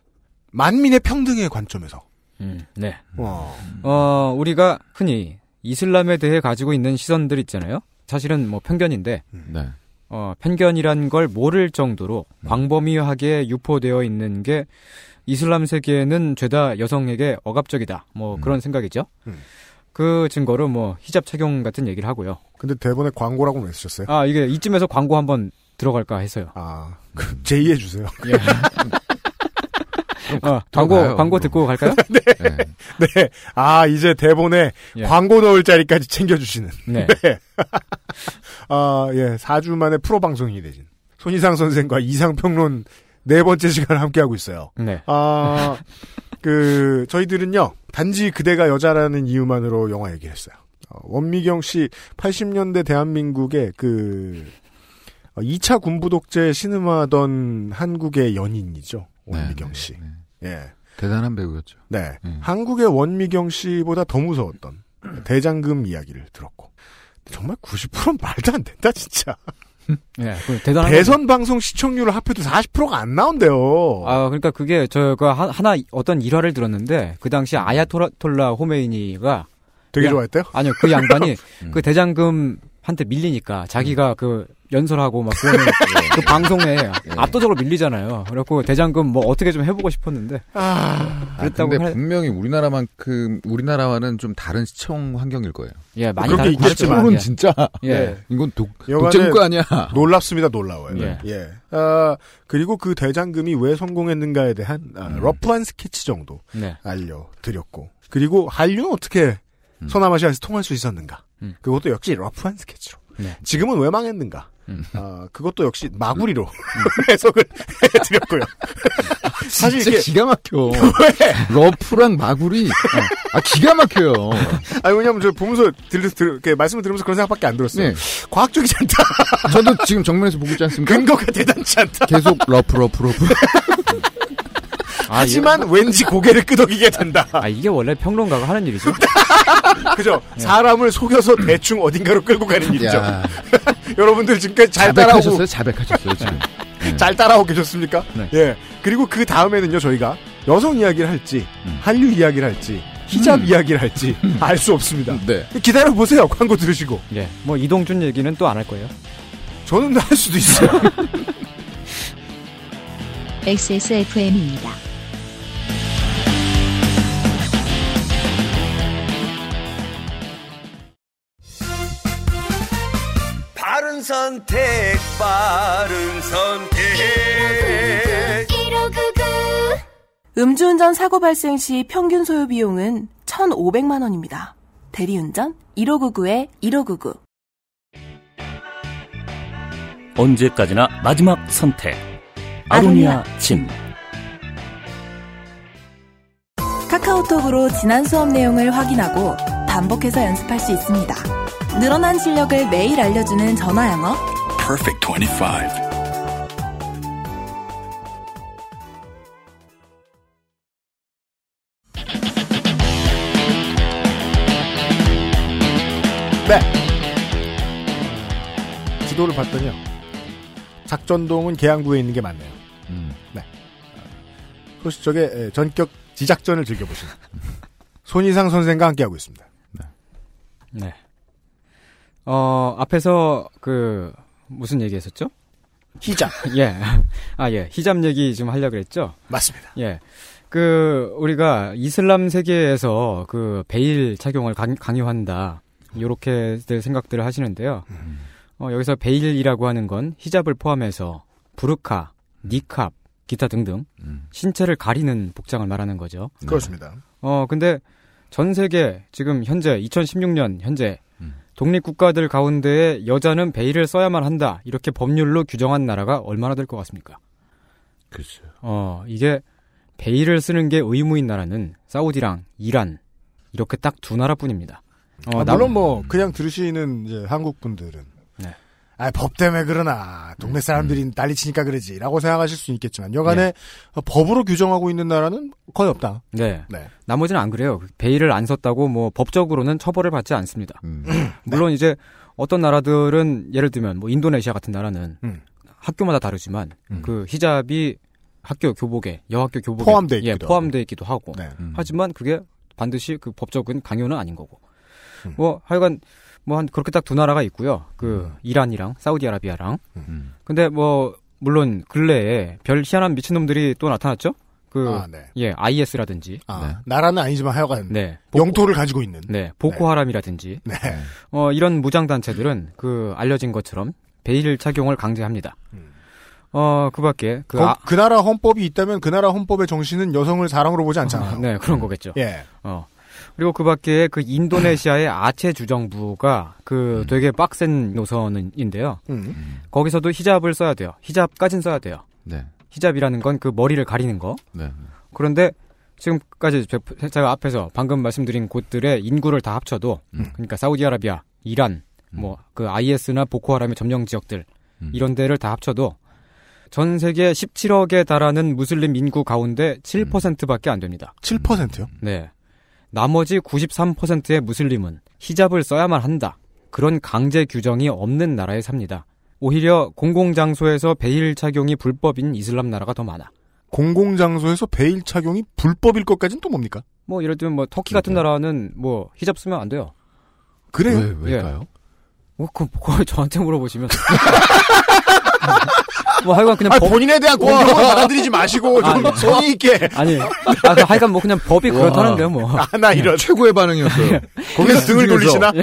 Speaker 2: 만민의 평등의 관점에서.
Speaker 5: 음, 네.
Speaker 2: 어.
Speaker 5: 어, 우리가 흔히 이슬람에 대해 가지고 있는 시선들 있잖아요. 사실은 뭐 편견인데,
Speaker 4: 네. 음.
Speaker 5: 어, 편견이란 걸 모를 정도로 광범위하게 유포되어 있는 게 이슬람 세계에는 죄다 여성에게 억압적이다. 뭐 그런 생각이죠.
Speaker 2: 음.
Speaker 5: 그 증거로 뭐 히잡 착용 같은 얘기를 하고요.
Speaker 2: 근데 대본에 광고라고는 왜
Speaker 4: 네.
Speaker 2: 쓰셨어요?
Speaker 5: 아, 이게 이쯤에서 광고 한번 들어갈까 해서요.
Speaker 2: 아, 그 제의해주세요.
Speaker 5: 어, 광고,
Speaker 4: 들어가요,
Speaker 5: 광고
Speaker 4: 그럼.
Speaker 5: 듣고 갈까요?
Speaker 4: 네.
Speaker 2: 네. 아, 이제 대본에
Speaker 5: 예.
Speaker 2: 광고 넣을 자리까지 챙겨주시는.
Speaker 5: 네.
Speaker 2: 아, 예. 4주 만에 프로 방송이 되신. 손희상 선생과 이상평론 네 번째 시간을 함께하고 있어요.
Speaker 5: 네.
Speaker 2: 아, 그, 저희들은요, 단지 그대가 여자라는 이유만으로 영화 얘기를 했어요. 어, 원미경 씨, 80년대 대한민국의 그, 2차 군부 독재에 신음하던 한국의 연인이죠. 원미경
Speaker 4: 네,
Speaker 2: 씨.
Speaker 4: 네, 네.
Speaker 2: 예.
Speaker 4: 대단한 배우였죠.
Speaker 2: 네.
Speaker 4: 음.
Speaker 2: 한국의 원미경 씨보다 더 무서웠던 대장금 이야기를 들었고. 정말 90%는 말도 안 된다, 진짜.
Speaker 5: 네. 그 대단한.
Speaker 2: 대선 방송 시청률을 합해도 40%가 안 나온대요.
Speaker 5: 아, 그러니까 그게 저가 하- 하나 어떤 일화를 들었는데 그 당시
Speaker 2: 음.
Speaker 5: 아야톨라 톨라 호메이니가
Speaker 2: 되게
Speaker 5: 야.
Speaker 2: 좋아했대요? 음.
Speaker 5: 아니요 그 양반이 그 대장금 한테 밀리니까 자기가 그 연설하고 막 그러는
Speaker 2: 예.
Speaker 5: 그 방송에 압도적으로 밀리잖아요. 그래갖고 대장금 뭐 어떻게 좀 해보고 싶었는데
Speaker 4: 아,
Speaker 5: 그랬다고
Speaker 4: 근데
Speaker 5: 할-
Speaker 4: 분명히 우리나라만큼 우리나라와는 좀 다른 시청 환경일 거예요.
Speaker 5: 예 많이
Speaker 2: 그렇게
Speaker 5: 다르-
Speaker 2: 있겠지만. 네.
Speaker 5: 다르지만,
Speaker 4: 이거는 진짜
Speaker 5: 예. 예.
Speaker 4: 이건 독
Speaker 2: 여간에
Speaker 4: 독재국 아니야.
Speaker 2: 놀랍습니다, 놀라워요. 예.
Speaker 5: 예.
Speaker 2: 아, 그리고 그 대장금이 왜 성공했는가에 대한 아, 러프한 스케치 정도
Speaker 5: 네.
Speaker 2: 알려드렸고. 그리고 한류는 어떻게
Speaker 4: 음.
Speaker 2: 서남아시아에서 통할 수 있었는가.
Speaker 5: 음.
Speaker 2: 그것도 역시 러프한 스케치로.
Speaker 5: 네.
Speaker 2: 지금은 왜 망했는가.
Speaker 5: 음.
Speaker 2: 아, 그것도 역시 마구리로 해석을 해드렸고요. 사실
Speaker 4: 진짜
Speaker 2: 이게
Speaker 4: 기가 막혀. 러프랑 마구리. 어. 아 기가 막혀요.
Speaker 2: 아니 왜냐면 저 보면서 들, 들, 이렇게 말씀을 들으면서 그런 생각밖에 안 들었어요.
Speaker 4: 네.
Speaker 2: 과학적이지 않다.
Speaker 4: 저도 지금 정면에서 보고 있지 않습니까?
Speaker 2: 근거가 대단치 않다.
Speaker 4: 계속 러프 러프 러프.
Speaker 5: 아, 이게-
Speaker 2: 하지만 왠지 고개를 끄덕이게 된다.
Speaker 5: 아 이게 원래 평론가가 하는 일이죠.
Speaker 2: 그죠? 사람을 속여서 대충 어딘가로 끌고 가는 일이죠.
Speaker 4: 예. 야,
Speaker 2: 여러분들 지금까지 잘 따라오고
Speaker 4: 자백하셨어요? 네. 자백하셨어요 지금.
Speaker 2: 잘 따라오고 계셨습니까?
Speaker 5: 네.
Speaker 2: 예. 그리고 그 다음에는요 저희가 여성 이야기를 할지
Speaker 4: 음.
Speaker 2: 한류 이야기를 할지 히잡 이야기를 할지 알 수 없습니다.
Speaker 4: 네.
Speaker 2: 기다려 보세요. 광고 들으시고
Speaker 5: 예. 뭐 이동준 얘기는 또 안 할 거예요.
Speaker 2: 저는 할 수도 있어요.
Speaker 1: XSFM입니다.
Speaker 10: 바른 선택, 바른 선택.
Speaker 11: 음주운전 사고 발생 시 평균 소요 비용은 1,500만 원입니다. 대리운전 1599-1599
Speaker 10: 언제까지나 마지막 선택. 아로니아 침.
Speaker 11: 카카오톡으로 지난 수업 내용을 확인하고 반복해서 연습할 수 있습니다. 늘어난 실력을 매일 알려주는 전화 영어
Speaker 10: Perfect 25.
Speaker 2: 네. 지도를 봤더니요. 작전동은 계양구에 있는 게 맞네요.
Speaker 4: 음.
Speaker 2: 혹시 저게 에, 전격 지작전을 즐겨보시는 손희상 선생과 함께하고 있습니다.
Speaker 5: 네. 어 앞에서 그 무슨 얘기했었죠?
Speaker 2: 히잡
Speaker 5: 예. 아 예. 히잡 얘기 좀 하려 고 그랬죠.
Speaker 2: 맞습니다.
Speaker 5: 예. 그 우리가 이슬람 세계에서 그 베일 착용을 강, 강요한다. 요렇게들 생각들을 하시는데요.
Speaker 2: 음.
Speaker 5: 어, 여기서 베일이라고 하는 건 히잡을 포함해서 부르카, 니캅, 기타 등등
Speaker 4: 음.
Speaker 5: 신체를 가리는 복장을 말하는 거죠.
Speaker 2: 그렇습니다.
Speaker 5: 어, 근데 전 세계 지금 현재 2016년 현재
Speaker 4: 음.
Speaker 5: 독립 국가들 가운데 여자는 베일을 써야만 한다. 이렇게 법률로 규정한 나라가 얼마나 될 것 같습니까?
Speaker 4: 글쎄요.
Speaker 5: 어, 이게 베일을 쓰는 게 의무인 나라는 사우디랑 이란 이렇게 딱 두 나라뿐입니다. 어,
Speaker 2: 아,
Speaker 5: 남-
Speaker 2: 물론 뭐 그냥 들으시는 이제 한국 분들은
Speaker 5: 네.
Speaker 2: 아, 법 때문에 그러나 동네 사람들이 난리 치니까 그러지라고 생각하실 수 있겠지만 여간에 어, 법으로 규정하고 있는 나라는 거의 없다.
Speaker 5: 네.
Speaker 2: 네.
Speaker 5: 나머지는 안 그래요. 베일을 안 썼다고 뭐 법적으로는 처벌을 받지 않습니다.
Speaker 4: 음.
Speaker 2: 네.
Speaker 5: 물론 이제 어떤 나라들은 예를 들면 뭐 인도네시아 같은 나라는
Speaker 2: 음.
Speaker 5: 학교마다 다르지만
Speaker 2: 음.
Speaker 5: 그 히잡이 학교 교복에 여학교 교복에
Speaker 2: 포함돼
Speaker 5: 예,
Speaker 2: 있기도
Speaker 5: 포함돼 있기도 하고
Speaker 2: 네.
Speaker 4: 음.
Speaker 5: 하지만 그게 반드시 그 법적인 강요는 아닌 거고.
Speaker 2: 음.
Speaker 5: 뭐 하여간 뭐 한 그렇게 딱 두 나라가 있고요. 그 이란이랑 사우디아라비아랑.
Speaker 4: 음.
Speaker 5: 근데 뭐 물론 근래에 별 희한한 미친놈들이 또 나타났죠. 그
Speaker 2: 아, 네. 음.
Speaker 5: 예, IS라든지.
Speaker 2: 아, 나라는 아니지만 하여간
Speaker 5: 네.
Speaker 2: 영토를 가지고 있는
Speaker 5: 네, 보코하람이라든지.
Speaker 2: 네.
Speaker 5: 어, 이런 무장 단체들은 그 알려진 것처럼 베일 착용을 강제합니다.
Speaker 2: 음.
Speaker 5: 어, 그밖에 그
Speaker 2: 거-
Speaker 5: 아-
Speaker 2: 그 나라 헌법이 있다면 그 나라 헌법의 정신은 여성을 사랑으로 보지 않잖아요.
Speaker 5: 네, 그런 거겠죠.
Speaker 2: 예.
Speaker 5: 어. 그리고 그 밖에 그 인도네시아의 아체 주정부가 그 되게 빡센 노선인데요.
Speaker 2: 음.
Speaker 5: 거기서도 히잡을 써야 돼요. 히잡까진 써야 돼요.
Speaker 4: 네.
Speaker 5: 히잡이라는 건 그 머리를 가리는 거.
Speaker 4: 네.
Speaker 5: 그런데 지금까지 제- 제가 앞에서 방금 말씀드린 곳들의 인구를 다 합쳐도
Speaker 4: 음.
Speaker 5: 그러니까 사우디아라비아, 이란, 뭐 그 IS나 보코하람의 점령 지역들
Speaker 4: 음.
Speaker 5: 이런 데를 다 합쳐도 전 세계 17억에 달하는 무슬림 인구 가운데 7%밖에 안 됩니다.
Speaker 2: 7%요?
Speaker 5: 네. 나머지 93%의 무슬림은 히잡을 써야만 한다. 그런 강제 규정이 없는 나라에 삽니다. 오히려 공공장소에서 베일 착용이 불법인 이슬람 나라가 더 많아.
Speaker 2: 공공장소에서 베일 착용이 불법일 것까지는 또 뭡니까?
Speaker 5: 뭐
Speaker 2: 네.
Speaker 5: 예를 들면 뭐 터키 같은 나라는 뭐 히잡 쓰면 안 돼요.
Speaker 2: 그래요.
Speaker 4: 왜, 왜일까요?
Speaker 5: 어, 그, 그걸 저한테 물어보시면. 뭐 하여간 그냥
Speaker 2: 아, 본인에 대한 공격을 받아들이지 네. 마시고 좀 성의 있게.
Speaker 5: 아니, 아, 그 하여간 뭐 그냥 법이
Speaker 2: 우와.
Speaker 5: 그렇다는데요, 뭐.
Speaker 2: 아, 나 이런.
Speaker 4: 최고의 반응이었어요.
Speaker 2: 거기서 등을 돌리시나?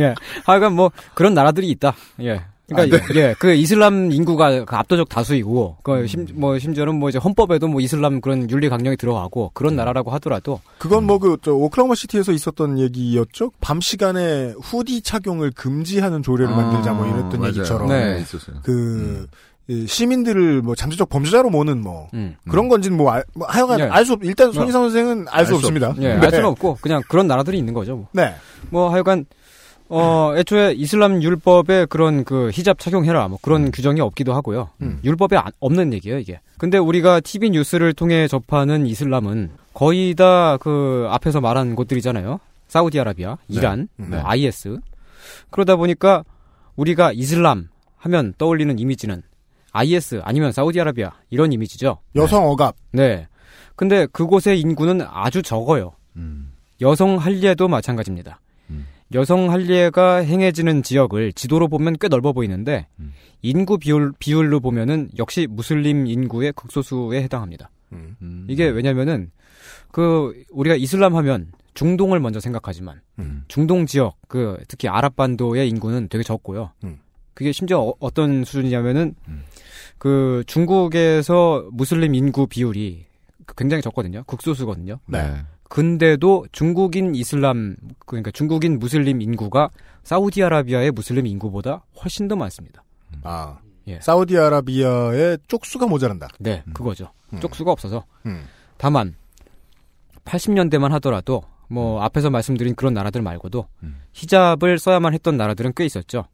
Speaker 5: 예, 하여간 뭐 그런 나라들이 있다. 예. 그러니까
Speaker 4: 아, 네.
Speaker 5: 예, 그 이슬람 인구가 그 압도적 다수이고, 그심뭐 심지어는 뭐 이제 헌법에도 뭐 이슬람 그런 윤리 강령이 들어가고 그런 나라라고 하더라도
Speaker 2: 그건 뭐 그 오클라호마 시티에서 있었던 얘기였죠. 밤 시간에 후디 착용을 금지하는 조례를
Speaker 4: 아,
Speaker 2: 만들자 뭐 이랬던
Speaker 4: 맞아요.
Speaker 2: 얘기처럼
Speaker 4: 네, 있었어요.
Speaker 2: 그 이 시민들을 뭐 잠재적 범죄자로 모는 뭐
Speaker 5: 음.
Speaker 2: 그런 건지는 뭐, 알- 뭐 하여간
Speaker 5: 예.
Speaker 2: 알 수 없. 일단 손희상
Speaker 5: 네.
Speaker 2: 선생은 알 수 없습니다.
Speaker 5: 예,
Speaker 2: 네.
Speaker 5: 알 수는 없고 그냥 그런 나라들이 있는 거죠. 뭐.
Speaker 2: 네.
Speaker 5: 뭐 하여간 어 애초에 이슬람 율법에 그런 그 히잡 착용해라 뭐 그런 규정이 없기도 하고요.
Speaker 2: 음.
Speaker 5: 율법에 안- 없는 얘기예요 이게. 근데 우리가 TV 뉴스를 통해 접하는 이슬람은 거의 다 그 앞에서 말한 곳들이잖아요. 사우디아라비아, 이란,
Speaker 2: 네.
Speaker 5: 뭐
Speaker 2: 네.
Speaker 5: IS. 그러다 보니까 우리가 이슬람 하면 떠올리는 이미지는 IS 아니면 사우디아라비아 이런 이미지죠.
Speaker 2: 여성 억압.
Speaker 5: 네. 근데 그곳의 인구는 아주 적어요. 여성 할례도 마찬가지입니다. 여성 할례가 행해지는 지역을 지도로 보면 꽤 넓어 보이는데 인구 비율 비율로 보면은 역시 무슬림 인구의 극소수에 해당합니다.
Speaker 4: 음.
Speaker 5: 이게 왜냐면은 그 우리가 이슬람 하면 중동을 먼저 생각하지만
Speaker 2: 음.
Speaker 5: 중동 지역 그 특히 아랍 반도의 인구는 되게 적고요.
Speaker 2: 음.
Speaker 5: 그게 심지어 어- 어떤 수준이냐면은 그 중국에서 무슬림 인구 비율이 굉장히 적거든요. 극소수거든요.
Speaker 2: 네.
Speaker 5: 근데도 중국인 이슬람 그러니까 중국인 무슬림 인구가 사우디아라비아의 무슬림 인구보다 훨씬 더 많습니다.
Speaker 2: 아.
Speaker 5: 예.
Speaker 2: 사우디아라비아의 쪽수가 모자란다.
Speaker 5: 네, 그거죠. 쪽수가 없어서
Speaker 2: 음.
Speaker 5: 다만 80년대만 하더라도 뭐 앞에서 말씀드린 그런 나라들 말고도 히잡을 써야만 했던 나라들은 꽤 있었죠.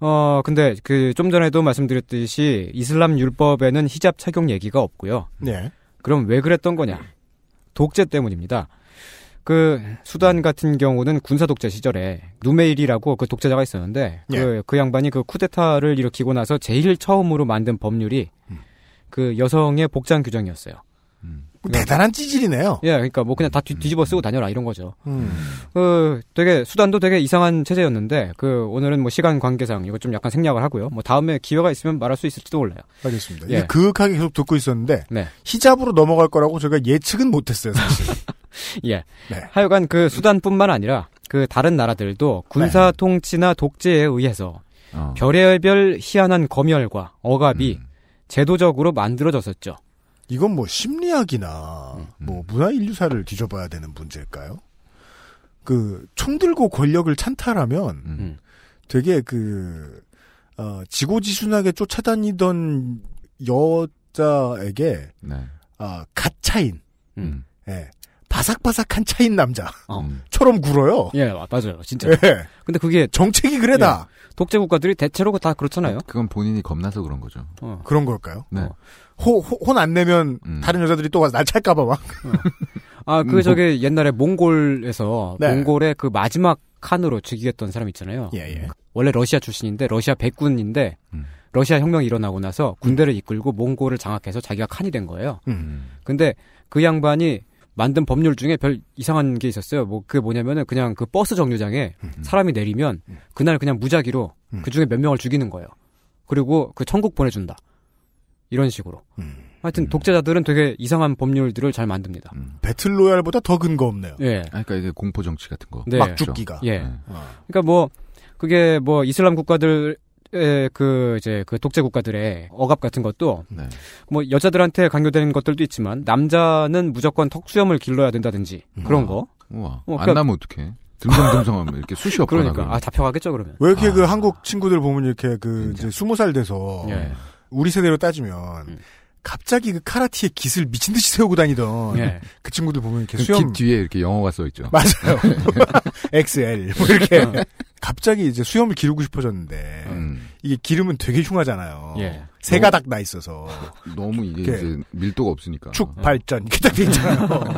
Speaker 5: 어 근데 그 좀 전에도 말씀드렸듯이 이슬람 율법에는 히잡 착용 얘기가 없고요.
Speaker 2: 네.
Speaker 5: 그럼 왜 그랬던 거냐? 독재 때문입니다. 그 수단 같은 경우는 군사 독재 시절에 누메일이라고 그 독재자가 있었는데 그,
Speaker 2: 예.
Speaker 5: 그 양반이 그 쿠데타를 일으키고 나서 제일 처음으로 만든 법률이 그 여성의 복장 규정이었어요. 그러니까
Speaker 2: 대단한 찌질이네요.
Speaker 5: 예, 그러니까 뭐 그냥 다 뒤, 집어 쓰고 다녀라 이런 거죠.
Speaker 2: 음.
Speaker 5: 그 되게 수단도 되게 이상한 체제였는데 그 오늘은 뭐 시간 관계상 이거 좀 약간 생략을 하고요. 뭐 다음에 기회가 있으면 말할 수 있을지도 몰라요.
Speaker 2: 알겠습니다.
Speaker 5: 예.
Speaker 2: 이게 그윽하게 계속 듣고 있었는데
Speaker 5: 네.
Speaker 2: 히잡으로 넘어갈 거라고 제가 예측은 못했어요 사실.
Speaker 5: 예.
Speaker 2: 네.
Speaker 5: 하여간 그 수단뿐만 아니라 그 다른 나라들도 군사 통치나 독재에 의해서
Speaker 4: 어.
Speaker 5: 별의별 희한한 검열과 억압이 제도적으로 만들어졌었죠.
Speaker 2: 이건 뭐 심리학이나
Speaker 5: 음.
Speaker 2: 뭐 문화 인류사를 뒤져봐야 되는 문제일까요? 그 총 들고 권력을 찬탈하면
Speaker 5: 음.
Speaker 2: 되게 그 어, 지고지순하게 쫓아다니던 여자에게
Speaker 4: 네.
Speaker 2: 아, 갓차인,
Speaker 5: 음.
Speaker 2: 예, 바삭바삭한 차인 남자처럼
Speaker 5: 어.
Speaker 4: 음.
Speaker 2: 굴어요.
Speaker 5: 예, 아, 맞아요. 진짜. 예.
Speaker 2: 예.
Speaker 5: 근데 그게
Speaker 2: 정책이 그래다
Speaker 5: 독재 국가들이 대체로 다 그렇잖아요.
Speaker 4: 그건 본인이 겁나서 그런 거죠.
Speaker 5: 어.
Speaker 2: 그런 걸까요?
Speaker 4: 네.
Speaker 2: 혼안 내면
Speaker 5: 음.
Speaker 2: 다른 여자들이 또 와서 날 찰까봐 막.
Speaker 5: 아, 그 저게 옛날에 몽골에서
Speaker 2: 음, 뭐. 네.
Speaker 5: 몽골의 그 마지막 칸으로 즉위했던 사람 있잖아요.
Speaker 2: 예, 음. 예.
Speaker 5: 원래 러시아 출신인데 러시아 백군인데 러시아 혁명이 일어나고 나서 군대를 이끌고 몽골을 장악해서 자기가 칸이 된 거예요.
Speaker 2: 음.
Speaker 5: 근데 그 양반이 만든 법률 중에 별 이상한 게 있었어요. 뭐 그게 뭐냐면은 그냥 그 버스 정류장에
Speaker 2: 음.
Speaker 5: 사람이 내리면 그날 그냥 무작위로 그 중에 몇 명을 죽이는 거예요. 그리고 그 천국 보내준다. 이런 식으로.
Speaker 2: 음.
Speaker 5: 하여튼 독재자들은 되게 이상한 법률들을 잘 만듭니다.
Speaker 2: 배틀로얄보다 더 근거 없네요.
Speaker 5: 예.
Speaker 4: 음. 아, 그러니까 이게 공포 정치 같은 거.
Speaker 5: 네.
Speaker 2: 음. 막 죽기가. 어.
Speaker 5: 예.
Speaker 4: 네.
Speaker 5: 그러니까 뭐 그게 뭐 이슬람 국가들의 그 이제 그 독재 국가들의 억압 같은 것도
Speaker 4: 네.
Speaker 5: 뭐 여자들한테 강요되는 것들도 있지만 남자는 무조건 턱 수염을 길러야 된다든지
Speaker 4: 음.
Speaker 5: 그런 거.
Speaker 4: 우와.
Speaker 5: 어,
Speaker 4: 안
Speaker 5: 그러니까-
Speaker 4: 나면 어떡해. 듬성듬성하면 이렇게 숱이 없거나
Speaker 5: 그러니까 아 잡혀가겠죠 그러면.
Speaker 2: 왜 이렇게 그 한국 친구들 보면 이렇게 그 이제 스무 살
Speaker 4: 어.
Speaker 2: 돼서
Speaker 5: 예.
Speaker 2: 우리 세대로 따지면
Speaker 4: 음.
Speaker 2: 갑자기 그 카라티의 깃을 미친 듯이 세우고
Speaker 4: 어.
Speaker 2: 다니던
Speaker 5: 예.
Speaker 2: 그 친구들 보면 이렇게
Speaker 4: 그 예.
Speaker 2: 수염
Speaker 4: 깃 뒤에 이렇게 영어가 써 있죠.
Speaker 2: 맞아요. XL 뭐 이렇게 갑자기 이제 수염을 기르고 싶어졌는데
Speaker 4: 어. 음.
Speaker 2: 이게 기름은 되게
Speaker 4: 어.
Speaker 2: 흉하잖아요.
Speaker 5: 예.
Speaker 2: 새 가닥 나 있어서
Speaker 4: 너무 이게
Speaker 2: 이렇게.
Speaker 4: 이제 밀도가 없으니까. 어.
Speaker 2: 축 발전 이렇게 딱 되잖아요.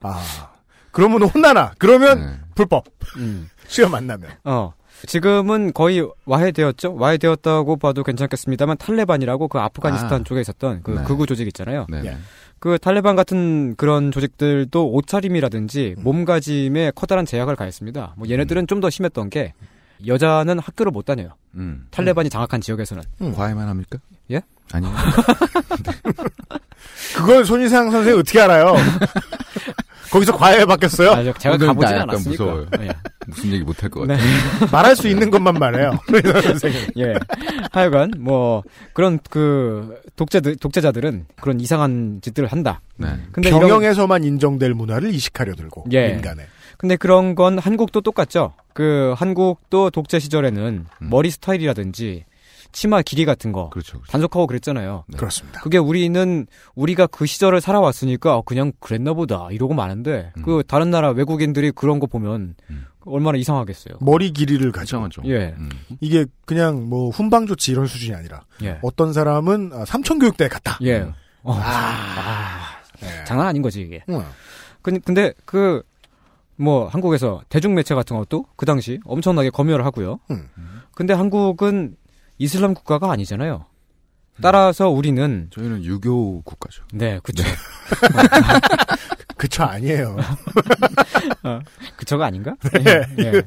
Speaker 2: 아 그러면 혼나나? 그러면
Speaker 4: 네.
Speaker 2: 불법
Speaker 5: 음.
Speaker 2: 수염 안 나면
Speaker 5: 어. 지금은 거의 와해되었죠. 와해되었다고 봐도 괜찮겠습니다만 탈레반이라고 그 아프가니스탄
Speaker 4: 아.
Speaker 5: 쪽에 있었던 그
Speaker 4: 네.
Speaker 5: 극우 조직 있잖아요.
Speaker 4: 네.
Speaker 2: 예.
Speaker 5: 그 탈레반 같은 그런 조직들도 옷차림이라든지
Speaker 4: 음.
Speaker 5: 몸가짐에 커다란 제약을 가했습니다. 뭐 얘네들은 좀 더 심했던 게 여자는 학교를 못 다녀요.
Speaker 4: 음.
Speaker 5: 탈레반이 장악한 지역에서는.
Speaker 4: 과외만 합니까?
Speaker 5: 예?
Speaker 4: 아니요.
Speaker 2: 그걸 손희상 선생님 어떻게 알아요? 거기서 과외 바뀌었어요?
Speaker 5: 아니요, 제가
Speaker 4: 오늘
Speaker 5: 가보진
Speaker 4: 나 약간
Speaker 5: 않았으니까.
Speaker 4: 무서워요.
Speaker 5: 예.
Speaker 4: 무슨 얘기 못 할 것
Speaker 5: 네.
Speaker 4: 같아요.
Speaker 2: 말할 수 있는 것만 말해요. 손희상
Speaker 4: 네.
Speaker 2: 선생님.
Speaker 5: 예. 하여간 뭐 그런 그 독재들 독재자들은 그런 이상한 짓들을 한다.
Speaker 4: 네.
Speaker 5: 근데 이런-
Speaker 2: 병영에서만 인정될 문화를 이식하려 들고
Speaker 5: 예.
Speaker 2: 인간의
Speaker 5: 근데 그런 건 한국도 똑같죠. 그 한국도 독재 시절에는 머리 스타일이라든지 치마 길이 같은 거
Speaker 4: 음. 그렇죠. 그렇죠.
Speaker 5: 단속하고 그랬잖아요.
Speaker 2: 그렇습니다.
Speaker 5: 그게 우리는 우리가 그 시절을 살아왔으니까 어, 그냥 그랬나 보다 이러고 마는데
Speaker 2: 음.
Speaker 5: 그 다른 나라 외국인들이 그런 거 보면 얼마나 이상하겠어요.
Speaker 2: 머리 길이를 가지고
Speaker 4: 이상하죠.
Speaker 5: 예.
Speaker 4: 음.
Speaker 2: 이게 그냥 뭐 훈방 조치 이런 수준이 아니라
Speaker 5: 예.
Speaker 2: 어떤 사람은 아, 삼천 교육대에 갔다.
Speaker 5: 예. 어,
Speaker 2: 아, 네.
Speaker 5: 장난 아닌 거지 이게.
Speaker 2: 응.
Speaker 5: 근- 근데 그 뭐 한국에서 대중매체 같은 것도 그 당시 엄청나게 검열을 하고요.
Speaker 2: 음.
Speaker 5: 근데 한국은 이슬람 국가가 아니잖아요. 따라서 우리는
Speaker 4: 저희는 유교 국가죠.
Speaker 5: 네, 그쵸.
Speaker 2: 그쵸 아니에요.
Speaker 5: 그쵸가 아닌가?
Speaker 2: 네.
Speaker 5: 예,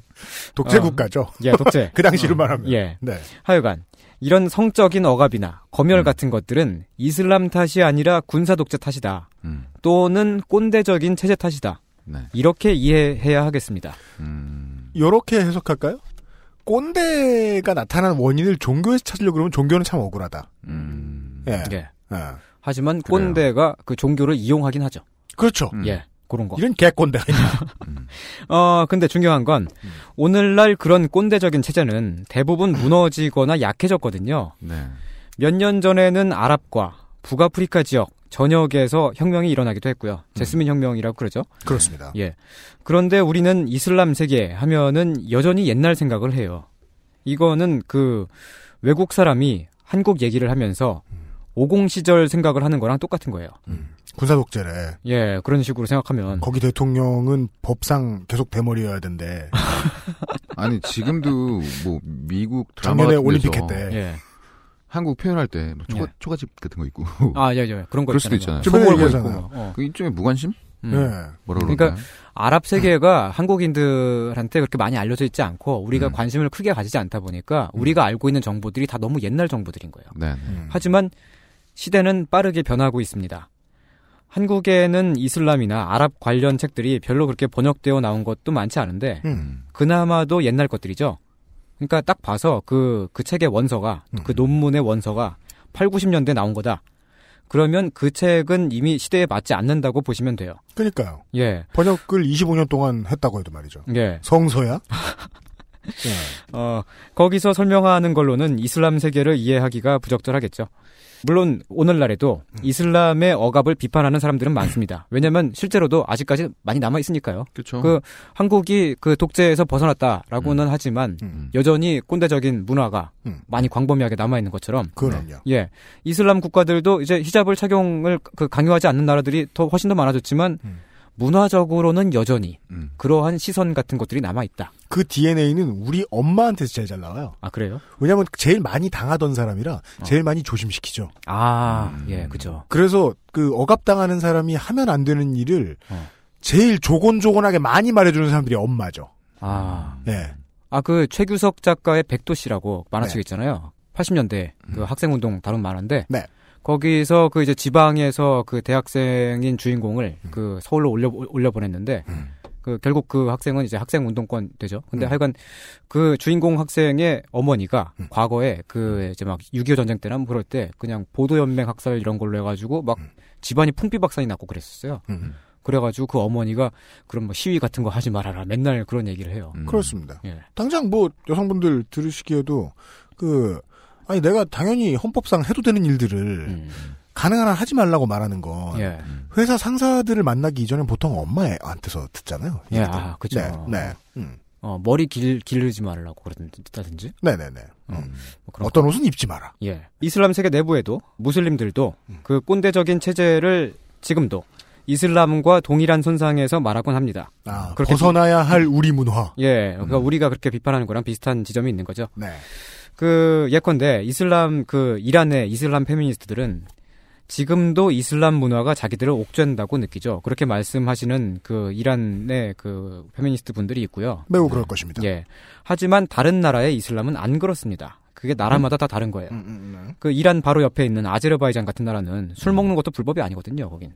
Speaker 2: 독재
Speaker 5: 어.
Speaker 2: 국가죠.
Speaker 5: 예, 독재.
Speaker 2: 그 당시로 말하면.
Speaker 5: 예.
Speaker 2: 네.
Speaker 5: 하여간 이런 성적인 억압이나 검열
Speaker 4: 음.
Speaker 5: 같은 것들은 이슬람 탓이 아니라 군사 독재 탓이다.
Speaker 4: 음.
Speaker 5: 또는 꼰대적인 체제 탓이다.
Speaker 4: 네.
Speaker 5: 이렇게 이해해야 하겠습니다.
Speaker 4: 음.
Speaker 2: 요렇게 해석할까요? 꼰대가 나타난 원인을 종교에서 찾으려고 그러면 종교는 참 억울하다.
Speaker 4: 음.
Speaker 2: 예.
Speaker 5: 예.
Speaker 2: 어.
Speaker 5: 하지만
Speaker 4: 그래요.
Speaker 5: 꼰대가 그 종교를 이용하긴 하죠.
Speaker 2: 그렇죠.
Speaker 4: 음.
Speaker 5: 예. 그런 거.
Speaker 2: 이런 개꼰대.
Speaker 5: 어, 근데 중요한 건
Speaker 4: 음.
Speaker 5: 오늘날 그런 꼰대적인 체제는 대부분 무너지거나 약해졌거든요.
Speaker 4: 네.
Speaker 5: 몇 년 전에는 아랍과 북아프리카 지역 전역에서 혁명이 일어나기도 했고요.
Speaker 4: 음.
Speaker 5: 제스민 혁명이라고 그러죠.
Speaker 2: 그렇습니다.
Speaker 5: 예. 그런데 우리는 이슬람 세계 하면은 여전히 옛날 생각을 해요. 이거는 그 외국 사람이 한국 얘기를 하면서 50 시절 생각을 하는 거랑 똑같은 거예요.
Speaker 2: 군사 독재래.
Speaker 5: 예, 그런 식으로 생각하면
Speaker 2: 거기 대통령은 법상 계속 대머리여야 된대.
Speaker 4: 아니 지금도 뭐 미국 드라마
Speaker 2: 작년에
Speaker 4: 같은
Speaker 2: 올림픽
Speaker 4: 데서
Speaker 2: 했대.
Speaker 5: 예.
Speaker 4: 한국 표현할 때뭐 초가
Speaker 5: 예.
Speaker 4: 초가집 같은 거 있고
Speaker 5: 아, 예, 예. 그런 거
Speaker 4: 그럴 수도
Speaker 5: 있잖아요.
Speaker 4: 있잖아요.
Speaker 5: 초벌 거 있고.
Speaker 2: 얘기하잖아요.
Speaker 5: 뭐, 어.
Speaker 4: 그 일종의 무관심
Speaker 5: 음.
Speaker 2: 예.
Speaker 4: 뭐라 그럴까요?
Speaker 5: 그러니까 아랍 세계가 한국인들한테 그렇게 많이 알려져 있지 않고 우리가
Speaker 4: 음.
Speaker 5: 관심을 크게 가지지 않다 보니까 우리가 알고 있는 정보들이 다 너무 옛날 정보들인 거예요.
Speaker 4: 네, 네.
Speaker 2: 음.
Speaker 5: 하지만 시대는 빠르게 변하고 있습니다. 한국에는 이슬람이나 아랍 관련 책들이 별로 그렇게 번역되어 나온 것도 많지 않은데
Speaker 2: 음.
Speaker 5: 그나마도 옛날 것들이죠. 그러니까 딱 봐서 그, 그 책의 원서가, 그 논문의 원서가 8, 90년대 나온 거다. 그러면 그 책은 이미 시대에 맞지 않는다고 보시면 돼요.
Speaker 2: 그러니까요.
Speaker 5: 예,
Speaker 2: 번역을 25년 동안 했다고 해도 말이죠.
Speaker 5: 예.
Speaker 2: 성서야? 네,
Speaker 5: 어, 거기서 설명하는 걸로는 이슬람 세계를 이해하기가 부적절하겠죠. 물론 오늘날에도 이슬람의 억압을 비판하는 사람들은 많습니다. 왜냐하면 실제로도 아직까지 많이 남아 있으니까요.
Speaker 4: 그렇죠.
Speaker 5: 그 한국이 그 독재에서 벗어났다라고는 하지만
Speaker 2: 음.
Speaker 5: 여전히 꼰대적인 문화가
Speaker 2: 음.
Speaker 5: 많이 광범위하게 남아 있는 것처럼
Speaker 2: 그럼요.
Speaker 5: 예 이슬람 국가들도 이제 히잡을 착용을 그 강요하지 않는 나라들이 더 훨씬 더 많아졌지만
Speaker 2: 음.
Speaker 5: 문화적으로는 여전히
Speaker 4: 음.
Speaker 5: 그러한 시선 같은 것들이 남아 있다.
Speaker 2: 그 DNA는 우리 엄마한테서 제일 잘 나와요.
Speaker 5: 아 그래요?
Speaker 2: 왜냐면 제일 많이 당하던 사람이라 제일 많이 조심시키죠.
Speaker 5: 아,
Speaker 2: 음.
Speaker 5: 예, 그죠.
Speaker 2: 그래서 그 억압당하는 사람이 하면 안 되는 일을
Speaker 5: 어.
Speaker 2: 제일 조곤조곤하게 많이 말해주는 사람들이 엄마죠.
Speaker 5: 아,
Speaker 2: 예.
Speaker 5: 아, 그 최규석 작가의 백도씨라고 만화책 있잖아요. 80년대 그 학생운동 다룬 만화인데.
Speaker 2: 네.
Speaker 5: 거기서 그 이제 지방에서 그 대학생인 주인공을 그 서울로 올려, 올려 보냈는데. 그 결국 그 학생은 이제 학생 운동권 되죠. 근데 하여간 그 주인공 학생의 어머니가 과거에 그 이제 막 6.25 전쟁 때나 뭐 그럴 때 그냥 보도연맹 학살 이런 걸로 해가지고 막 집안이 풍비박산이 났고 그랬었어요.
Speaker 2: 음.
Speaker 5: 그래가지고 그 어머니가 그런 뭐 시위 같은 거 하지 말아라 맨날 그런 얘기를 해요.
Speaker 4: 음.
Speaker 2: 그렇습니다.
Speaker 5: 예.
Speaker 2: 당장 뭐 여성분들 들으시기에도 그 아니 내가 당연히 헌법상 해도 되는 일들을
Speaker 5: 음.
Speaker 2: 가능한 한 하지 말라고 말하는 건
Speaker 5: 예.
Speaker 2: 회사 상사들을 만나기 이전에 보통 엄마한테서 듣잖아요.
Speaker 5: 예, 아, 그죠.
Speaker 2: 네, 네, 음.
Speaker 5: 어, 머리 길, 기르지 말라고 그러든지.
Speaker 2: 네, 네, 네.
Speaker 5: 뭐 그런
Speaker 2: 어떤 옷은 입지 마라.
Speaker 5: 예. 이슬람 세계 내부에도 무슬림들도 그 꼰대적인 체제를 지금도 이슬람과 동일한 손상에서 말하곤 합니다.
Speaker 2: 아,
Speaker 5: 그렇게
Speaker 2: 벗어나야 할 우리 문화.
Speaker 5: 예. 그러니까 우리가 그렇게 비판하는 거랑 비슷한 지점이 있는 거죠.
Speaker 2: 네.
Speaker 5: 그 예컨대 이슬람 그 이란의 이슬람 페미니스트들은 지금도 이슬람 문화가 자기들을 옥죄한다고 느끼죠. 그렇게 말씀하시는 그 이란의 그 페미니스트 분들이 있고요.
Speaker 2: 매우 그럴 것입니다.
Speaker 5: 예. 하지만 다른 나라의 이슬람은 안 그렇습니다. 그게 나라마다 다 다른
Speaker 2: 음,
Speaker 5: 거예요. 그 이란 바로 옆에 있는 아제르바이잔 같은 나라는 술
Speaker 2: 음.
Speaker 5: 먹는 것도 불법이 아니거든요. 거긴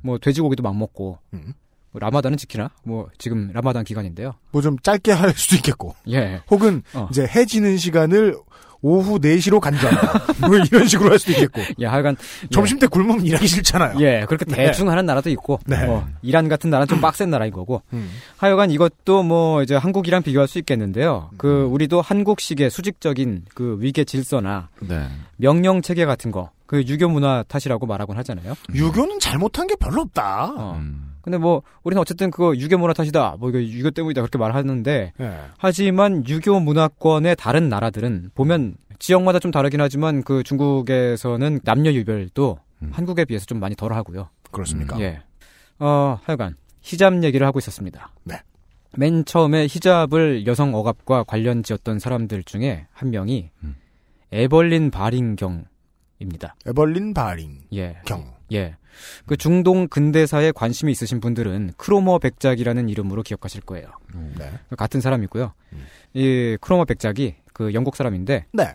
Speaker 5: 뭐 돼지고기도 막 먹고
Speaker 2: 음.
Speaker 5: 뭐 라마단은 지키나? 뭐 지금 라마단 기간인데요.
Speaker 2: 뭐 좀 짧게 할 수도 있겠고.
Speaker 5: 예.
Speaker 2: 혹은 이제 해지는 시간을 오후 4시로 간주한다. 뭐 이런 식으로 할 수도 있겠고.
Speaker 5: 예, 하여간
Speaker 2: 점심 때 굶으면 일하기 싫잖아요.
Speaker 5: 예, 그렇게
Speaker 2: 네.
Speaker 5: 대충 하는 나라도 있고,
Speaker 2: 네.
Speaker 5: 뭐 이란 같은 나라는 좀 빡센 나라인 거고.
Speaker 2: 음.
Speaker 5: 하여간 이것도 뭐 이제 한국이랑 비교할 수 있겠는데요. 그
Speaker 2: 음.
Speaker 5: 우리도 한국식의 수직적인 그 위계 질서나
Speaker 4: 네.
Speaker 5: 명령 체계 같은 거, 그 유교 문화 탓이라고 말하곤 하잖아요.
Speaker 2: 유교는 잘못한 게 별로 없다.
Speaker 4: 음.
Speaker 5: 근데 뭐 우리는 어쨌든 그거 유교 문화 탓이다. 뭐 이거 유교 때문이다 그렇게 말하는데
Speaker 2: 예,
Speaker 5: 하지만 유교 문화권의 다른 나라들은 보면 지역마다 좀 다르긴 하지만 그 중국에서는 남녀 유별도 한국에 비해서 좀 많이 덜하고요.
Speaker 2: 음. 그렇습니까?
Speaker 5: 예. 어, 하여간 히잡 얘기를 하고 있었습니다.
Speaker 2: 네.
Speaker 5: 맨 처음에 히잡을 여성 억압과 관련 지었던 사람들 중에 한 명이
Speaker 2: 음.
Speaker 5: 에벌린 바링경입니다.
Speaker 2: 에벌린 바링.
Speaker 5: 예.
Speaker 2: 경.
Speaker 5: 예. 그 중동 근대사에 관심이 있으신 분들은 크로머 백작이라는 이름으로 기억하실 거예요.
Speaker 2: 네.
Speaker 5: 같은 사람이고요. 이 크로머 백작이 그 영국 사람인데
Speaker 2: 음.
Speaker 5: 음.
Speaker 2: 네.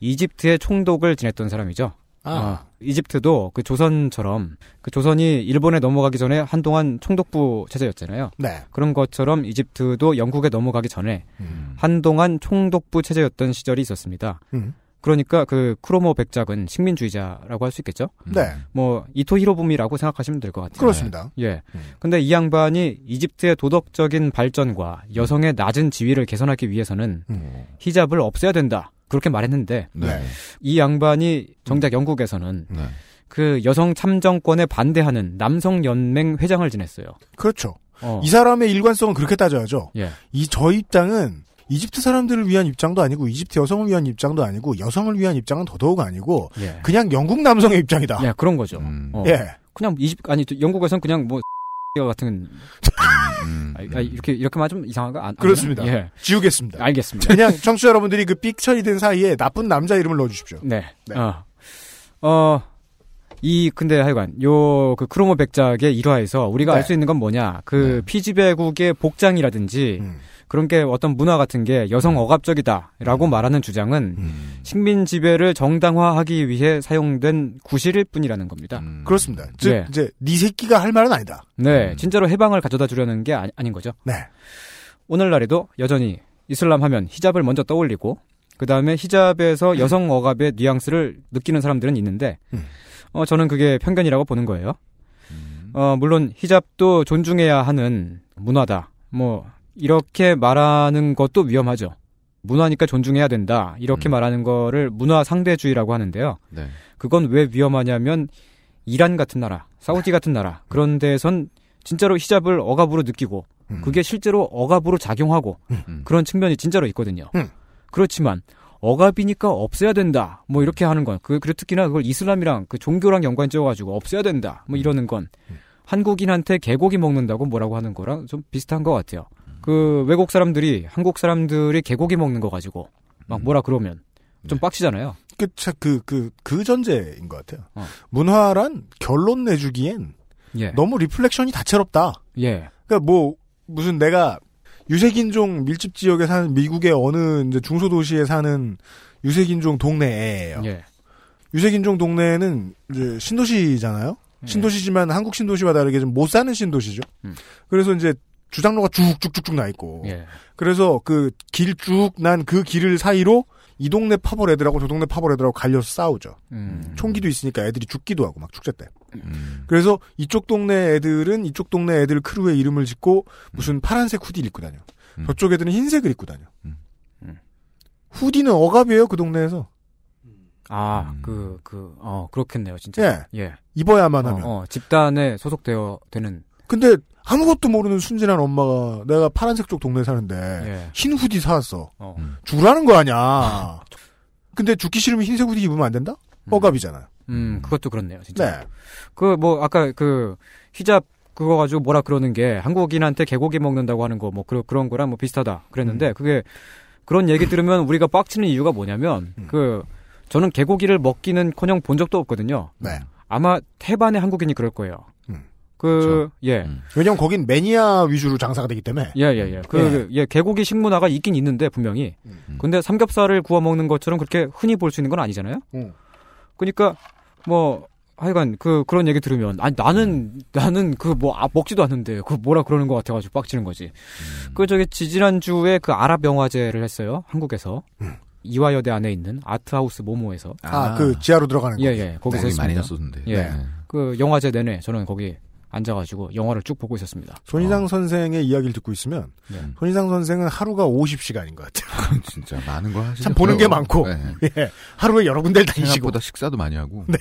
Speaker 5: 이집트의 총독을 지냈던 사람이죠.
Speaker 2: 아.
Speaker 5: 어, 이집트도 그 조선처럼 그 조선이 일본에 넘어가기 전에 한동안 총독부 체제였잖아요.
Speaker 2: 네.
Speaker 5: 그런 것처럼 이집트도 영국에 넘어가기 전에 한동안 총독부 체제였던 시절이 있었습니다.
Speaker 2: 음.
Speaker 5: 그러니까 그 크로모 백작은 식민주의자라고 할 수 있겠죠.
Speaker 2: 네.
Speaker 5: 뭐 이토 히로부미라고 생각하시면 될 것 같아요.
Speaker 2: 그렇습니다. 음.
Speaker 5: 예. 근데 이 양반이 이집트의 도덕적인 발전과 여성의 낮은 지위를 개선하기 위해서는 히잡을 없애야 된다. 그렇게 말했는데
Speaker 2: 음.
Speaker 4: 네.
Speaker 5: 이 양반이 정작 영국에서는
Speaker 4: 네.
Speaker 5: 그 여성 참정권에 반대하는 남성 연맹 회장을 지냈어요.
Speaker 2: 그렇죠.
Speaker 5: 어.
Speaker 2: 이 어, 사람의 일관성은 그렇게 따져야죠.
Speaker 5: 예.
Speaker 2: 이 저 입장은 이집트 사람들을 위한 입장도 아니고 이집트 여성을 위한 입장도 아니고 여성을 위한 입장은 더더욱 아니고
Speaker 5: 예.
Speaker 2: 그냥 영국 남성의 입장이다.
Speaker 5: 예, 그런 거죠.
Speaker 4: 음.
Speaker 5: 어.
Speaker 2: 예.
Speaker 5: 그냥 이집 아니 저- 영국에선 그냥 뭐 같은 아, 아,
Speaker 4: 음.
Speaker 5: 이렇게 이렇게만 좀 이상한가? 안- 안
Speaker 2: 음. 그렇습니다.
Speaker 5: 그래요? 예.
Speaker 2: 지우겠습니다.
Speaker 5: 알겠습니다.
Speaker 2: 그냥 청취자 여러분들이 그 삑처리 된 사이에 나쁜 남자 이름을 넣어주십시오.
Speaker 5: 네. 어. 어, 이, 근데 하여간, 요, 그 크로모 백작의 일화에서 우리가
Speaker 2: 네.
Speaker 5: 알 수 있는 건 뭐냐. 그 피지배국의 복장이라든지
Speaker 2: 음.
Speaker 5: 그런 게 어떤 문화 같은 게 여성 억압적이다라고 말하는 주장은
Speaker 2: 음.
Speaker 5: 식민 지배를 정당화하기 위해 사용된 구실일 뿐이라는
Speaker 4: 음.
Speaker 5: 겁니다.
Speaker 2: 그렇습니다. 즉
Speaker 5: 네.
Speaker 2: 이제 네 새끼가 할 말은 아니다.
Speaker 5: 네, 진짜로 해방을 가져다 주려는 게 아니, 아닌 거죠.
Speaker 2: 네.
Speaker 5: 오늘날에도 여전히 이슬람 하면 히잡을 먼저 떠올리고 그 다음에 히잡에서 여성 억압의 뉘앙스를 느끼는 사람들은 있는데 어, 저는 그게 편견이라고 보는 거예요. 어, 물론 히잡도 존중해야 하는 문화다. 뭐 이렇게 말하는 것도 위험하죠. 문화니까 존중해야 된다. 이렇게 말하는 거를 문화 상대주의라고 하는데요.
Speaker 4: 네.
Speaker 5: 그건 왜 위험하냐면 이란 같은 나라, 사우디 같은 나라 그런 데에선 진짜로 히잡을 억압으로 느끼고 그게 실제로 억압으로 작용하고 그런 측면이 진짜로 있거든요. 그렇지만 억압이니까 없애야 된다. 뭐 이렇게 하는 건 그, 그리고 특히나 그걸 이슬람이랑 그 종교랑 연관 지어가지고 없애야 된다. 뭐 이러는 건 한국인한테 개고기 먹는다고 뭐라고 하는 거랑 좀 비슷한 것 같아요. 그 외국 사람들이 한국 사람들이 개고기 먹는 거 가지고 막 뭐라 그러면 좀 빡치잖아요.
Speaker 2: 그그그 그, 그 전제인 것 같아요. 문화란 결론 내주기엔
Speaker 5: 예.
Speaker 2: 너무 리플렉션이 다채롭다.
Speaker 5: 예.
Speaker 2: 그러니까 뭐 무슨 내가 유색인종 밀집 지역에 사는 미국의 어느 이제 중소 도시에 사는 유색인종 동네예요.
Speaker 5: 예.
Speaker 2: 유색인종 동네는 이제 신도시잖아요. 신도시지만 한국 신도시와 다르게 좀 못 사는 신도시죠. 그래서 이제 주장로가 쭉쭉쭉쭉 나 있고.
Speaker 5: 예.
Speaker 2: 그래서 그 길 쭉 난 그 길을 사이로 이 동네 파벌애들하고 저 동네 파벌애들하고 갈려서 싸우죠.
Speaker 5: 음.
Speaker 2: 총기도 있으니까 애들이 죽기도 하고 막 축제 때.
Speaker 4: 네.
Speaker 2: 그래서 이쪽 동네 애들은 이쪽 동네 애들 크루의 이름을 짓고 무슨 파란색 후디를 입고 다녀.
Speaker 5: 음.
Speaker 2: 저쪽 애들은 흰색을 입고 다녀. 음. 후디는 억압이에요 그 동네에서.
Speaker 5: 아, 그, 그, 어, 그렇겠네요, 진짜.
Speaker 2: 예. 입어야만
Speaker 5: 어,
Speaker 2: 하면.
Speaker 5: 어, 집단에 소속되어 되는.
Speaker 2: 근데 아무것도 모르는 순진한 엄마가 내가 파란색 쪽 동네 사는데
Speaker 5: 예.
Speaker 2: 흰 후디 사왔어.
Speaker 5: 어.
Speaker 2: 죽으라는 거 아니야. 근데 죽기 싫으면 흰색 후디 입으면 안 된다? 억압이잖아요.
Speaker 5: 음, 그것도 그렇네요, 진짜.
Speaker 2: 네.
Speaker 5: 그, 뭐, 아까 그, 히잡 그거 가지고 뭐라 그러는 게 한국인한테 개고기 먹는다고 하는 거, 뭐, 그, 그런 거랑 뭐 비슷하다. 그랬는데, 그게, 그런 얘기 들으면 우리가 빡치는 이유가 뭐냐면, 그, 저는 개고기를 먹기는 커녕 본 적도 없거든요.
Speaker 2: 네.
Speaker 5: 아마 태반의 한국인이 그럴 거예요. 그, 예.
Speaker 2: 왜냐면 거긴 매니아 위주로 장사가 되기 때문에.
Speaker 5: 예, 예, 예. 그, 예, 개고기 식문화가 있긴 있는데, 분명히.
Speaker 2: 음.
Speaker 5: 근데 삼겹살을 구워 먹는 것처럼 그렇게 흔히 볼 수 있는 건 아니잖아요?
Speaker 2: 음.
Speaker 5: 그러니까, 뭐, 하여간, 그, 그런 얘기 들으면, 아니, 나는,
Speaker 2: 음.
Speaker 5: 나는 그 뭐, 아, 먹지도 않는데, 그 뭐라 그러는 것 같아가지고 빡치는 거지.
Speaker 2: 음.
Speaker 5: 그, 저기, 지지난주에 그 아랍영화제를 했어요. 한국에서.
Speaker 2: 음.
Speaker 5: 이화여대 안에 있는 아트하우스 모모에서.
Speaker 2: 아, 그 지하로 들어가는
Speaker 5: 예,
Speaker 2: 거지.
Speaker 5: 예. 거기서
Speaker 2: 난리 많이
Speaker 5: 했습니다.
Speaker 2: 났었는데.
Speaker 5: 예.
Speaker 2: 네.
Speaker 5: 그 영화제 내내 저는 거기 앉아가지고 영화를 쭉 보고 있었습니다.
Speaker 2: 손희상 선생의 이야기를 듣고 있으면 손희상 선생은 하루가 50시간인 것 같아요.
Speaker 4: 진짜 많은 거 하시죠.
Speaker 2: 참 보는 게 많고 예. 하루에 여러 군데를 다니시고
Speaker 4: 생각보다 식사도 많이 하고.
Speaker 2: 네.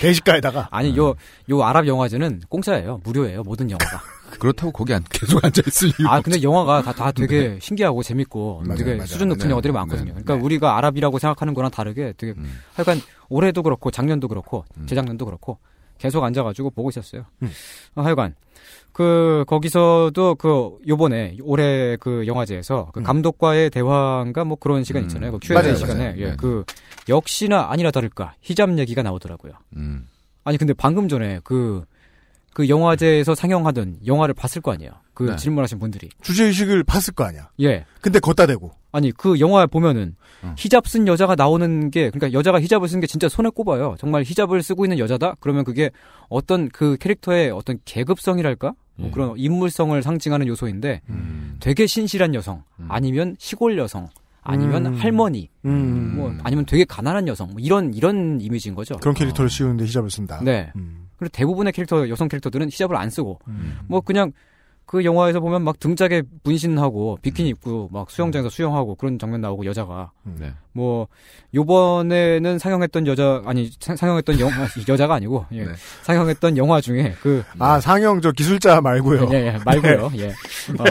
Speaker 2: 대식가에다가
Speaker 5: 아니 요 요 아랍 영화제는 공짜예요, 무료예요, 모든 영화가.
Speaker 4: 그렇다고 거기 안 계속 앉아 있을 이유.
Speaker 5: 아 근데 영화가 다, 다 되게 신기하고 재밌고
Speaker 4: 네. 맞아요,
Speaker 5: 되게
Speaker 4: 맞아요.
Speaker 5: 수준 높은
Speaker 4: 네,
Speaker 5: 영화들이
Speaker 4: 네,
Speaker 5: 많거든요.
Speaker 4: 네.
Speaker 5: 그러니까 우리가 아랍이라고 생각하는 거랑 다르게 되게 하여간 올해도 그렇고 작년도 그렇고
Speaker 4: 음.
Speaker 5: 재작년도 그렇고 계속 앉아가지고 보고 있었어요. 어, 하여간 그 거기서도 그 요번에 올해 그 영화제에서 그 감독과의 대화인가 뭐 그런 시간 있잖아요. 그 Q&A
Speaker 4: 음. 맞아요,
Speaker 5: 시간에
Speaker 4: 맞아요.
Speaker 5: 예,
Speaker 4: 네.
Speaker 5: 그 역시나 아니라 다를까 히잡 얘기가 나오더라고요.
Speaker 4: 음.
Speaker 5: 아니 근데 방금 전에 그 그 영화제에서 상영하던 영화를 봤을 거 아니에요. 그
Speaker 2: 네.
Speaker 5: 질문하신 분들이.
Speaker 2: 주제의식을 봤을 거 아니야.
Speaker 4: 네.
Speaker 5: 예.
Speaker 2: 근데 걷다 대고.
Speaker 5: 아니 그 영화 보면은 히잡 쓴 여자가 나오는 게 그러니까 여자가 히잡을 쓴 게 진짜 손에 꼽아요. 정말 히잡을 쓰고 있는 여자다. 그러면 그게 어떤 그 캐릭터의 어떤 계급성이랄까 뭐
Speaker 10: 예.
Speaker 5: 그런 인물성을 상징하는 요소인데
Speaker 4: 음.
Speaker 5: 되게 신실한 여성 아니면 시골 여성 아니면
Speaker 2: 음.
Speaker 5: 할머니
Speaker 2: 음.
Speaker 5: 뭐 아니면 되게 가난한 여성 뭐 이런 이런 이미지인 거죠.
Speaker 2: 그런 캐릭터를 씌우는데 히잡을 쓴다. 음.
Speaker 5: 네. 그리고 대부분의 캐릭터 여성 캐릭터들은 히잡을 안 쓰고 뭐 그냥 그 영화에서 보면 막 등짝에 분신하고
Speaker 2: 음.
Speaker 5: 비키니 입고 막 수영장에서 수영하고 그런 장면 나오고 여자가
Speaker 4: 네.
Speaker 5: 뭐 요번에는 상영했던 여자 아니 사- 상영했던 영 여자가 아니고 예.
Speaker 2: 네.
Speaker 5: 상영했던 영화 중에 그
Speaker 2: 아 상영 저 기술자 말고요.
Speaker 5: 예, 예, 말고요.
Speaker 2: 네.
Speaker 5: 예. 어,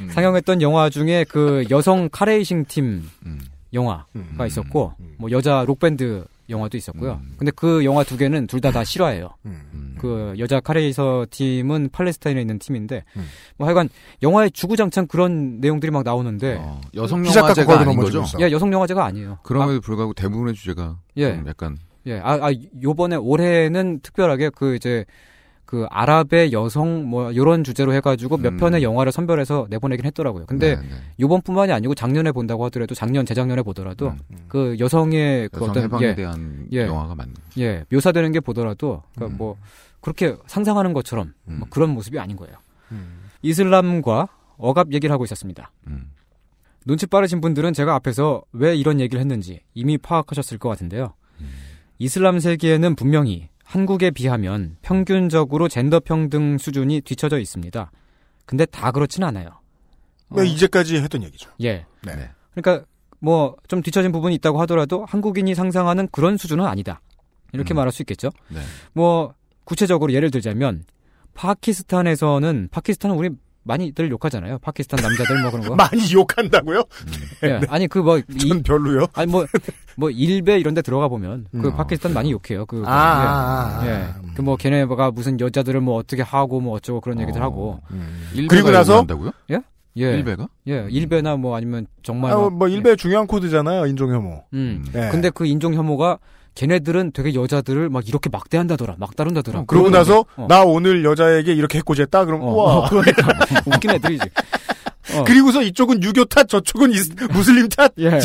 Speaker 4: 음.
Speaker 5: 상영했던 영화 중에 그 여성 카레이싱 팀
Speaker 4: 음.
Speaker 5: 영화가
Speaker 2: 음.
Speaker 5: 있었고 뭐 여자 록밴드 영화도 있었고요. 근데 그 영화 두 개는 둘 다 다 실화예요.
Speaker 2: 음.
Speaker 4: 음. 어,
Speaker 5: 그 여자 카레이서 팀은 팔레스타인에 있는 팀인데
Speaker 4: 음.
Speaker 5: 뭐 하여간 영화에 주구장창 그런 내용들이 막 나오는데
Speaker 4: 어, 여성 영화제가 아닌 거죠?
Speaker 5: 예, 여성 영화제가 아니에요.
Speaker 4: 그럼에도 불구하고 대부분의 주제가
Speaker 5: 예.
Speaker 4: 좀 약간
Speaker 5: 예, 아, 아, 요번에 올해는 특별하게 그 이제 그 아랍의 여성 뭐 요런 주제로 해가지고
Speaker 4: 음.
Speaker 5: 몇 편의 영화를 선별해서 내보내긴 했더라고요. 근데
Speaker 4: 네,
Speaker 5: 요번뿐만이 아니고 작년에 본다고 하더라도 작년 재작년에 보더라도 그 여성의 그
Speaker 4: 음, 여성
Speaker 5: 어떤
Speaker 4: 해방에
Speaker 5: 예,
Speaker 4: 대한
Speaker 5: 예,
Speaker 4: 영화가 많네요.
Speaker 5: 예, 묘사되는 게 보더라도 그러니까 뭐 그렇게 상상하는 것처럼 뭐 그런 모습이 아닌 거예요. 이슬람과 억압 얘기를 하고 있었습니다.
Speaker 4: 음.
Speaker 5: 눈치 빠르신 분들은 제가 앞에서 왜 이런 얘기를 했는지 이미 파악하셨을 것 같은데요. 이슬람 세계에는 분명히 한국에 비하면 평균적으로 젠더 평등 수준이 뒤처져 있습니다. 근데 다 그렇진 않아요. 어.
Speaker 2: 네, 이제까지 했던 얘기죠.
Speaker 5: 예.
Speaker 2: 네.
Speaker 5: 그러니까 뭐 좀 뒤처진 부분이 있다고 하더라도 한국인이 상상하는 그런 수준은 아니다.
Speaker 2: 음.
Speaker 5: 이렇게 말할 수 있겠죠.
Speaker 4: 네.
Speaker 5: 뭐 구체적으로 예를 들자면 파키스탄에서는 파키스탄은 우리 많이들 욕하잖아요. 파키스탄 남자들 뭐 그런 거.
Speaker 2: 많이 네. 욕한다고요?
Speaker 5: 예. 아니 그 뭐 전
Speaker 2: 별로요.
Speaker 5: 아니 뭐 뭐 일베 이런 데 들어가 보면 그 파키스탄 많이 욕해요. 그
Speaker 2: 음. 아, 아, 아,
Speaker 5: 예. 그 뭐 걔네가 무슨 여자들을 뭐 어떻게 하고 뭐 어쩌고 그런 얘기들 하고.
Speaker 4: 일베가 그리고 나서? 욕한다고요?
Speaker 5: 예? 예.
Speaker 4: 일베가?
Speaker 5: 예. 일베나 뭐 아니면 정말
Speaker 2: 아,
Speaker 5: 막
Speaker 2: 뭐 일베 중요한 코드잖아요. 인종 혐오.
Speaker 5: 음.
Speaker 2: 네.
Speaker 5: 근데 그 인종 혐오가 걔네들은 되게 여자들을 막 이렇게 막대한다더라, 막다룬다더라.
Speaker 2: 그러고 나서
Speaker 5: 어.
Speaker 2: 나 오늘 여자에게 이렇게 해코지했다. 그럼
Speaker 5: 어,
Speaker 2: 우와.
Speaker 5: 어, 그러니까. 웃긴 애들이지. 어.
Speaker 2: 그리고서 이쪽은 유교 탓, 저쪽은 이스- 무슬림 탓.
Speaker 5: 예.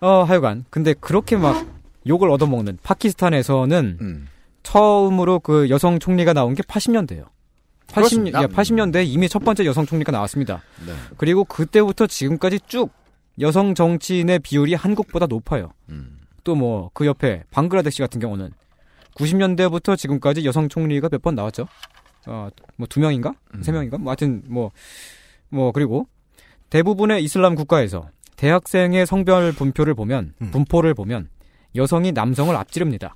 Speaker 5: 어, 하여간. 근데 그렇게 막 욕을 얻어먹는 파키스탄에서는
Speaker 2: 음.
Speaker 5: 처음으로 그 여성 총리가 나온 게 80년대예요. 80,
Speaker 4: 그렇습니다.
Speaker 5: 예, 80년대 이미 첫 번째 여성 총리가 나왔습니다.
Speaker 2: 네.
Speaker 5: 그리고 그때부터 지금까지 쭉 여성 정치인의 비율이 한국보다 높아요.
Speaker 2: 음.
Speaker 5: 또 뭐 그 옆에 방글라데시 같은 경우는 90년대부터 지금까지 여성 총리가 몇 번 나왔죠. 어뭐 두 명인가 세 명인가 뭐 하여튼 뭐 뭐 그리고 대부분의 이슬람 국가에서 대학생의 성별 분표를 보면 분포를 보면 여성이 남성을 앞지릅니다.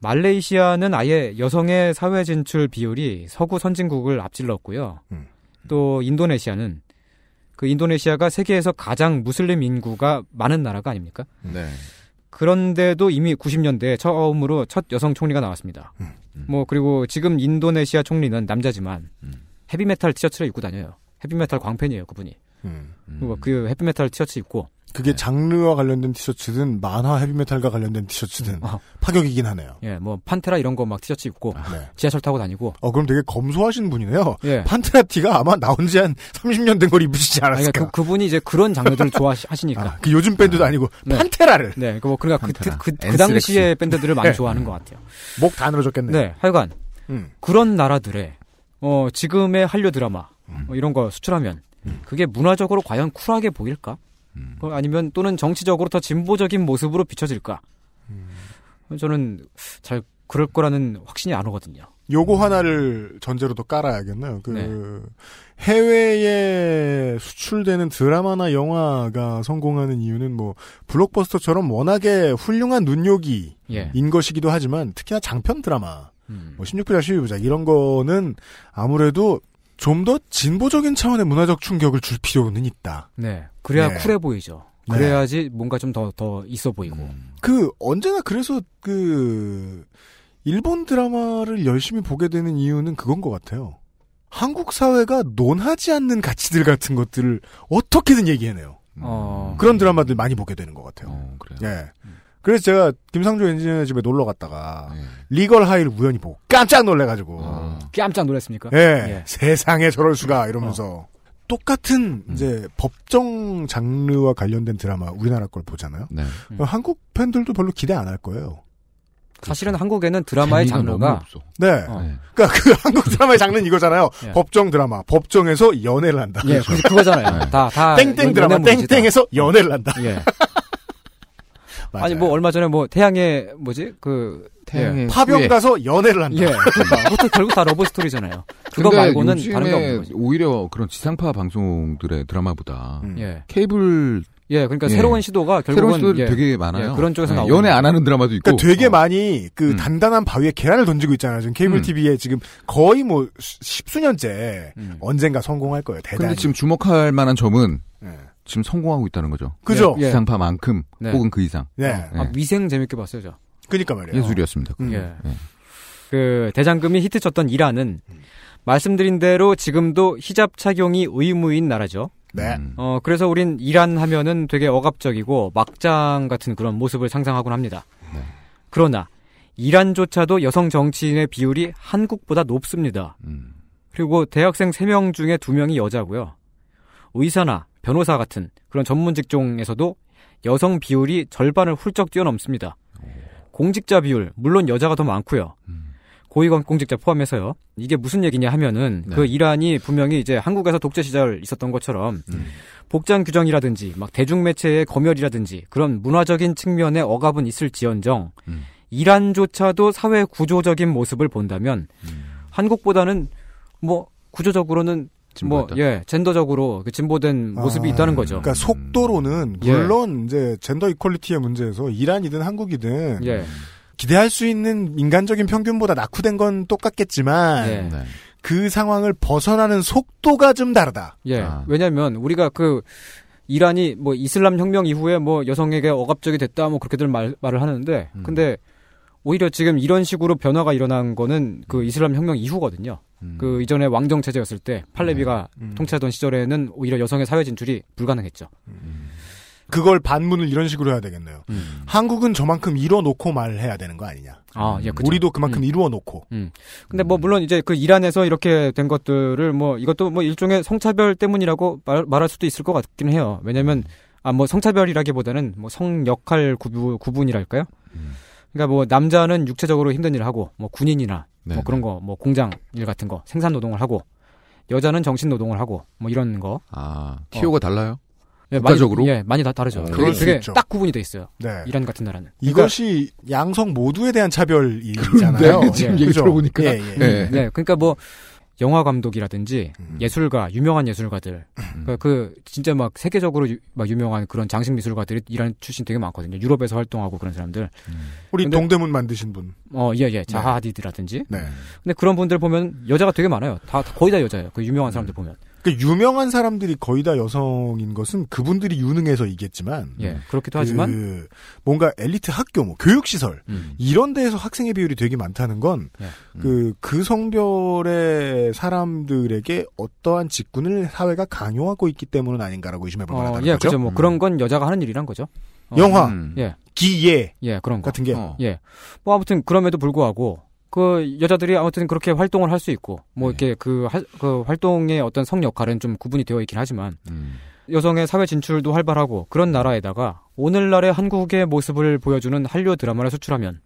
Speaker 5: 말레이시아는 아예 여성의 사회 진출 비율이 서구 선진국을 앞질렀고요. 또 인도네시아는 그 인도네시아가 세계에서 가장 무슬림 인구가 많은 나라가 아닙니까?
Speaker 4: 네.
Speaker 5: 그런데도 이미 90년대에 처음으로 첫 여성 총리가 나왔습니다.
Speaker 2: 음,
Speaker 5: 뭐 그리고 지금 인도네시아 총리는 남자지만
Speaker 2: 음.
Speaker 5: 음. 헤비메탈 티셔츠를 입고 다녀요. 헤비메탈 광팬이에요, 그분이. 뭐 그 헤비메탈 티셔츠 입고
Speaker 2: 음. 그게 장르와 관련된 티셔츠든 만화 헤비메탈과 관련된 티셔츠든
Speaker 5: 어.
Speaker 2: 파격이긴 하네요.
Speaker 5: 예, 뭐 판테라 이런 거 막 티셔츠 입고
Speaker 2: 아, 네.
Speaker 5: 지하철 타고 다니고.
Speaker 2: 어 그럼 되게 검소하신 분이네요.
Speaker 5: 예.
Speaker 2: 판테라 티가 아마 나온 지 한 30년 된 걸 입으시지 않았을까.
Speaker 5: 그러니까 그, 분이 이제 그런 장르들을 좋아하시니까.
Speaker 2: 그 요즘 밴드도 아니고 판테라를.
Speaker 5: 네, 그뭐 그러니까 그,
Speaker 2: 판테라.
Speaker 5: 그, 그,
Speaker 2: 엔스렉스.
Speaker 5: 당시의 밴드들을 많이
Speaker 2: 네.
Speaker 5: 좋아하는 것 같아요.
Speaker 2: 목 다 늘어졌겠네요.
Speaker 5: 네, 하여간
Speaker 2: 음.
Speaker 5: 그런 나라들의 어, 지금의 한류 드라마
Speaker 2: 음.
Speaker 5: 뭐 이런 거 수출하면 그게 문화적으로 과연 쿨하게 보일까?
Speaker 2: 음.
Speaker 5: 어, 아니면 또는 정치적으로 더 진보적인 모습으로 비춰질까?
Speaker 2: 음.
Speaker 5: 저는 잘 그럴 거라는 확신이 안 오거든요.
Speaker 2: 요거 하나를 전제로 더 깔아야겠네요. 그 해외에 수출되는 드라마나 영화가 성공하는 이유는 뭐 블록버스터처럼 워낙에 훌륭한 눈요기인
Speaker 12: 예.
Speaker 2: 것이기도 하지만 특히나 장편 드라마
Speaker 5: 음.
Speaker 2: 뭐 16부작, 12부작 이런 거는 아무래도 좀 더 진보적인 차원의 문화적 충격을 줄 필요는 있다.
Speaker 5: 네, 그래야
Speaker 2: 네.
Speaker 5: 쿨해 보이죠.
Speaker 2: 네.
Speaker 5: 그래야지 뭔가 좀 더 더 있어 보이고.
Speaker 2: 그 언제나 그래서 그 일본 드라마를 열심히 보게 되는 이유는 그건 것 같아요. 한국 사회가 논하지 않는 가치들 같은 것들을 어떻게든 얘기해내요.
Speaker 4: 음.
Speaker 5: 어,
Speaker 2: 그런 드라마들 많이 보게 되는 것
Speaker 4: 어,
Speaker 2: 같아요. 예. 그래서 제가 김상조 엔지니어 집에 놀러
Speaker 4: 네.
Speaker 2: 갔다가 리걸 하이를 우연히 보고 깜짝 놀래가지고
Speaker 4: 아.
Speaker 5: 깜짝 놀랐습니까? 어.
Speaker 2: 예, 세상에 저럴 수가 이러면서
Speaker 5: 음.
Speaker 2: 똑같은 이제 법정 장르와 관련된 드라마 우리나라 걸 보잖아요.
Speaker 4: 네.
Speaker 5: 음.
Speaker 2: 어, 한국 팬들도 별로 기대 안 할 거예요.
Speaker 5: 사실은 한국에는 드라마의
Speaker 2: 재미가 너무
Speaker 5: 장르가
Speaker 2: 없어. 네. 그러니까 그 한국 드라마의 장르는 이거잖아요.
Speaker 5: 예.
Speaker 2: 법정 드라마, 법정에서 연애를 한다.
Speaker 5: 예, 그- 그거잖아요. 다- 다
Speaker 2: 그렇죠. 네. 땡땡
Speaker 5: 연-
Speaker 2: 드라마,
Speaker 5: 연애물이지, 다. 예.
Speaker 2: 땡땡에서 연애를 한다.
Speaker 5: 아니 뭐 얼마 전에 뭐 태양의 뭐지 그
Speaker 2: 태양의 파병 후예. 가서 연애를 한다.
Speaker 5: 예, 그러니까 그것도 결국 다 러브 스토리잖아요. 그거
Speaker 4: 근데
Speaker 5: 말고는
Speaker 4: 요즘에
Speaker 5: 다른 게 없는 거죠.
Speaker 4: 오히려 그런 지상파 방송들의 드라마보다
Speaker 2: 음.
Speaker 5: 예.
Speaker 4: 케이블
Speaker 5: 예, 그러니까 새로운 시도가 결국은
Speaker 4: 음. 새로운 시도들이
Speaker 5: 예,
Speaker 4: 되게 많아요.
Speaker 5: 예, 그런 쪽에서
Speaker 4: 예,
Speaker 5: 나오고 어. 음.
Speaker 4: 연애 안 하는 드라마도 있고. 어.
Speaker 2: 그러니까 되게 많이 그 단단한 바위에 계란을 던지고 있잖아요. 지금 케이블 TV에 지금 거의 뭐 수-
Speaker 5: 예.
Speaker 2: 십수년째
Speaker 5: 음.
Speaker 4: 어,
Speaker 2: 언젠가 성공할 거예요.
Speaker 4: 근데
Speaker 2: 대단히. 예.
Speaker 4: 지금 주목할 만한 점은 지금 성공하고 있다는 거죠.
Speaker 2: 그죠?
Speaker 4: 예. 지상파만큼
Speaker 5: 네.
Speaker 4: 혹은 그 이상.
Speaker 5: 예. 아, 미생 재밌게 봤어요, 저.
Speaker 2: 그니까 말이에요.
Speaker 4: 예술이었습니다. 그건.
Speaker 2: 네.
Speaker 5: 예. 그 대장금이 히트쳤던 이란은 말씀드린 대로 지금도 히잡 착용이 의무인 나라죠.
Speaker 4: 음.
Speaker 2: 네.
Speaker 5: 어 그래서 우린 이란 하면은 되게 억압적이고 막장 같은 그런 모습을 상상하곤 합니다. 그러나 이란조차도 여성 정치인의 비율이 한국보다 높습니다. 그리고 대학생 3명 중에 2명이 여자고요. 의사나 변호사 같은 그런 전문 직종에서도 여성 비율이 절반을 훌쩍 뛰어넘습니다. 공직자 비율 물론 여자가 더 많고요. 고위공 공직자 포함해서요. 이게 무슨 얘기냐 하면은 그 이란이 분명히 이제 한국에서 독재 시절 있었던 것처럼 복장 규정이라든지 막 대중매체의 검열이라든지 그런 문화적인 측면의 억압은 있을지언정 이란조차도 사회 구조적인 모습을 본다면 한국보다는 뭐 구조적으로는 뭐 예 젠더적으로 그 진보된 모습이
Speaker 2: 아,
Speaker 5: 있다는 거죠.
Speaker 2: 그러니까 속도로는
Speaker 5: 예.
Speaker 2: 물론 이제 젠더 이퀄리티의 문제에서 이란이든 한국이든
Speaker 4: 음.
Speaker 5: 예.
Speaker 2: 기대할 수 있는 인간적인 평균보다 낙후된 건 똑같겠지만
Speaker 5: 예. 네.
Speaker 2: 그 상황을 벗어나는 속도가 좀 다르다.
Speaker 5: 예. 왜냐면 하 우리가 그 이란이 뭐 이슬람 혁명 이후에 뭐 여성에게 억압적이 됐다 뭐 그렇게들 말, 말을 하는데 근데 오히려 지금 이런 식으로 변화가 일어난 거는 그 이슬람 혁명 이후거든요.
Speaker 4: 음.
Speaker 5: 그 이전에 왕정 체제였을 때 팔레비가
Speaker 4: 네.
Speaker 5: 통치하던 시절에는 오히려 여성의 사회 진출이 불가능했죠.
Speaker 2: 그걸 반문을 이런 식으로 해야 되겠네요.
Speaker 5: 음.
Speaker 4: 음.
Speaker 2: 한국은 저만큼 이뤄놓고 말해야 되는 거 아니냐.
Speaker 5: 아, 예, 그죠.
Speaker 2: 우리도 그만큼
Speaker 5: 음.
Speaker 2: 이루어놓고.
Speaker 5: 음. 근데 뭐 물론 이제 그 이란에서 이렇게 된 것들을 뭐 이것도 뭐 일종의 성차별 때문이라고 말, 말할 수도 있을 것 같긴 해요.
Speaker 4: 음.
Speaker 5: 왜냐면 아 뭐 성차별이라기보다는 뭐 성 역할 구부, 구분이랄까요?
Speaker 4: 음.
Speaker 5: 그러니까 뭐 남자는 육체적으로 힘든 일을 하고 뭐 군인이나
Speaker 4: 네,
Speaker 5: 뭐 그런 거 뭐 공장 일 같은 거 생산 노동을 하고 여자는 정신 노동을 하고 뭐 이런 거. 어.
Speaker 4: 아, 티오가 달라요?
Speaker 5: 예,
Speaker 4: 국가적으로?
Speaker 5: 많이, 예, 많이 다 다르죠.
Speaker 4: 어,
Speaker 5: 되게-
Speaker 4: 그럴 수
Speaker 5: 되게
Speaker 4: 있죠.
Speaker 5: 딱 구분이 돼 있어요.
Speaker 2: 네.
Speaker 5: 이란 같은 나라는. 그러니까
Speaker 2: 이것이 양성 모두에 대한 차별이잖아요.
Speaker 5: 그런데요,
Speaker 2: 예.
Speaker 5: 지금
Speaker 4: 얘기
Speaker 2: 그죠?
Speaker 4: 들어보니까.
Speaker 2: 예, 예.
Speaker 5: 네. 그러니까 뭐 영화 감독이라든지
Speaker 2: 음.
Speaker 5: 예술가 유명한 예술가들 그러니까 그 진짜 막 세계적으로 유, 막 유명한 그런 장식 미술가들이 이란 출신 되게 많거든요. 유럽에서 활동하고 그런 사람들.
Speaker 2: 우리
Speaker 5: 근데-
Speaker 2: 동대문 만드신 분.
Speaker 5: 어, 예, 예. 자하디드라든지.
Speaker 2: 네.
Speaker 5: 근데 그런 분들 보면 여자가 되게 많아요. 다, 다 거의 다 여자예요. 그 유명한 사람들 보면.
Speaker 2: 그 그러니까 유명한 사람들이 거의 다 여성인 것은 그분들이 유능해서이겠지만
Speaker 5: 예, 그렇기도 하지만 음.
Speaker 2: 뭔가 엘리트 학교 뭐 교육 시설 이런 데에서 학생의 비율이 되게 많다는 건
Speaker 5: 예.
Speaker 2: 그, 그 성별의 사람들에게 어떠한 직군을 사회가 강요하고 있기 때문은 아닌가라고 의심해 볼
Speaker 5: 어,
Speaker 2: 만하다는
Speaker 5: 예,
Speaker 2: 거죠. 음.
Speaker 5: 그죠. 뭐 그런 건 여자가 하는 일이란 거죠. 어,
Speaker 2: 영화,
Speaker 4: 음.
Speaker 5: 예,
Speaker 2: 기예,
Speaker 5: 예, 그런 거.
Speaker 2: 같은 게
Speaker 4: 어.
Speaker 5: 예. 뭐 아무튼 그럼에도 불구하고 그 여자들이 아무튼 그렇게 활동을 할 수 있고 뭐 이렇게 그, 할- 그 활동의 어떤 성 역할은 좀 구분이 되어 있긴 하지만
Speaker 4: 음.
Speaker 5: 여성의 사회 진출도 활발하고 그런 나라에다가 오늘날의 한국의 모습을 보여주는 한류 드라마를 수출하면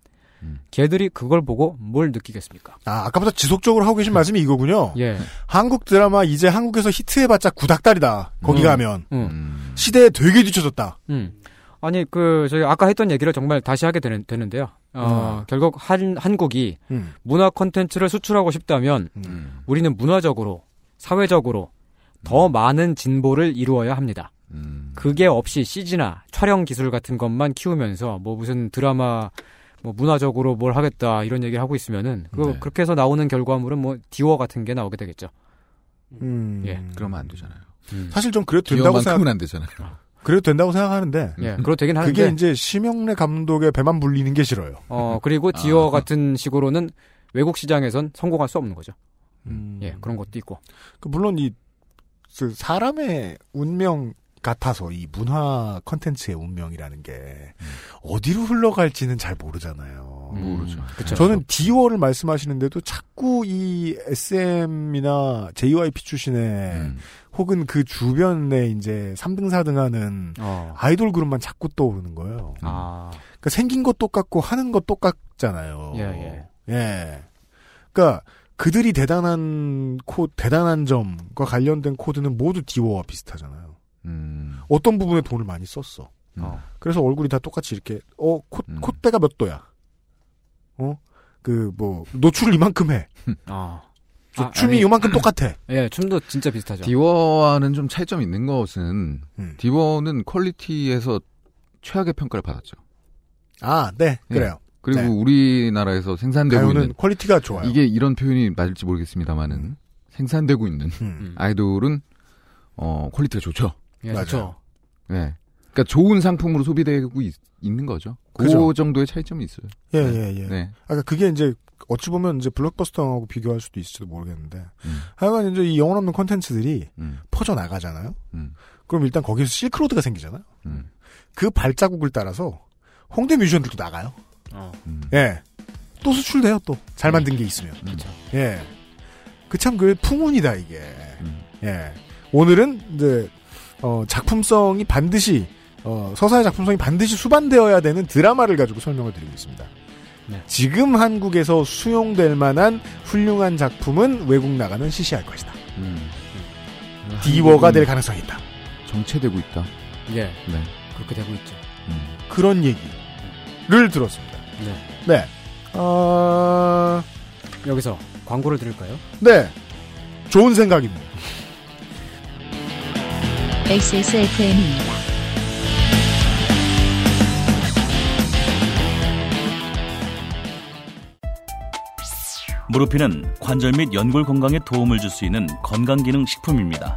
Speaker 5: 걔들이 그걸 보고 뭘 느끼겠습니까?
Speaker 2: 아, 아까부터 지속적으로 하고 계신 말씀이 이거군요.
Speaker 5: 예.
Speaker 2: 한국 드라마 이제 한국에서 히트해봤자 구닥다리다. 거기
Speaker 5: 음.
Speaker 2: 가면
Speaker 5: 음.
Speaker 2: 시대에 되게 뒤쳐졌다.
Speaker 5: 음. 아니 그 저희 아까 했던 얘기를 정말 다시 하게 되는, 되는데요.
Speaker 2: 음.
Speaker 5: 어, 결국 한 한국이
Speaker 2: 음.
Speaker 5: 문화 콘텐츠를 수출하고 싶다면 우리는 문화적으로 사회적으로 더
Speaker 2: 음.
Speaker 5: 많은 진보를 이루어야 합니다. 그게 없이 CG나 촬영 기술 같은 것만 키우면서 뭐 무슨 드라마 뭐 문화적으로 뭘 하겠다 이런 얘기를 하고 있으면은 그
Speaker 4: 네.
Speaker 5: 그렇게 해서 나오는 결과물은 뭐 디워 같은 게 나오게 되겠죠.
Speaker 2: 음.
Speaker 5: 예.
Speaker 4: 그러면 안 되잖아요.
Speaker 2: 사실 좀 그래도 된다고
Speaker 4: 기업만큼은
Speaker 2: 생각.
Speaker 4: 안 되잖아요.
Speaker 2: 그래도 된다고 생각하는데.
Speaker 5: 예, 그래도 되긴 하는데.
Speaker 2: 그게 이제 심영래 감독의 배만 불리는 게 싫어요.
Speaker 5: 어
Speaker 2: 아.
Speaker 5: 그리고 디워 같은 식으로는 외국 시장에선 성공할 수 없는 거죠. 예 그런 것도 있고.
Speaker 2: 음. 그 물론 이, 그 사람의 운명 같아서 이 문화 컨텐츠의 운명이라는 게 어디로 흘러갈지는 잘 모르잖아요.
Speaker 5: 음.
Speaker 4: 모르죠.
Speaker 5: 그쵸.
Speaker 2: 어, 그렇죠. 저는 디워를 말씀하시는데도 자꾸 이 SM이나 JYP 출신의
Speaker 4: 음.
Speaker 2: 혹은 그 주변에 이제 3등 4등 하는
Speaker 5: 어.
Speaker 2: 아이돌 그룹만 자꾸 떠오르는 거예요.
Speaker 5: 아.
Speaker 2: 그러니까 생긴 것 똑같고 하는 것 똑같잖아요.
Speaker 5: 예, 예.
Speaker 2: 예. 그러니까 그들이 대단한 코 대단한 점과 관련된 코드는 모두 디워와 비슷하잖아요.
Speaker 4: 음.
Speaker 2: 어떤 부분에 돈을 많이 음. 썼어. 그래서 얼굴이 다 똑같이 이렇게 어 콧, 콧대가 몇 도야. 어 그 뭐 노출을 이만큼 해.
Speaker 5: 아.
Speaker 2: 저 춤이 요만큼 똑같아.
Speaker 5: 예, 춤도 진짜 비슷하죠.
Speaker 4: 디워와는 좀 차이점이 있는 것은
Speaker 2: 음.
Speaker 4: 디워는 퀄리티에서 최악의 평가를 받았죠.
Speaker 2: 아, 네,
Speaker 4: 예.
Speaker 2: 그래요.
Speaker 4: 그리고
Speaker 2: 네.
Speaker 4: 우리나라에서 생산되고
Speaker 2: 가요는
Speaker 4: 있는
Speaker 2: 퀄리티가 좋아요. 음.
Speaker 4: 이게 이런 표현이 맞을지 모르겠습니다만은 생산되고 있는 아이돌은 어 퀄리티가 좋죠.
Speaker 5: 예, 그렇죠.
Speaker 4: 네. 그러니까 좋은 상품으로 소비되고 있, 는 거죠. 그
Speaker 2: 그죠.
Speaker 4: 정도의 차이점이 있어요.
Speaker 2: 예, 예, 예.
Speaker 4: 네.
Speaker 2: 아까 그게 이제 어찌 보면 이제 블록버스터 영화하고 비교할 수도 있을지도 모르겠는데 하여간 이제 이 영혼 없는 콘텐츠들이
Speaker 4: 음.
Speaker 2: 퍼져 나가잖아요. 그럼 일단 거기서 실크로드가 생기잖아요. 그 발자국을 따라서 홍대 뮤지션들도 나가요.
Speaker 4: 음.
Speaker 2: 예. 또 수출돼요 또 잘 만든 게 있으면. 예. 그 참 그 풍운이다 이게.
Speaker 4: 음.
Speaker 2: 예. 오늘은 이제 어, 작품성이 반드시 어, 서사의 작품성이 반드시 수반되어야 되는 드라마를 가지고 설명을 드리고 있습니다. 지금 한국에서 수용될 만한 훌륭한 작품은 외국 나가는 시시할 것이다.
Speaker 4: 음. 아,
Speaker 2: 디워가 될 가능성이 있다.
Speaker 4: 정체되고 있다.
Speaker 5: 예.
Speaker 4: 네. 음.
Speaker 5: 그렇게 되고 있죠.
Speaker 2: 그런 얘기를 들었습니다.
Speaker 5: 네.
Speaker 2: 네. 어...
Speaker 5: 여기서 광고를 드릴까요?
Speaker 2: 네. 좋은 생각입니다.
Speaker 1: XSFM입니다.
Speaker 10: 무르피는 관절 및 연골 건강에 도움을 줄 수 있는 건강기능 식품입니다.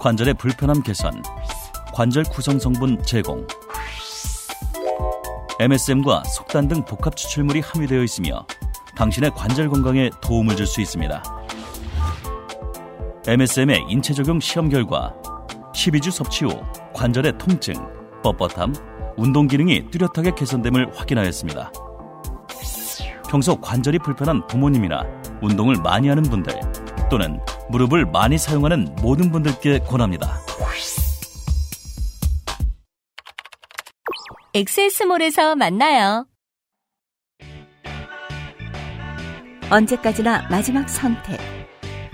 Speaker 10: 관절의 불편함 개선, 관절 구성 성분 제공, MSM과 속단 등 복합 추출물이 함유되어 있으며 당신의 관절 건강에 도움을 줄 수 있습니다. MSM의 인체 적용 시험 결과 12주 섭취 후 관절의 통증, 뻣뻣함, 운동 기능이 뚜렷하게 개선됨을 확인하였습니다. 평소 관절이 불편한 부모님이나 운동을 많이 하는 분들 또는 무릎을 많이 사용하는 모든 분들께 권합니다.
Speaker 13: 엑세스몰에서 만나요. 언제까지나 마지막 선택.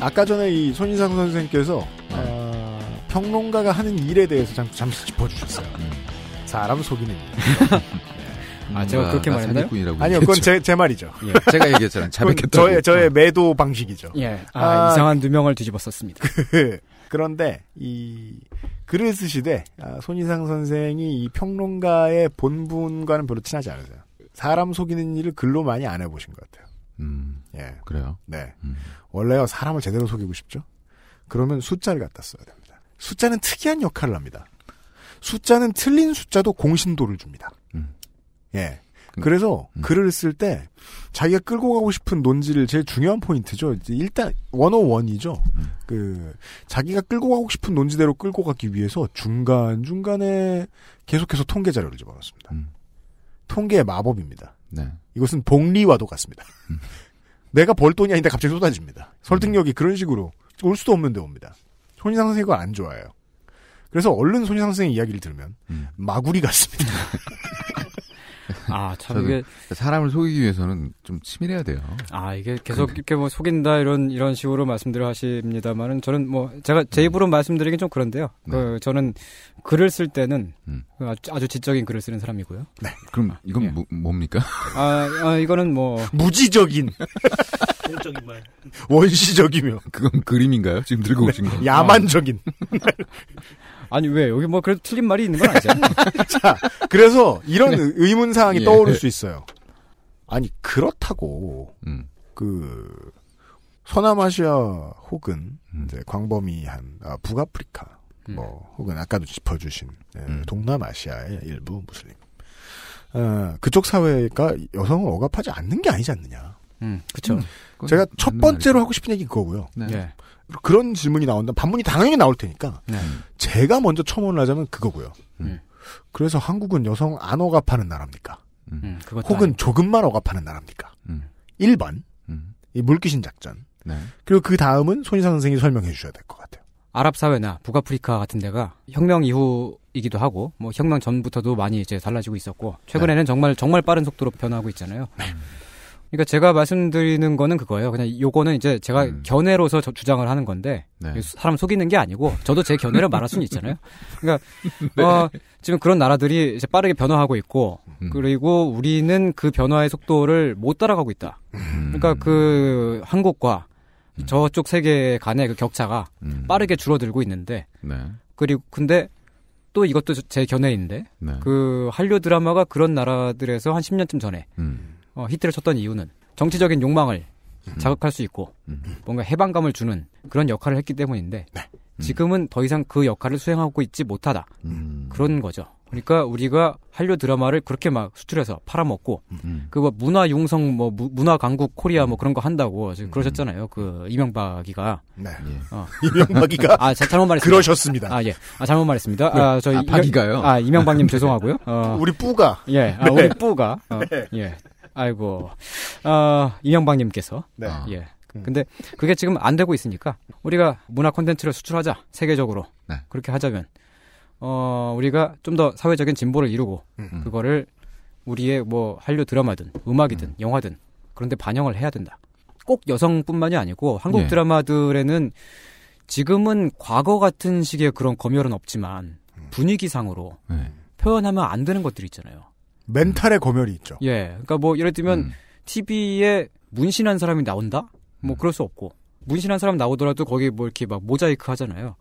Speaker 2: 아까 전에 이 손인상 선생께서
Speaker 4: 네.
Speaker 2: 아, 평론가가 하는 일에 대해서 잠, 잠시 짚어주셨어요.
Speaker 4: 음.
Speaker 2: 사람 속이는 일.
Speaker 5: 아, 제가 그렇게
Speaker 4: 음. 나
Speaker 5: 말했나요?
Speaker 4: 사기꾼이라고
Speaker 2: 아니요, 그건 제, 제 말이죠.
Speaker 4: 예, 제가 얘기했잖아요.
Speaker 2: 그건
Speaker 4: 자백했다고.
Speaker 2: 저의, 저의 매도 방식이죠.
Speaker 5: 예. 아, 이상한 누명을 뒤집었었습니다.
Speaker 4: 네.
Speaker 2: 그, 그런데 이 글을 쓰시되 아, 손희상 선생이 이 평론가의 본분과는 별로 친하지 않으세요. 사람 속이는 일을 글로 많이 안 해보신 것 같아요. 예.
Speaker 4: 음, 그래요. 음.
Speaker 2: 네. 원래요 사람을 제대로 속이고 싶죠. 그러면 숫자를 갖다 써야 됩니다. 숫자는 특이한 역할을 합니다. 숫자는 틀린 숫자도 공신도를 줍니다. 예. 그래서 글을 쓸 때 자기가 끌고 가고 싶은 논지를 제일 중요한 포인트죠. 이제 일단 원어원이죠. 그 자기가 끌고 가고 싶은 논지대로 끌고 가기 위해서 중간 중간에 계속해서 통계 자료를 집어넣습니다. 통계의 마법입니다.
Speaker 4: 네.
Speaker 2: 이것은 복리와도 같습니다. 내가 벌 돈이 아닌데 갑자기 쏟아집니다. 설득력이 그런 식으로 올 수도 없는데 옵니다. 손희상 선생이 그걸 안 좋아해요. 그래서 얼른 손희상 선생의 이야기를 들으면
Speaker 5: 음.
Speaker 2: 마구리 같습니다.
Speaker 5: 아, 참
Speaker 4: 저도
Speaker 5: 이게
Speaker 4: 사람을 속이기 위해서는 좀 치밀해야 돼요.
Speaker 5: 아 이게 계속 이렇게 뭐 속인다 이런 이런 식으로 말씀들을 하십니다만은 저는 뭐 제가 제 입으로 말씀드리긴 좀 그런데요. 그 저는 글을 쓸 때는 그 아주, 아주 지적인 글을 쓰는 사람이고요.
Speaker 2: 아,
Speaker 4: 그럼
Speaker 2: 예.
Speaker 4: 이건 뭐- 뭡니까?
Speaker 5: 아, 아, 이거는 뭐
Speaker 2: 무지적인
Speaker 6: 공적인 말.
Speaker 2: 원시적이며
Speaker 4: 그건 그림인가요? 지금 들고 오신 거?
Speaker 2: 네. 야만적인.
Speaker 5: 아니 왜 여기 뭐 그래도 틀린 말이 있는 건 아니잖아요.
Speaker 2: 자, 그래서 이런
Speaker 5: 네.
Speaker 2: 의문 사항이
Speaker 5: 예.
Speaker 2: 떠오를 수 있어요. 아니 그렇다고
Speaker 4: 음.
Speaker 2: 그 서남아시아 혹은
Speaker 5: 음.
Speaker 2: 이제 광범위한 아, 북아프리카 뭐 혹은 아까도 짚어주신 예,
Speaker 5: 음.
Speaker 2: 동남아시아의 일부 무슬림 어, 그쪽 사회가 여성을 억압하지 않는 게 아니지 않느냐.
Speaker 5: 음, 그렇죠.
Speaker 2: 제가 첫 번째로 하고 싶은 얘기 그거고요.
Speaker 5: 네. 예.
Speaker 2: 그런 질문이 나온다. 반문이 당연히 나올 테니까
Speaker 5: 네. 음.
Speaker 2: 제가 먼저 첨언을 하자면 그거고요. 그래서 한국은 여성 안 억압하는 나라입니까?
Speaker 5: 음, 그것도
Speaker 2: 혹은 조금만 억압하는 나라입니까?
Speaker 5: 음.
Speaker 2: 1번
Speaker 4: 음.
Speaker 2: 이 물귀신 작전
Speaker 4: 네.
Speaker 2: 그리고 그 다음은 손희상 선생이 설명해 주셔야 될 것 같아요.
Speaker 5: 아랍 사회나 북아프리카 같은 데가 혁명 이후이기도 하고 뭐 혁명 전부터도 많이 이제 달라지고 있었고 최근에는 정말 정말 빠른 속도로 변하고 있잖아요. 그러니까 제가 말씀드리는 거는 그거예요. 그냥 요거는 이제 제가 견해로서 저- 주장을 하는 건데
Speaker 4: 네.
Speaker 5: 사람 속이는 게 아니고 저도 제 견해를 말할 수는 있잖아요. 그러니까 어, 지금 그런 나라들이 이제 빠르게 변화하고 있고 그리고 우리는 그 변화의 속도를 못 따라가고 있다. 그러니까 그 한국과 저쪽 세계 간의 그 격차가 빠르게 줄어들고 있는데
Speaker 4: 음. 네.
Speaker 5: 그리고 근데 또 이것도 제 견해인데
Speaker 4: 네.
Speaker 5: 그 한류 드라마가 그런 나라들에서 한 10년쯤 전에
Speaker 4: 음.
Speaker 5: 어, 히트를 쳤던 이유는 정치적인 욕망을
Speaker 2: 음.
Speaker 5: 자극할 수 있고 뭔가 해방감을 주는 그런 역할을 했기 때문인데
Speaker 2: 네. 음.
Speaker 5: 지금은 더 이상 그 역할을 수행하고 있지 못하다
Speaker 2: 음.
Speaker 5: 그런 거죠. 그러니까 우리가 한류 드라마를 그렇게 막 수출해서 팔아먹고
Speaker 2: 음.
Speaker 5: 그 뭐 문화 융성 뭐 무- 문화 강국 코리아 뭐 그런 거 한다고
Speaker 2: 음.
Speaker 5: 지금 그러셨잖아요. 그 이명박이가
Speaker 2: 네.
Speaker 5: 어.
Speaker 2: 이명박이가
Speaker 5: 아 자- 잘못 말했습니다.
Speaker 2: 그러셨습니다.
Speaker 5: 아 예. 아 잘못 말했습니다.
Speaker 2: 네.
Speaker 5: 아 저희
Speaker 2: 아, 박이가요?
Speaker 5: 아 이명박님 죄송하고요. 어.
Speaker 2: 우리 뿌가
Speaker 5: 예. 아
Speaker 2: 네.
Speaker 5: 우리 뿌가 어,
Speaker 2: 네.
Speaker 5: 예. 아이고 어, 이명박님께서
Speaker 2: 네.
Speaker 5: 예. 근데 그게 지금 안 되고 있으니까 우리가 문화 콘텐츠를 수출하자 세계적으로
Speaker 4: 네.
Speaker 5: 그렇게 하자면 어 우리가 좀 더 사회적인 진보를 이루고 그거를 우리의 뭐 한류 드라마든 음악이든 영화든 그런데 반영을 해야 된다. 꼭 여성뿐만이 아니고 한국
Speaker 4: 예.
Speaker 5: 드라마들에는 지금은 과거 같은 식의 그런 검열은 없지만 분위기상으로
Speaker 4: 네.
Speaker 5: 표현하면 안 되는 것들이 있잖아요.
Speaker 2: 멘탈의 검열이 있죠.
Speaker 5: 예. 그러니까 뭐 예를 들면
Speaker 4: 음.
Speaker 5: TV에 문신한 사람이 나온다? 뭐 그럴 수 없고. 문신한 사람 나오더라도 거기 뭐 이렇게 막 모자이크 하잖아요.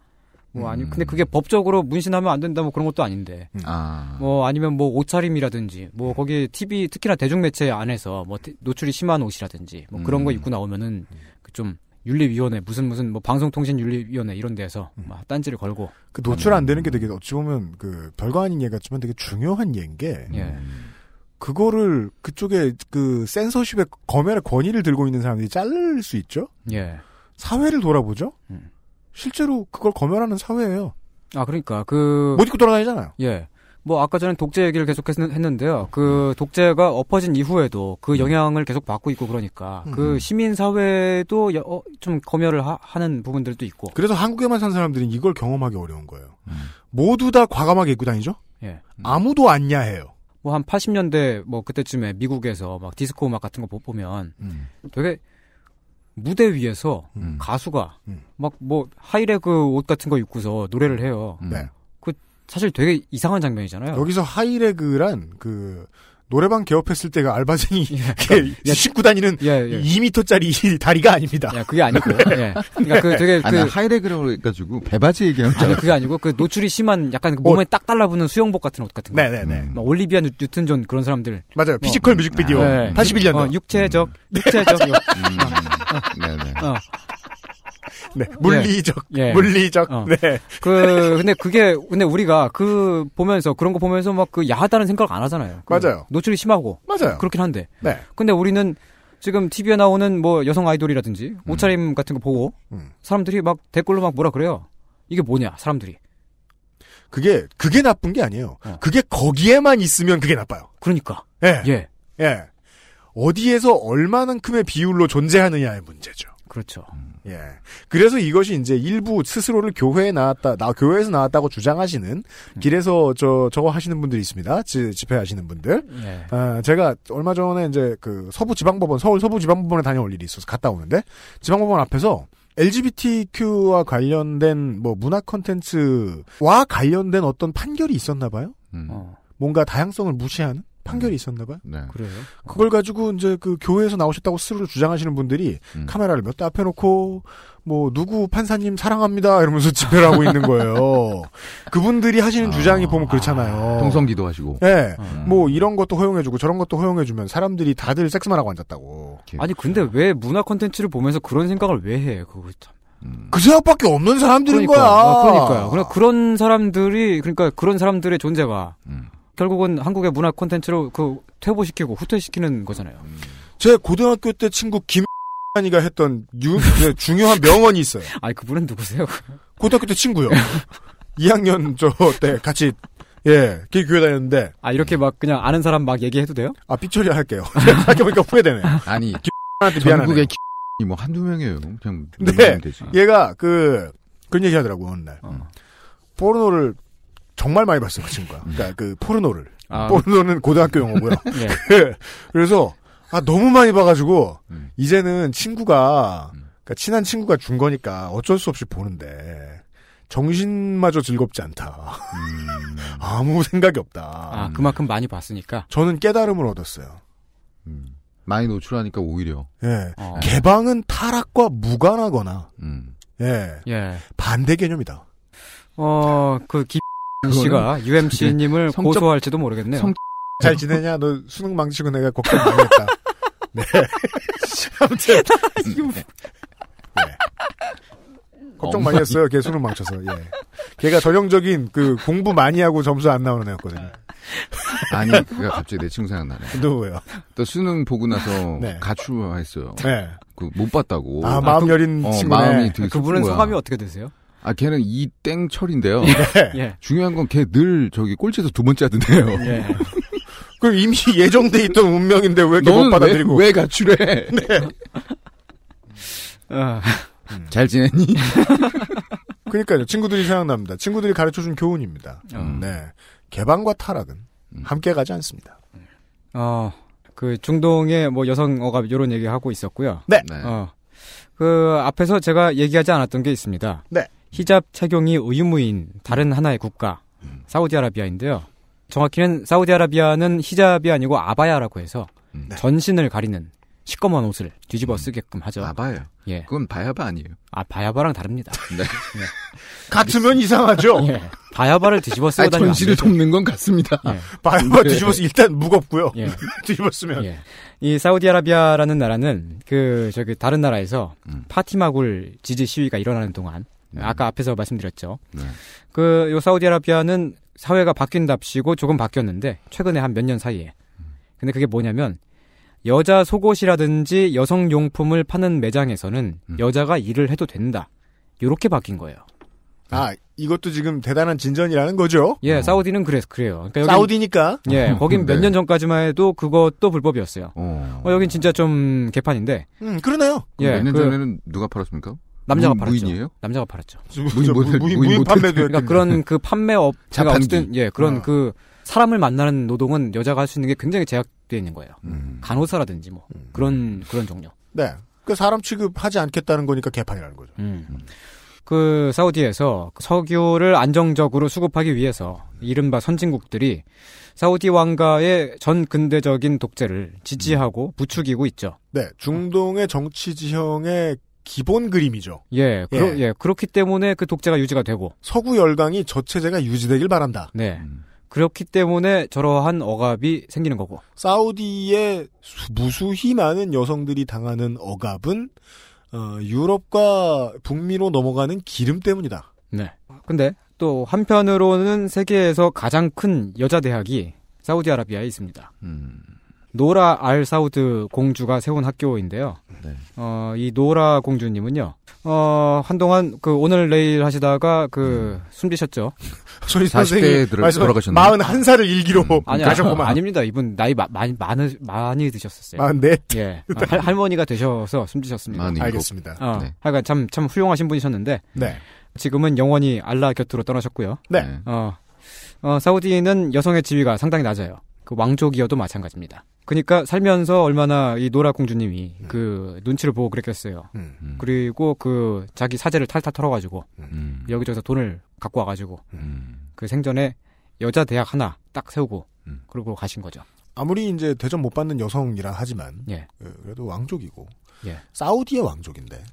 Speaker 5: 뭐 아니 근데 그게 법적으로 문신하면 안 된다 뭐 그런 것도 아닌데.
Speaker 4: 아.
Speaker 5: 뭐 아니면 뭐 옷차림이라든지 뭐 거기 TV 특히나 대중매체 안에서 뭐 티- 노출이 심한 옷이라든지 뭐 그런 거 입고 나오면은 그 좀 윤리위원회 무슨 무슨 뭐 방송통신윤리위원회 이런 데서 막 딴지를 걸고
Speaker 2: 그 노출 안 되는 게 되게 어찌 보면 그 별거 아닌 얘기 같지만 되게 중요한 얘기인 게
Speaker 5: 예.
Speaker 2: 그거를 그쪽에 그 센서십의 검열의 권위를 들고 있는 사람들이 자를 수 있죠.
Speaker 5: 예.
Speaker 2: 사회를 돌아보죠. 실제로 그걸 검열하는 사회예요.
Speaker 5: 아 그러니까 그
Speaker 2: 못 입고 돌아다니잖아요.
Speaker 5: 예. 뭐 아까 전에 독재 얘기를 계속 했- 했는데요. 그 독재가 엎어진 이후에도
Speaker 4: 음.
Speaker 5: 그 영향을 계속 받고 있고 그러니까 그 시민 사회도 여- 어, 좀 검열을 하, 는 부분들도 있고.
Speaker 2: 그래서 한국에만 산 사람들은 이걸 경험하기 어려운 거예요.
Speaker 5: 음.
Speaker 2: 모두 다 과감하게 입고 다니죠.
Speaker 5: 예.
Speaker 2: 아무도 안냐해요.
Speaker 5: 뭐 한
Speaker 2: 음,
Speaker 5: 80년대 뭐 그때쯤에 미국에서 막 디스코 음악 같은 거 보- 보면 되게 무대 위에서
Speaker 4: 음.
Speaker 5: 가수가 막 뭐 하이레그 옷 같은 거 입고서 노래를 해요.
Speaker 4: 음.
Speaker 2: 네.
Speaker 5: 그 사실 되게 이상한 장면이잖아요.
Speaker 2: 여기서 하이레그란 그 노래방 개업했을 때가 알바생이 이렇게 씻고 다니는 2미터짜리 다리가 아닙니다.
Speaker 5: 예, 그게 아니고. 예. 그러니까 그 되게 그
Speaker 4: 아니, 하이레그라고 해가지고 배바지 얘기하는 줄
Speaker 5: 아니
Speaker 4: 알았어.
Speaker 5: 그게 아니고 그 노출이 심한 약간 그 몸에 딱 달라붙는 수영복 같은 옷 같은 거.
Speaker 2: 네네네.
Speaker 4: 음.
Speaker 2: 뭐
Speaker 5: 막 올리비아 뉴- 뉴튼 존 그런 사람들.
Speaker 2: 맞아요. 피지컬 뮤직비디오. 81년도. 음.
Speaker 5: 어, 육체적, 육체적.
Speaker 2: 맞아요.
Speaker 4: 음. 네네.
Speaker 5: 어.
Speaker 2: 네, 물리적, 물리적.
Speaker 5: 어.
Speaker 2: 네.
Speaker 5: 그 근데 그게 근데 우리가 그 보면서 그런 거 보면서 막 그 야하다는 생각 안 하잖아요. 그
Speaker 2: 맞아요.
Speaker 5: 노출이 심하고.
Speaker 2: 맞아요.
Speaker 5: 그렇긴 한데.
Speaker 2: 네.
Speaker 5: 근데 우리는 지금 TV에 나오는 뭐 여성 아이돌이라든지
Speaker 2: 음.
Speaker 5: 옷차림 같은 거 보고 사람들이 막 댓글로 막 뭐라 그래요. 이게 뭐냐 사람들이.
Speaker 2: 그게 그게 나쁜 게 아니에요. 그게 거기에만 있으면 그게 나빠요.
Speaker 5: 그러니까.
Speaker 2: 어. 예.
Speaker 5: 예.
Speaker 2: 예. 어디에서 얼마만큼의 비율로 존재하느냐의 문제죠.
Speaker 5: 그렇죠.
Speaker 2: 예. 그래서 이것이 이제 일부 스스로를 교회에 나왔다, 나 교회에서 나왔다고 주장하시는 길에서 저 저거 하시는 분들이 있습니다. 지- 집회하시는 분들.
Speaker 5: 예.
Speaker 2: 아, 제가 얼마 전에 이제 그 서부지방법원, 서울 서부지방법원에 다녀올 일이 있어서 갔다 오는데 지방법원 앞에서 LGBTQ와 관련된 뭐 문화 컨텐츠와 관련된 어떤 판결이 있었나 봐요.
Speaker 4: 음.
Speaker 2: 뭔가 다양성을 무시하는 판결이 있었나 봐요.
Speaker 4: 네.
Speaker 5: 그래요.
Speaker 2: 그걸 가지고 이제 그 교회에서 나오셨다고 스스로 주장하시는 분들이
Speaker 5: 음.
Speaker 2: 카메라를 몇 대 앞에 놓고 뭐 누구 판사님 사랑합니다 이러면서 집회를 하고 있는 거예요. 그분들이
Speaker 5: 아.
Speaker 2: 하시는 주장이 보면 그렇잖아요.
Speaker 4: 동성기도 하시고. 음.
Speaker 2: 네. 뭐 이런 것도 허용해주고 저런 것도 허용해주면 사람들이 다들 섹스만 하고 앉았다고.
Speaker 4: 예,
Speaker 5: 아니 근데 왜 문화 콘텐츠를 보면서 그런 생각을 왜 해? 그거 참.
Speaker 4: 음.
Speaker 2: 그 생각밖에 없는 사람들인
Speaker 5: 그러니까,
Speaker 2: 거야. 아.
Speaker 5: 어, 그러니까요. 그러니까 그런 사람들이 그러니까 그런 사람들의 존재가 결국은 한국의 문화 콘텐츠로 그 퇴보시키고 후퇴시키는 거잖아요.
Speaker 2: 제 고등학교 때 친구 김한이가 했던 유- 네, 중요한 명언이 있어요.
Speaker 5: 아니 그분은 누구세요?
Speaker 2: 고등학교 때 친구요. 2학년 저 때 같이 예, 길 교회 다녔는데
Speaker 5: 아 이렇게 막 그냥 아는 사람 막 얘기해도 돼요?
Speaker 2: 아 삐처리 할게요. 생각해보니까 후회되네.
Speaker 5: 음.
Speaker 4: 아니
Speaker 2: 한테 미안하네. 네.
Speaker 4: 전국에 기- 뭐 한두 명이에요. 그냥
Speaker 2: 근데
Speaker 4: 넘어가면 되지.
Speaker 2: 얘가 그 그런 얘기 하더라고 어느 날.
Speaker 5: 음.
Speaker 2: 포르노를 정말 많이 봤어 그 친구가. 그러니까 그 포르노를.
Speaker 5: 음. 아.
Speaker 2: 포르노는 고등학교 용어고요.
Speaker 5: 예.
Speaker 2: 그- 그래서 아 너무 많이 봐가지고
Speaker 5: 음.
Speaker 2: 이제는 친구가 그러니까 친한 친구가 준 거니까 어쩔 수 없이 보는데 정신마저 즐겁지 않다.
Speaker 4: 음,
Speaker 2: 아무 생각이 없다.
Speaker 5: 아 그만큼 많이 봤으니까.
Speaker 2: 저는 깨달음을 얻었어요.
Speaker 4: 음. 많이 노출하니까 오히려.
Speaker 5: 네.
Speaker 2: 예.
Speaker 5: 어.
Speaker 2: 개방은 타락과 무관하거나
Speaker 4: 음.
Speaker 2: 예.
Speaker 5: 예.
Speaker 2: 반대 개념이다.
Speaker 5: 어그 김. 씨가 UMC님을
Speaker 2: 성적-
Speaker 5: 고소할지도 모르겠네요.
Speaker 2: 성- 잘 지내냐? 너 수능 망치고 내가 걱정 많이 했다. 네. 아무튼.
Speaker 4: 어,
Speaker 2: 예. 걱정 많이 했어요. 걔 수능 망쳐서. 예. 걔가 전형적인 그 공부 많이 하고 점수 안 나오는 애였거든요.
Speaker 4: 아니, 그가 갑자기 내 친구 생각나네.
Speaker 2: 누구예요?
Speaker 4: 또 수능 보고 나서
Speaker 2: 네.
Speaker 4: 가출했어요.
Speaker 2: 네.
Speaker 4: 그 못 봤다고.
Speaker 2: 아, 마음 열린
Speaker 4: 어,
Speaker 2: 친구네. 아,
Speaker 4: 마음이 되게
Speaker 5: 그분은
Speaker 4: 슬픈 거야.
Speaker 5: 성함이 어떻게 되세요?
Speaker 4: 아, 걔는 이땡철인데요.
Speaker 2: 네.
Speaker 5: 예.
Speaker 4: 중요한 건 걔 늘 저기 꼴찌에서 두 번째 하던데요.
Speaker 5: 예.
Speaker 2: 그럼 이미 예정돼 있던 운명인데 왜 이렇게 못
Speaker 4: 너는
Speaker 2: 받아들이고. 네.
Speaker 4: 왜, 왜 가출해?
Speaker 5: 아.
Speaker 4: 잘 지냈니?
Speaker 2: 그러니까요. 친구들이 생각납니다. 친구들이 가르쳐준 교훈입니다. 네. 개방과 타락은 함께 가지 않습니다.
Speaker 5: 어, 그 중동의 뭐 여성 억압 이런 얘기 하고 있었고요.
Speaker 2: 네.
Speaker 5: 어, 그 앞에서 제가 얘기하지 않았던 게 있습니다.
Speaker 2: 네.
Speaker 5: 히잡 착용이 의무인 다른 하나의 국가
Speaker 4: 음.
Speaker 5: 사우디아라비아인데요. 정확히는 사우디아라비아는 히잡이 아니고 아바야라고 해서
Speaker 4: 음.
Speaker 5: 전신을 가리는 시꺼먼 옷을 뒤집어 쓰게끔 하죠.
Speaker 4: 아바야.
Speaker 5: 예.
Speaker 4: 그건 바야바 아니에요.
Speaker 5: 아 바야바랑 다릅니다.
Speaker 4: 네.
Speaker 2: 같으면 이상하죠.
Speaker 5: 예. 바야바를 뒤집어 쓰고
Speaker 4: 아니,
Speaker 5: 다니면 안
Speaker 4: 전시를
Speaker 5: 되죠.
Speaker 4: 돕는 건 같습니다.
Speaker 2: 바야바 뒤집어서 일단 무겁고요.
Speaker 5: 예.
Speaker 2: 뒤집었으면.
Speaker 5: 이 사우디아라비아라는 나라는 그 저기 다른 나라에서 파티마굴 지지 시위가 일어나는 동안 아까 앞에서 말씀드렸죠. 그 요 사우디아라비아는 사회가 바뀐답시고 조금 바뀌었는데 최근에 한 몇 년 사이에. 근데 그게 뭐냐면 여자 속옷이라든지 여성 용품을 파는 매장에서는 여자가 일을 해도 된다. 요렇게 바뀐 거예요.
Speaker 2: 아, 이것도 지금 대단한 진전이라는 거죠?
Speaker 5: 예, 사우디는 그래서 그래요. 그러니까 여긴-
Speaker 2: 사우디니까.
Speaker 5: 예, 거긴 몇 년 전까지만 해도 그것도 불법이었어요.
Speaker 4: 어,
Speaker 5: 여긴 진짜 좀 개판인데.
Speaker 2: 음, 그러네요.
Speaker 5: 예,
Speaker 4: 몇년
Speaker 5: 그-
Speaker 4: 전에는 누가 팔았습니까?
Speaker 5: 남자가
Speaker 4: 무-
Speaker 5: 팔았죠.
Speaker 4: 무인이에요?
Speaker 5: 남자가 팔았죠.
Speaker 4: 무인 저- 모델- 무인- 무인 무인 모델. 판매도
Speaker 5: 그러니까
Speaker 4: 했겠네.
Speaker 5: 그런 그 판매 업체가
Speaker 4: 자판기.
Speaker 5: 어쨌든 예 그런
Speaker 4: 아.
Speaker 5: 그 사람을 만나는
Speaker 4: 음.
Speaker 5: 음. 노동은 여자가 할 수 있는 게 굉장히 제약되어 있는 거예요. 간호사라든지 뭐 그런 그런 종류.
Speaker 2: 음, 네. 그 사람 취급하지 않겠다는 거니까 개판이라는 거죠.
Speaker 5: 음.
Speaker 4: 음.
Speaker 5: 그 사우디에서 석유를 안정적으로 수급하기 위해서 이른바 선진국들이 사우디 왕가의 전 근대적인 독재를
Speaker 4: 음.
Speaker 5: 지지하고 부추기고 있죠.
Speaker 2: 네, 중동의 정치 지형의 기본 그림이죠.
Speaker 5: 예, 그러, 예. 그렇기 때문에 그 독재가 유지가 되고
Speaker 2: 서구 열강이 저 체제가 유지되길 바란다.
Speaker 5: 네.
Speaker 4: 음.
Speaker 5: 그렇기 때문에 저러한 억압이 생기는 거고.
Speaker 2: 사우디의 수- 무수히 많은 여성들이 당하는 억압은 어, 유럽과 북미로 넘어가는 기름 때문이다.
Speaker 5: 네. 근데 또 한편으로는 세계에서 가장 큰 여자 대학이 사우디아라비아에 있습니다.
Speaker 4: 음.
Speaker 5: 노라 알 사우드 공주가 세운 학교인데요.
Speaker 2: 네.
Speaker 5: 어, 이 노라 공주님은요. 어, 한동안 그 오늘 내일 하시다가 그
Speaker 2: 음.
Speaker 5: 숨지셨죠.
Speaker 2: 저희 선생님이 40대 들- 말씀- 돌아가셨나요? 41 살을 일기로
Speaker 5: 아니,
Speaker 2: 가셨구만.
Speaker 5: 그러니까 아닙니다. 이분 나이 마- 많이 많이 많이 드셨었어요.
Speaker 2: 아, 네.
Speaker 5: 예. 아, 할, 할머니가 되셔서 숨지셨습니다.
Speaker 2: 많이 알겠습니다.
Speaker 5: 어,
Speaker 2: 네.
Speaker 5: 하여간 참, 참 훌륭하신 분이셨는데.
Speaker 2: 네.
Speaker 5: 지금은 영원히 알라 곁으로 떠나셨고요.
Speaker 2: 네.
Speaker 4: 음.
Speaker 5: 어, 어, 사우디는 여성의 지위가 상당히 낮아요. 그 왕족이어도 마찬가지입니다. 그러니까 살면서 얼마나 이 노라 공주님이 그 눈치를 보고 그랬겠어요.
Speaker 2: 음.
Speaker 5: 그리고 그 자기 사제를 탈탈 털어가지고
Speaker 2: 음.
Speaker 5: 여기저기서 돈을 갖고 와가지고 그 생전에 여자 대학 하나 딱 세우고 그러고 가신 거죠.
Speaker 2: 아무리 이제 대접 못 받는 여성이라 하지만
Speaker 5: 예.
Speaker 2: 그래도 왕족이고
Speaker 5: 예. 음.
Speaker 2: 사우디의 왕족인데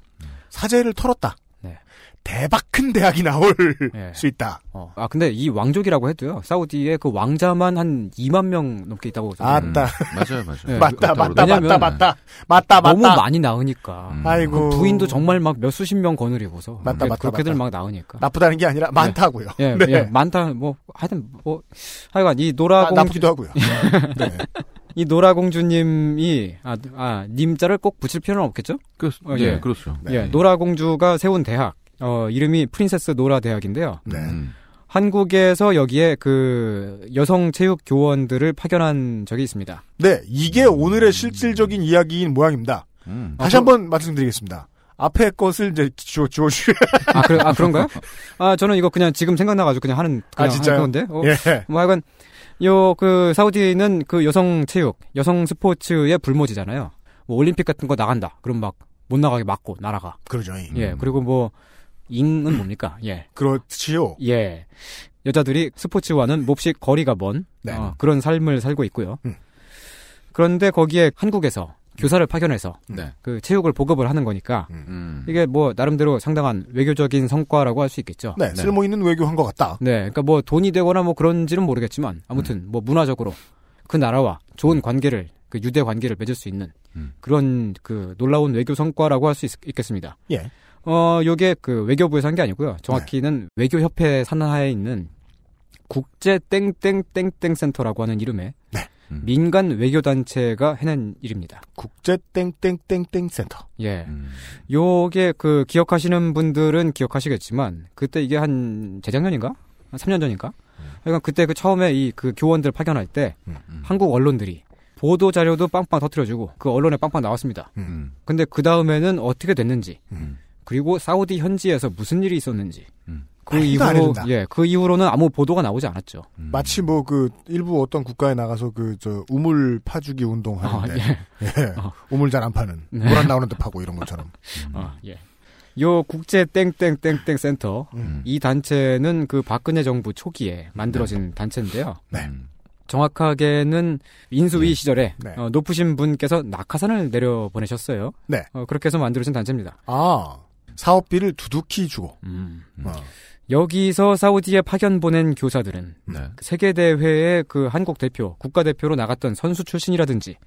Speaker 2: 사제를 털었다.
Speaker 5: 네.
Speaker 2: 대박 큰 대학이 나올
Speaker 5: 예.
Speaker 2: 수 있다.
Speaker 5: 어, 아 근데 이 왕족이라고 해도요. 사우디에 그 왕자만 한 2만 명 넘게 있다고
Speaker 2: 아따.
Speaker 4: 맞아요, 맞아요.
Speaker 5: 예.
Speaker 2: 맞다, 맞다,
Speaker 5: 왜냐면
Speaker 2: 맞다, 맞다, 맞다, 맞다.
Speaker 5: 너무 많이 나으니까.
Speaker 2: 아이고.
Speaker 5: 그 부인도 정말 막 몇 수십 명 거느리고서.
Speaker 2: 맞다,
Speaker 5: 그-
Speaker 2: 맞다,
Speaker 5: 그렇게들
Speaker 2: 맞다.
Speaker 5: 막 나으니까.
Speaker 2: 나쁘다는 게 아니라 많다고요.
Speaker 5: 예,
Speaker 2: 네.
Speaker 5: 예, 많다. 뭐 하여튼 뭐 하여간 이 노라
Speaker 2: 아,
Speaker 5: 공주
Speaker 2: 나쁘기도 하고요.
Speaker 5: 예.
Speaker 2: 네,
Speaker 5: 이 노라 공주님이 아, 아 님자를 꼭 붙일 필요는 없겠죠?
Speaker 4: 그,
Speaker 5: 어,
Speaker 4: 예, 그렇죠.
Speaker 2: 네.
Speaker 5: 예, 노라 공주가 세운 대학. 어, 이름이 프린세스 노라 대학인데요.
Speaker 2: 네.
Speaker 5: 음. 한국에서 여기에 그 여성 체육 교원들을 파견한 적이 있습니다.
Speaker 2: 네, 이게 오늘의 실질적인 이야기인 모양입니다.
Speaker 5: 음.
Speaker 4: 음.
Speaker 5: 아, 어.
Speaker 2: 다시 한번 말씀드리겠습니다. 앞에 것을 이제 주워 주워 주.
Speaker 5: 아, 그, 아 그런가요? 아 저는 이거 그냥 지금 생각나가지고 그냥 하는
Speaker 2: 아,
Speaker 5: 그냥
Speaker 2: 진짜요?
Speaker 5: 하는 건데. 어,
Speaker 2: 예.
Speaker 5: 뭐 하여간 요그 사우디는 그 여성 체육, 여성 스포츠의 불모지잖아요. 뭐 올림픽 같은 거 나간다. 그럼 막 못 나가게 막고 날아가.
Speaker 2: 그러죠.
Speaker 5: 예. 그리고 뭐 잉은 뭡니까? 예.
Speaker 2: 그렇지요.
Speaker 5: 예. 여자들이 스포츠와는 몹시 거리가 먼
Speaker 2: 네. 음.
Speaker 5: 어, 그런 삶을 살고 있고요. 그런데 거기에 한국에서 교사를 파견해서
Speaker 2: 음.
Speaker 4: 네.
Speaker 5: 그 체육을 보급을 하는 거니까
Speaker 4: 음.
Speaker 5: 이게 뭐 나름대로 상당한 외교적인 성과라고 할 수 있겠죠.
Speaker 2: 네, 쓸모 있는 외교한 것 같다.
Speaker 5: 네, 그러니까 뭐 돈이 되거나 뭐 그런지는 모르겠지만 아무튼 뭐 문화적으로 그 나라와 좋은 관계를 그 유대 관계를 맺을 수 있는 그런 그 놀라운 외교 성과라고 할 수 있겠습니다.
Speaker 2: 예.
Speaker 5: 어, 요게 그 외교부에서 한 게 아니고요. 정확히는 외교협회 산하에 있는 국제 땡땡땡땡 센터라고 하는 이름의 민간 외교 단체가 해낸 일입니다.
Speaker 2: 국제 땡땡땡땡 센터.
Speaker 5: 예. 요게 그 기억하시는 분들은 기억하시겠지만 그때 이게 한 재작년인가? 한 3년 전인가? 그러니까 그때 그 처음에 이 그 교원들 파견할 때
Speaker 2: 음,
Speaker 5: 한국 언론들이 보도 자료도 빵빵 터트려 주고 그 언론에 빵빵 나왔습니다.
Speaker 2: 음.
Speaker 5: 근데 그 다음에는 어떻게 됐는지 그리고 사우디 현지에서 무슨 일이 있었는지 그
Speaker 2: 음. 말도 안
Speaker 5: 이후로
Speaker 2: 해준다.
Speaker 5: 예, 그 이후로는 아무 보도가 나오지 않았죠.
Speaker 4: 음.
Speaker 2: 마치 뭐 그 일부 어떤 국가에 나가서 그 저 우물 파주기
Speaker 5: 아,
Speaker 2: 운동하는데 예. 우물 잘 안 파는
Speaker 5: 어, 네.
Speaker 2: 물 안 나오는 듯 파고 이런 것처럼
Speaker 5: 아, 예. 요 국제 땡땡땡땡 센터
Speaker 2: 음.
Speaker 5: 이 단체는 그 박근혜 정부 초기에 만들어진
Speaker 2: 네.
Speaker 5: 단체인데요. 정확하게는 인수위
Speaker 2: 예.
Speaker 5: 시절에 어, 높으신 분께서 낙하산을 내려 보내셨어요.
Speaker 2: 네.
Speaker 5: 어, 그렇게 해서 만들어진 단체입니다.
Speaker 2: 아 사업비를 두둑히 주고
Speaker 5: 음.
Speaker 2: 어.
Speaker 5: 여기서 사우디에 파견 보낸 교사들은 세계 대회에 그 한국 대표, 국가 대표로 나갔던 선수 출신이라든지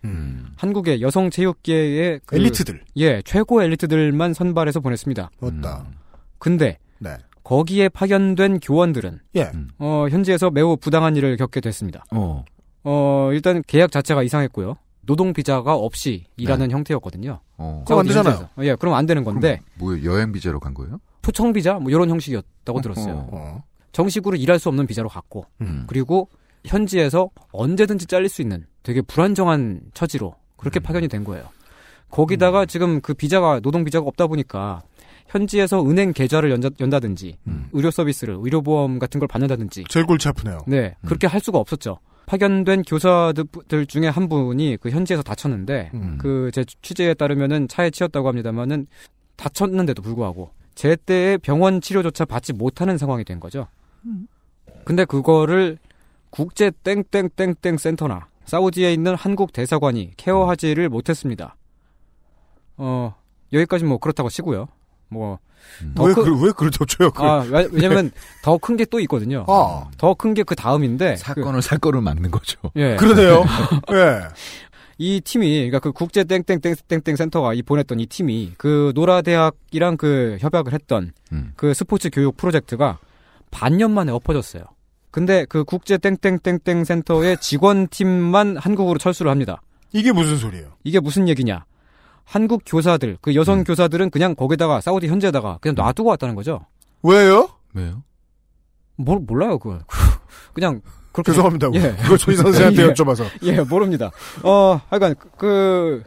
Speaker 5: 한국의 여성 체육계의 그-
Speaker 2: 음. 엘리트들.
Speaker 5: 예, 최고 엘리트들만 선발해서 보냈습니다.
Speaker 2: 맞다.
Speaker 5: 음. 근데
Speaker 2: 네.
Speaker 5: 거기에 파견된 교원들은
Speaker 2: 예.
Speaker 5: 어, 현지에서 매우 부당한 일을 겪게 됐습니다.
Speaker 4: 어.
Speaker 5: 어, 일단 계약 자체가 이상했고요. 노동 비자가 없이 일하는 형태였거든요.
Speaker 4: 어. 네.
Speaker 5: 사우디
Speaker 4: 그럼 안 되잖아요.
Speaker 5: 현지에서. 예, 그럼 안 되는 건데
Speaker 4: 뭐 여행 비자로 간 거예요?
Speaker 5: 초청 비자 뭐 이런 형식이었다고 들었어요. 정식으로 일할 수 없는 비자로 갔고
Speaker 2: 음.
Speaker 4: 음.
Speaker 5: 그리고 현지에서 언제든지 잘릴 수 있는 되게 불안정한 처지로
Speaker 4: 음.
Speaker 5: 그렇게 파견이 된 거예요. 거기다가 지금 그 비자가 노동 비자가 없다 보니까 현지에서 은행 계좌를 연자,
Speaker 4: 음.
Speaker 5: 연다든지 의료 서비스를 의료 보험 같은 걸 받는다든지 음.
Speaker 2: 제일 골치 아프네요.
Speaker 5: 네 그렇게 할 수가 없었죠. 파견된 교사들 중에 한 분이 그 현지에서 다쳤는데
Speaker 14: 음.
Speaker 5: 그 제 취재에 따르면은 차에 치였다고 합니다만은 다쳤는데도 불구하고 제때에 병원 치료조차 받지 못하는 상황이 된 거죠.
Speaker 14: 음.
Speaker 5: 근데 그거를 국제 땡땡땡땡 센터나 사우디에 있는 한국 대사관이 케어하지를 못했습니다. 어 여기까지 뭐 그렇다고 치고요. 뭐
Speaker 2: 왜, 그, 왜 그렇죠, 쳐요? 그걸.
Speaker 5: 아, 왜- 왜냐면 더 큰 게 또 있거든요.
Speaker 2: 어.
Speaker 5: 더 큰 게 어. 그 다음인데
Speaker 4: 사건을 사건을 막는 거죠.
Speaker 5: 예.
Speaker 2: 그러네요. 예.
Speaker 5: 이 팀이 그러니까 그 국제 땡땡땡땡 센터가 이 보냈던 이 팀이 그 노라 대학이랑 그 협약을 했던 그 스포츠 교육 프로젝트가 반년 만에 엎어졌어요. 근데 그 국제 땡땡땡땡 센터의 직원 팀만 한국으로 철수를 합니다.
Speaker 2: 이게 무슨 소리예요?
Speaker 5: 이게 무슨 얘기냐? 한국 교사들, 그 여성 교사들은 그냥 거기다가 사우디 현지에다가 그냥 놔두고 왔다는 거죠.
Speaker 2: 왜요?
Speaker 4: 왜요?
Speaker 5: 뭘 몰라요 그걸. 그냥 그렇게
Speaker 2: 죄송합니다고. 그거 조희 선생한테
Speaker 5: 예.
Speaker 2: 여쭤봐서.
Speaker 5: 예, 모릅니다. 어, 하여간 그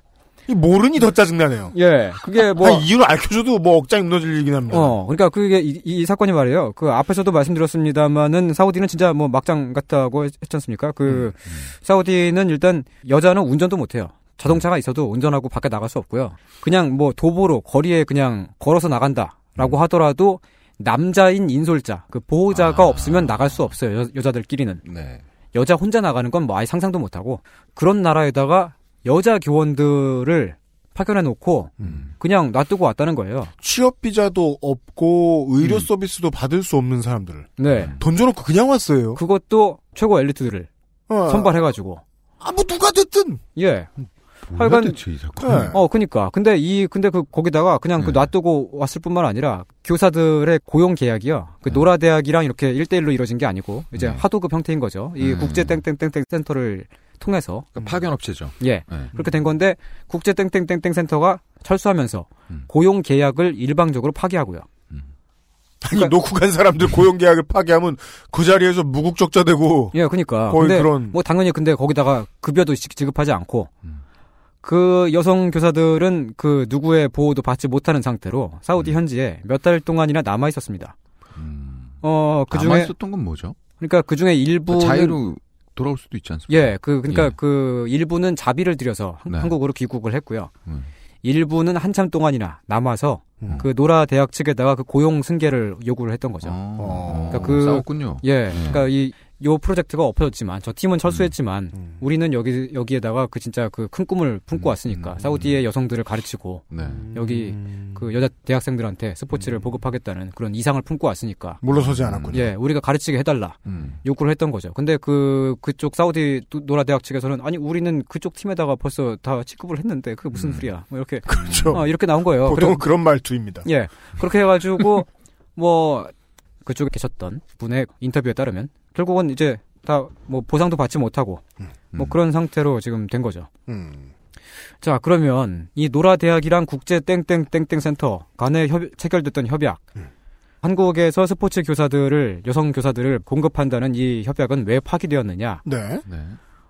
Speaker 2: 모르니 더 짜증나네요.
Speaker 5: 예, 그게 뭐
Speaker 2: 아, 이유를 알려줘도 뭐 억장이 무너질 일이긴 합니다.
Speaker 5: 어, 그러니까 그게 이, 이 사건이 말이에요. 그 앞에서도 말씀드렸습니다만은 사우디는 진짜 뭐 막장 같다고 했- 했지 않습니까? 그 사우디는 일단 여자는 운전도 못 해요. 자동차가 있어도 운전하고 밖에 나갈 수 없고요. 그냥 뭐 도보로 거리에 그냥 걸어서 나간다라고 하더라도 남자인 인솔자, 그 보호자가 없으면 나갈 수 없어요. 여, 자들끼리는
Speaker 4: 네.
Speaker 5: 여자 혼자 나가는 건 뭐 아예 상상도 못 하고 그런 나라에다가 여자 교원들을 파견해 놓고 그냥 놔두고 왔다는 거예요.
Speaker 2: 취업 비자도 없고
Speaker 5: 음.
Speaker 2: 의료 서비스도 받을 수 없는 사람들을
Speaker 5: 네.
Speaker 2: 던져놓고 그냥 왔어요.
Speaker 5: 그것도 최고 엘리트들을
Speaker 2: 어.
Speaker 5: 선발해가지고.
Speaker 2: 아 뭐 누가 됐든
Speaker 5: 예.
Speaker 4: 뭐야 대체 이 사건?
Speaker 5: 네. 어, 그니까. 근데 이, 근데 그, 거기다가 그냥 그 놔두고 왔을 뿐만 아니라 교사들의 고용 계약이요. 그 노라대학이랑 이렇게 일대일로 이루어진 게 아니고 이제 하도급 형태인 거죠. 이
Speaker 4: 음.
Speaker 5: 국제 땡땡땡땡 센터를 통해서.
Speaker 4: 그러니까 파견업체죠.
Speaker 5: 예.
Speaker 4: 네.
Speaker 5: 그렇게 된 건데 국제 땡땡땡땡 센터가 철수하면서 고용 계약을 일방적으로 파기하고요.
Speaker 2: 아니
Speaker 5: 그러니까
Speaker 2: 놓고 간 사람들 고용 계약을 파기하면 그 자리에서 무국적자 되고
Speaker 5: 예, 그러니까.
Speaker 2: 거의
Speaker 5: 근데
Speaker 2: 그런
Speaker 5: 뭐 당연히 근데 거기다가 급여도 지- 지급하지 않고
Speaker 4: 음.
Speaker 5: 그 여성 교사들은 그 누구의 보호도 받지 못하는 상태로
Speaker 4: 음.
Speaker 5: 사우디 현지에 몇 달 동안이나 남아 있었습니다. 어, 그
Speaker 4: 남아
Speaker 5: 중에
Speaker 4: 있었던 건 뭐죠?
Speaker 5: 그러니까 그 중에 일부
Speaker 4: 자유로 돌아올 수도 있지 않습니까?
Speaker 5: 예, 그 그러니까
Speaker 4: 예.
Speaker 5: 그 일부는 자비를 들여서 한-
Speaker 4: 네.
Speaker 5: 한국으로 귀국을 했고요.
Speaker 4: 음.
Speaker 5: 일부는 한참 동안이나 남아서 그 노라 대학 측에다가 그 고용 승계를 요구를 했던 거죠. 그러니까 그
Speaker 4: 어. 싸웠군요.
Speaker 5: 예,
Speaker 4: 네.
Speaker 5: 그러니까 이 요 프로젝트가 엎어졌지만 저 팀은 철수했지만
Speaker 2: 음.
Speaker 5: 우리는 여기 여기에다가 그 진짜 그 큰 꿈을 품고 왔으니까
Speaker 2: 음,
Speaker 5: 사우디의 여성들을 가르치고
Speaker 4: 네.
Speaker 5: 여기 그 여자 대학생들한테
Speaker 2: 음.
Speaker 5: 스포츠를 보급하겠다는 그런 이상을 품고 왔으니까
Speaker 2: 물러서지 않았군요.
Speaker 5: 예, 우리가 가르치게 해달라
Speaker 4: 음.
Speaker 5: 요구를 했던 거죠. 근데 그 그쪽 사우디 노- 노라 대학 측에서는 아니 우리는 그쪽 팀에다가 벌써 다 취급을 했는데 그게 무슨 소리야? 뭐 이렇게
Speaker 2: 음. 그렇죠.
Speaker 5: 어, 이렇게 나온 거예요.
Speaker 2: 보통
Speaker 5: 그리고-
Speaker 2: 그런 말투입니다.
Speaker 5: 예. 그렇게 해가지고 뭐 그쪽에 계셨던 분의 인터뷰에 따르면 결국은 이제 다 뭐 보상도 받지 못하고 뭐
Speaker 4: 음.
Speaker 5: 그런 상태로 지금 된 거죠.
Speaker 2: 음.
Speaker 5: 자 그러면 이 노라 대학이랑 국제 땡땡땡땡 센터 간에 협, 체결됐던 협약.
Speaker 2: 음.
Speaker 5: 한국에서 스포츠 교사들을 여성 교사들을 공급한다는 이 협약은 왜 파기되었느냐?
Speaker 2: 네.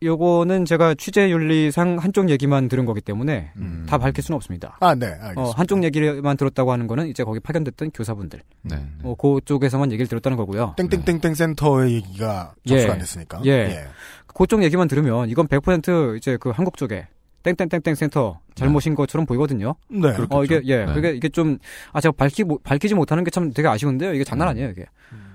Speaker 5: 요거는 제가 취재 윤리상 한쪽 얘기만 들은 거기 때문에 음,
Speaker 4: 음.
Speaker 5: 다 밝힐 수는 없습니다.
Speaker 2: 아, 네, 알겠습니다.
Speaker 5: 어, 한쪽 얘기만 들었다고 하는 거는 이제 거기 파견됐던 교사분들.
Speaker 4: 네.
Speaker 5: 어, 그쪽에서만 얘기를 들었다는 거고요.
Speaker 2: 땡땡땡땡 센터의 얘기가 접수가 안 됐으니까.
Speaker 5: 예. 그쪽 얘기만 들으면 이건 100% 이제 그 한국 쪽에 땡땡땡땡 센터 잘못인 것처럼 보이거든요.
Speaker 2: 네.
Speaker 5: 어, 이게 예.
Speaker 2: 네.
Speaker 5: 그게 이게 좀 아 제가 밝히 못- 밝히지 못하는 게 참 되게 아쉬운데요. 이게 장난 아니에요, 이게.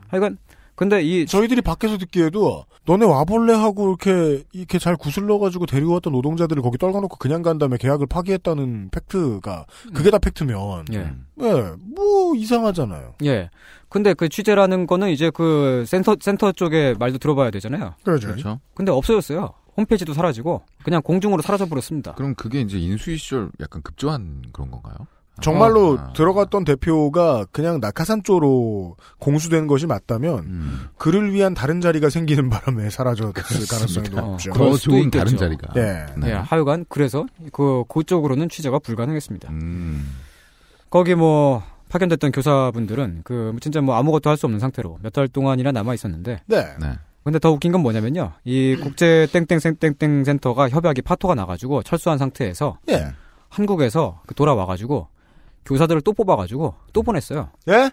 Speaker 5: 하여간 근데 이
Speaker 2: 저희들이 밖에서 듣기에도 너네 와볼래 하고 이렇게 이렇게 잘 구슬러가지고 데리고 왔던 노동자들을 거기 떨궈놓고 그냥 간 다음에 계약을 파기했다는 팩트가 그게 다 팩트면
Speaker 5: 예.
Speaker 4: 음.
Speaker 2: 예, 뭐 이상하잖아요.
Speaker 5: 예. 근데 그 취재라는 거는 이제 그 센터 센터 쪽에 말도 들어봐야 되잖아요.
Speaker 2: 그렇죠. 그렇죠.
Speaker 5: 근데 없어졌어요. 홈페이지도 사라지고 그냥 공중으로 사라져 버렸습니다.
Speaker 4: 그럼 그게 이제 인수위 시절 약간 급조한 그런 건가요? 아.
Speaker 2: 정말로
Speaker 5: 아.
Speaker 2: 들어갔던 대표가 그냥 낙하산 쪼로 공수된 것이 맞다면
Speaker 4: 음.
Speaker 2: 그를 위한 다른 자리가 생기는 바람에 사라졌을 가능성이
Speaker 5: 음. 그렇습니다.
Speaker 2: 높죠.
Speaker 5: 어, 그럴 수도 있겠죠.
Speaker 2: 예.
Speaker 4: 네.
Speaker 5: 예, 하여간 그래서 그 그쪽으로는 취재가 불가능했습니다.
Speaker 4: 음.
Speaker 5: 거기 뭐 파견됐던 교사분들은 그 진짜 뭐 아무것도 할 수 없는 상태로 몇 달 동안이나 남아 있었는데.
Speaker 2: 네.
Speaker 5: 근데 더 웃긴 건 뭐냐면요. 이 국제 땡땡땡땡 센터가 협약이 파토가 나가지고 철수한 상태에서
Speaker 2: 예.
Speaker 5: 한국에서 그 돌아와가지고 교사들을 또 뽑아가지고 또 보냈어요.
Speaker 2: 예?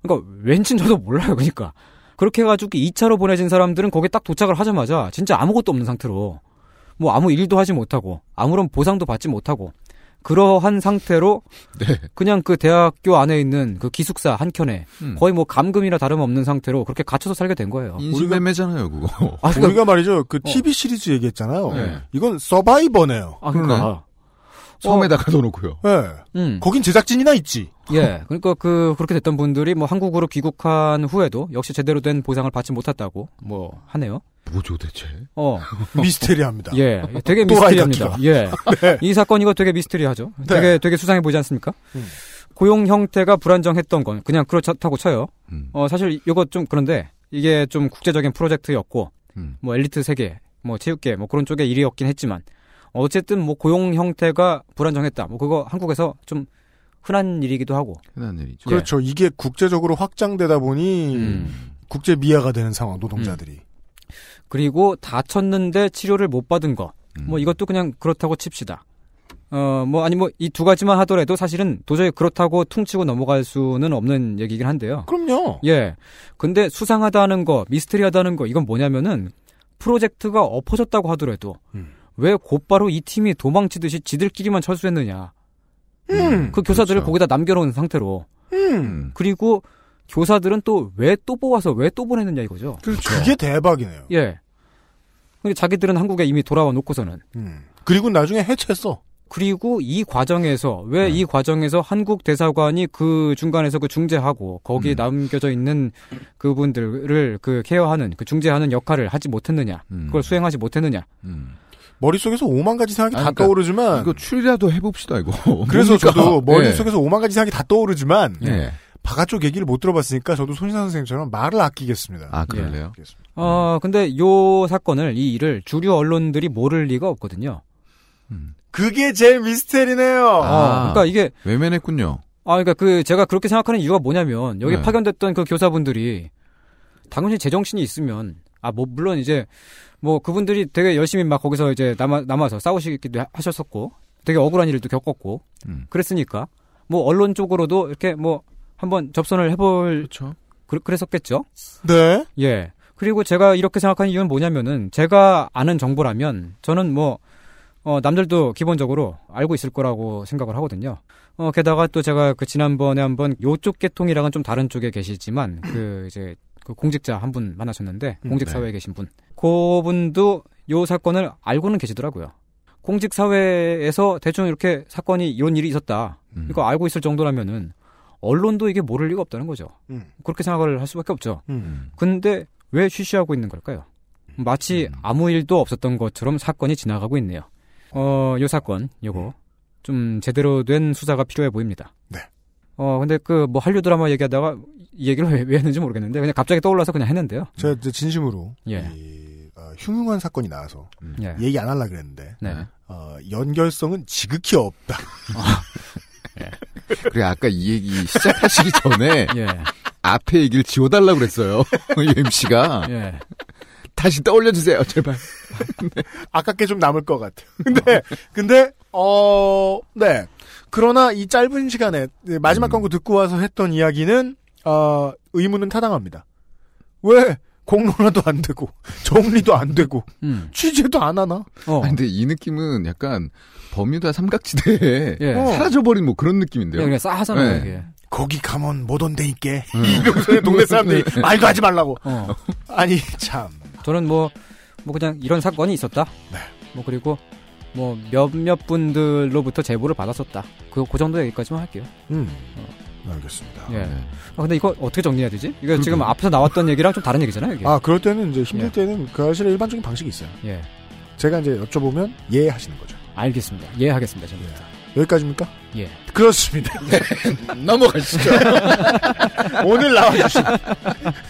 Speaker 5: 그러니까 왠지 저도 몰라요. 그러니까 그렇게 해가지고 2차로 보내진 사람들은 거기에 딱 도착을 하자마자 진짜 아무것도 없는 상태로 뭐 아무 일도 하지 못하고 아무런 보상도 받지 못하고 그러한 상태로
Speaker 4: 네.
Speaker 5: 그냥 그 대학교 안에 있는 그 기숙사 한 켠에
Speaker 4: 음.
Speaker 5: 거의 뭐 감금이나 다름없는 상태로 그렇게 갇혀서 살게 된
Speaker 2: 어,
Speaker 5: 거예요.
Speaker 4: 인신매매잖아요, 그거.
Speaker 5: 아, 그러니까-
Speaker 2: 우리가 말이죠. 그 TV 시리즈 얘기했잖아요.
Speaker 5: 네.
Speaker 2: 이건 서바이버네요.
Speaker 5: 아, 그러니까.
Speaker 4: 섬에다 가둬놓고요.
Speaker 2: 네.
Speaker 5: 음.
Speaker 2: 거긴 제작진이나 있지.
Speaker 5: 예, 그러니까 그 그렇게 됐던 분들이 뭐 한국으로 귀국한 후에도 역시 제대로 된 보상을 받지 못했다고 뭐 하네요.
Speaker 4: 뭐죠 대체?
Speaker 5: 어
Speaker 2: 미스테리합니다.
Speaker 5: 예, 되게
Speaker 2: 또라이
Speaker 5: 미스테리합니다.
Speaker 2: 같기도
Speaker 5: 예,
Speaker 2: 하고. 네.
Speaker 5: 이 사건 이거 되게 미스테리하죠.
Speaker 2: 네. 음.
Speaker 5: 되게 되게 수상해 보이지 않습니까? 고용 형태가 불안정했던 건 그냥 그렇다고 쳐요.
Speaker 4: 음.
Speaker 5: 어 사실 이거 좀 그런데 이게 좀 국제적인 프로젝트였고
Speaker 2: 음.
Speaker 5: 뭐 엘리트 세계, 뭐 체육계 뭐 그런 쪽의 일이었긴 했지만 어쨌든 뭐 고용 형태가 불안정했다. 뭐 그거 한국에서 좀 흔한 일이기도 하고.
Speaker 4: 흔한 일이죠.
Speaker 2: 그렇죠. 이게 국제적으로 확장되다 보니
Speaker 5: 음.
Speaker 2: 국제 미아가 되는 상황 노동자들이.
Speaker 5: 그리고 다쳤는데 치료를 못 받은 거.
Speaker 4: 음.
Speaker 5: 뭐 이것도 그냥 그렇다고 칩시다. 어, 뭐 아니 뭐 이 두 가지만 하더라도 사실은 도저히 그렇다고 퉁치고 넘어갈 수는 없는 얘기긴 한데요.
Speaker 2: 그럼요.
Speaker 5: 예. 근데 수상하다는 거, 미스테리하다는 거 이건 뭐냐면은 프로젝트가 엎어졌다고 하더라도 왜 곧바로 이 팀이 도망치듯이 지들끼리만 철수했느냐.
Speaker 4: 음.
Speaker 2: 음.
Speaker 5: 그
Speaker 4: 그렇죠.
Speaker 5: 교사들을 거기다 남겨놓은 상태로. 그리고 교사들은 또 왜 또 뽑아서 왜 또 보냈느냐 이거죠.
Speaker 2: 그렇죠. 그게 대박이네요.
Speaker 5: 예. 근데 자기들은 한국에 이미 돌아와 놓고서는.
Speaker 2: 음. 그리고 나중에 해체했어.
Speaker 5: 그리고 이 과정에서 왜 이 과정에서 한국 대사관이 그 중간에서 그 중재하고 거기에 남겨져 있는 그분들을 그 케어하는 그 중재하는 역할을 하지 못했느냐
Speaker 4: 음.
Speaker 5: 그걸 수행하지 못했느냐
Speaker 2: 머릿속에서 오만 가지 생각이
Speaker 5: 아니,
Speaker 2: 다
Speaker 5: 그러니까
Speaker 2: 떠오르지만
Speaker 4: 이거 추리라도 해봅시다 이거.
Speaker 2: 음. 그래서
Speaker 4: 뭡니까?
Speaker 2: 저도
Speaker 4: 예.
Speaker 2: 머릿속에서 오만 가지 생각이 다 떠오르지만
Speaker 4: 예.
Speaker 2: 바가쪽 얘기를 못 들어봤으니까 저도 손희상 선생님처럼 말을 아끼겠습니다.
Speaker 4: 아 그래요?
Speaker 5: 어 근데 요 사건을 이 일을 주류 언론들이 모를 리가 없거든요. 예.
Speaker 4: 음.
Speaker 2: 그게 제일 미스테리네요.
Speaker 5: 어, 그러니까 이게
Speaker 4: 외면했군요.
Speaker 5: 아, 그러니까 그 제가 그렇게 생각하는 이유가 뭐냐면 여기
Speaker 4: 네.
Speaker 5: 파견됐던 그 교사분들이 당연히 제정신이 있으면 아, 뭐 물론 이제 뭐 그분들이 되게 열심히 막 거기서 이제 남아 남아서 싸우시기도 하- 하셨었고 되게 억울한 일도 겪었고 그랬으니까 뭐 언론 쪽으로도 이렇게 뭐 한번 접선을 해볼
Speaker 2: 그렇죠.
Speaker 5: 그 그랬었겠죠.
Speaker 2: 네.
Speaker 5: 예. 그리고 제가 이렇게 생각하는 이유는 뭐냐면은 제가 아는 정보라면 저는 뭐 어, 남들도 기본적으로 알고 있을 거라고 생각을 하거든요. 어, 게다가 또 제가 그 지난번에 한번 요쪽 계통이랑은 좀 다른 쪽에 계시지만 그 이제 그 공직자 한 분 만나셨는데
Speaker 15: 음,
Speaker 5: 공직
Speaker 15: 네.
Speaker 5: 사회에 계신 분. 그분도 요 사건을 알고는 계시더라고요. 공직 사회에서 대충 이렇게 사건이 이런 일이 있었다.
Speaker 15: 음.
Speaker 5: 이거 알고 있을 정도라면은 언론도 이게 모를 리가 없다는 거죠.
Speaker 2: 음.
Speaker 5: 그렇게 생각을 할 수밖에 없죠. 근데 왜 쉬쉬하고 있는 걸까요? 마치 아무 일도 없었던 것처럼 사건이 지나가고 있네요. 어, 요 사건, 요거. 좀 제대로 된 수사가 필요해 보입니다.
Speaker 2: 네.
Speaker 5: 어, 근데 그 뭐 한류 드라마 얘기하다가 이 얘기를 왜, 왜 했는지 모르겠는데 그냥 갑자기 떠올라서 그냥 했는데요.
Speaker 2: 제가 이제 진심으로
Speaker 5: 예.
Speaker 2: 어, 흉흉한 사건이 나와서
Speaker 5: 예.
Speaker 2: 얘기 안 하려 그랬는데
Speaker 5: 네.
Speaker 2: 어, 연결성은 지극히 없다.
Speaker 4: 그래 아까 이 얘기 시작하시기 전에
Speaker 5: 예.
Speaker 4: 앞에 얘기를 지워달라고 그랬어요. UMC가
Speaker 5: 예.
Speaker 4: 다시 떠올려 주세요, 제발.
Speaker 2: 아깝게 좀 남을 것 같아. 근데 근데 어, 네. 그러나 이 짧은 시간에 네, 마지막 광고 듣고 와서 했던 이야기는 어, 의문은 타당합니다. 왜 공론화도 안 되고 정리도 안 되고
Speaker 5: 음.
Speaker 2: 취재도 안 하나?
Speaker 5: 어.
Speaker 4: 아니, 근데 이 느낌은 약간 버뮤다 삼각지대에
Speaker 2: 예.
Speaker 4: 사라져버린 뭐 그런 느낌인데요. 예.
Speaker 2: 거기 가면 못 온데 있게.
Speaker 4: 음.
Speaker 2: 이러면서 동네 사람들이 말도 하지 말라고.
Speaker 5: 어.
Speaker 2: 아니 참.
Speaker 5: 저는 뭐, 뭐 그냥 이런 사건이 있었다. 뭐 그리고 뭐 몇몇 분들로부터 제보를 받았었다. 그, 그 정도 얘기까지만 할게요.
Speaker 2: 음. 알겠습니다.
Speaker 5: 예.
Speaker 4: 네.
Speaker 5: 아, 근데 이거 어떻게 정리해야 되지? 이거 지금
Speaker 2: 그러게요.
Speaker 5: 앞에서 나왔던 얘기랑 좀 다른 얘기잖아요, 이게.
Speaker 2: 아 그럴 때는 이제 힘들 때는 그 사실의 일반적인 방식이 있어요.
Speaker 5: 예.
Speaker 2: 제가 이제 여쭤보면 예 하시는 거죠.
Speaker 5: 알겠습니다. 이해하겠습니다, 저는.
Speaker 2: 여기까지입니까?
Speaker 5: 예.
Speaker 2: 그렇습니다.
Speaker 4: 예. 넘어가시죠.
Speaker 2: 오늘 나와주신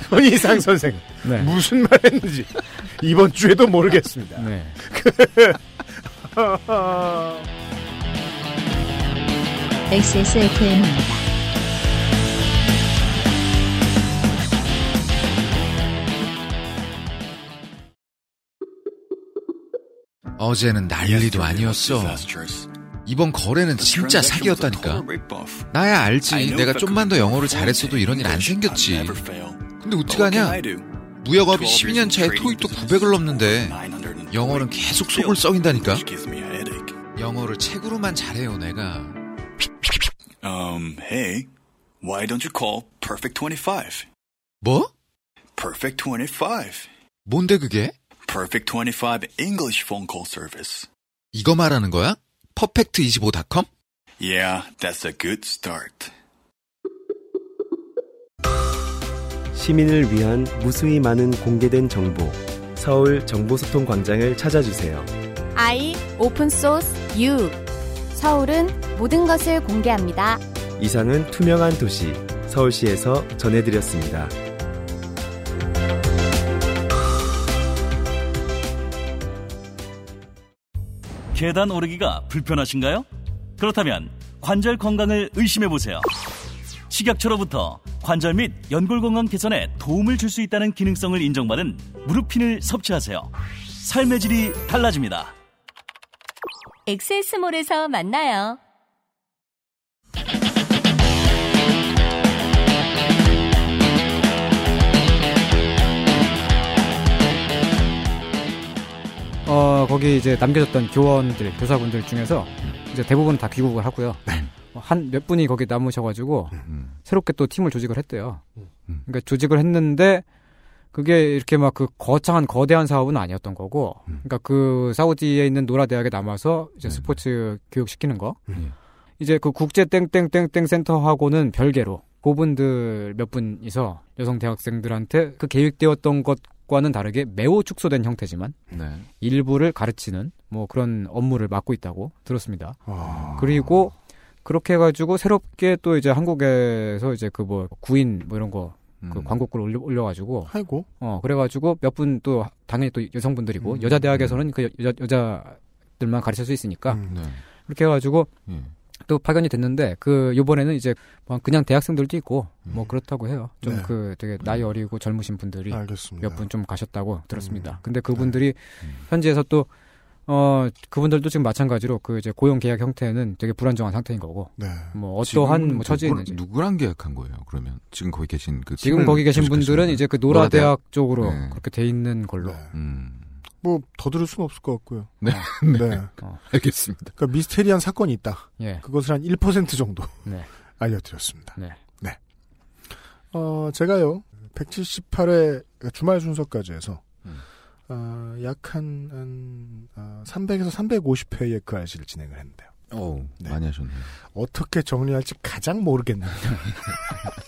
Speaker 2: 손희상 선생
Speaker 5: 네.
Speaker 2: 무슨 말 했는지 이번 주에도 모르겠습니다.
Speaker 5: 네.
Speaker 1: XSFM입니다.
Speaker 8: 어제는 난리도 아니었어. 이번 거래는 진짜 사기였다니까. 나야 알지. 내가 좀만 더 영어를 잘했어도 이런 일 안 생겼지.
Speaker 16: 근데 어떡하냐? 무역업이 12년 차에 토익도 900을 넘는데 영어는 계속 속을 썩인다니까. 영어를 책으로만 잘해요, 내가.
Speaker 10: Um, hey, why don't you call Perfect 25?
Speaker 16: 뭐?
Speaker 10: Perfect 25.
Speaker 16: 뭔데 그게?
Speaker 10: Perfect 25 English phone call service.
Speaker 16: 이거 말하는 거야? 퍼펙트25.com?
Speaker 10: Yeah, that's a good start.
Speaker 8: 시민을 위한 무수히 많은 공개된 정보. 서울 정보소통광장을 찾아주세요.
Speaker 1: I 오픈소스 U 서울은 모든 것을 공개합니다.
Speaker 8: 이상은 투명한 도시 서울시에서 전해드렸습니다.
Speaker 6: 계단 오르기가 불편하신가요? 그렇다면 관절 건강을 의심해 보세요. 식약처로부터 관절 및 연골 건강 개선에 도움을 줄 수 있다는 기능성을 인정받은 무릎핀을 섭취하세요. 삶의 질이 달라집니다.
Speaker 7: 엑세스몰에서 만나요.
Speaker 5: 어, 거기 이제 남겨졌던 교원들, 교사분들 중에서 이제 대부분 다 귀국을 하고요. 어, 한 몇 분이 거기 남으셔가지고 새롭게 또 팀을 조직을 했대요. 그러니까 조직을 했는데 그게 이렇게 막 그 거창한 거대한 사업은 아니었던 거고, 그러니까 그 사우디에 있는 노라 대학에 남아서 이제 스포츠 교육 시키는 거, 이제 그 국제 땡땡땡땡 센터하고는 별개로 그분들 몇 분이서 여성 대학생들한테 그 계획되었던 것과는 다르게 매우 축소된 형태지만
Speaker 4: 네.
Speaker 5: 일부를 가르치는 뭐 그런 업무를 맡고 있다고 들었습니다.
Speaker 2: 아.
Speaker 5: 그리고 그렇게 해가지고 새롭게 또 이제 한국에서 이제 그 뭐 구인 뭐 이런 거
Speaker 4: 음,
Speaker 2: 음.
Speaker 5: 그 광고글 올려, 올려가지고
Speaker 2: 아이고
Speaker 5: 어 그래가지고 몇 분 또 당연히 또 여성분들이고
Speaker 2: 음.
Speaker 5: 여자 대학에서는 그 여, 자들만 가르칠 수 있으니까
Speaker 2: 음. 그러니까 네.
Speaker 5: 그렇게 해가지고
Speaker 4: 예.
Speaker 5: 또 파견이 됐는데 그 요번에는 이제 뭐 그냥 대학생들도 있고 뭐 그렇다고 해요
Speaker 2: 네.
Speaker 5: 좀 그 되게 나이 어리고 젊으신 분들이 몇 분 좀 가셨다고 들었습니다 근데 그분들이 현지에서 또 어, 그분들도 지금 마찬가지로 그 이제 고용 계약 형태는 되게 불안정한 상태인 거고.
Speaker 2: 네.
Speaker 5: 뭐 어떠한 뭐 처지에
Speaker 4: 누구,
Speaker 5: 있는지.
Speaker 4: 누구랑 계약한 거예요? 그러면 지금 거기 계신 그
Speaker 5: 지금
Speaker 4: 팀을
Speaker 5: 거기 계신
Speaker 4: 조직하신
Speaker 5: 분들은
Speaker 4: 거예요?
Speaker 5: 이제 그 노라 대학
Speaker 4: 노라대학?
Speaker 5: 쪽으로
Speaker 4: 네.
Speaker 5: 그렇게 돼 있는 걸로.
Speaker 2: 네.
Speaker 4: 음.
Speaker 2: 뭐 더 들을 수는 없을 것 같고요.
Speaker 4: 네.
Speaker 2: 네.
Speaker 4: 알겠습니다.
Speaker 2: 그러니까 미스테리한 사건이 있다.
Speaker 5: 어, 예.
Speaker 2: 그것을 한 1% 정도
Speaker 5: 네.
Speaker 2: 알려드렸습니다.
Speaker 5: 네.
Speaker 2: 어, 제가요 178회 주말 순서까지 해서
Speaker 5: 음.
Speaker 2: 약한 한, 어, 300에서 350회의 그 알씨를 진행을 했는데요.
Speaker 4: 오, 많이 하셨네요.
Speaker 2: 어떻게 정리할지 가장 모르겠네요.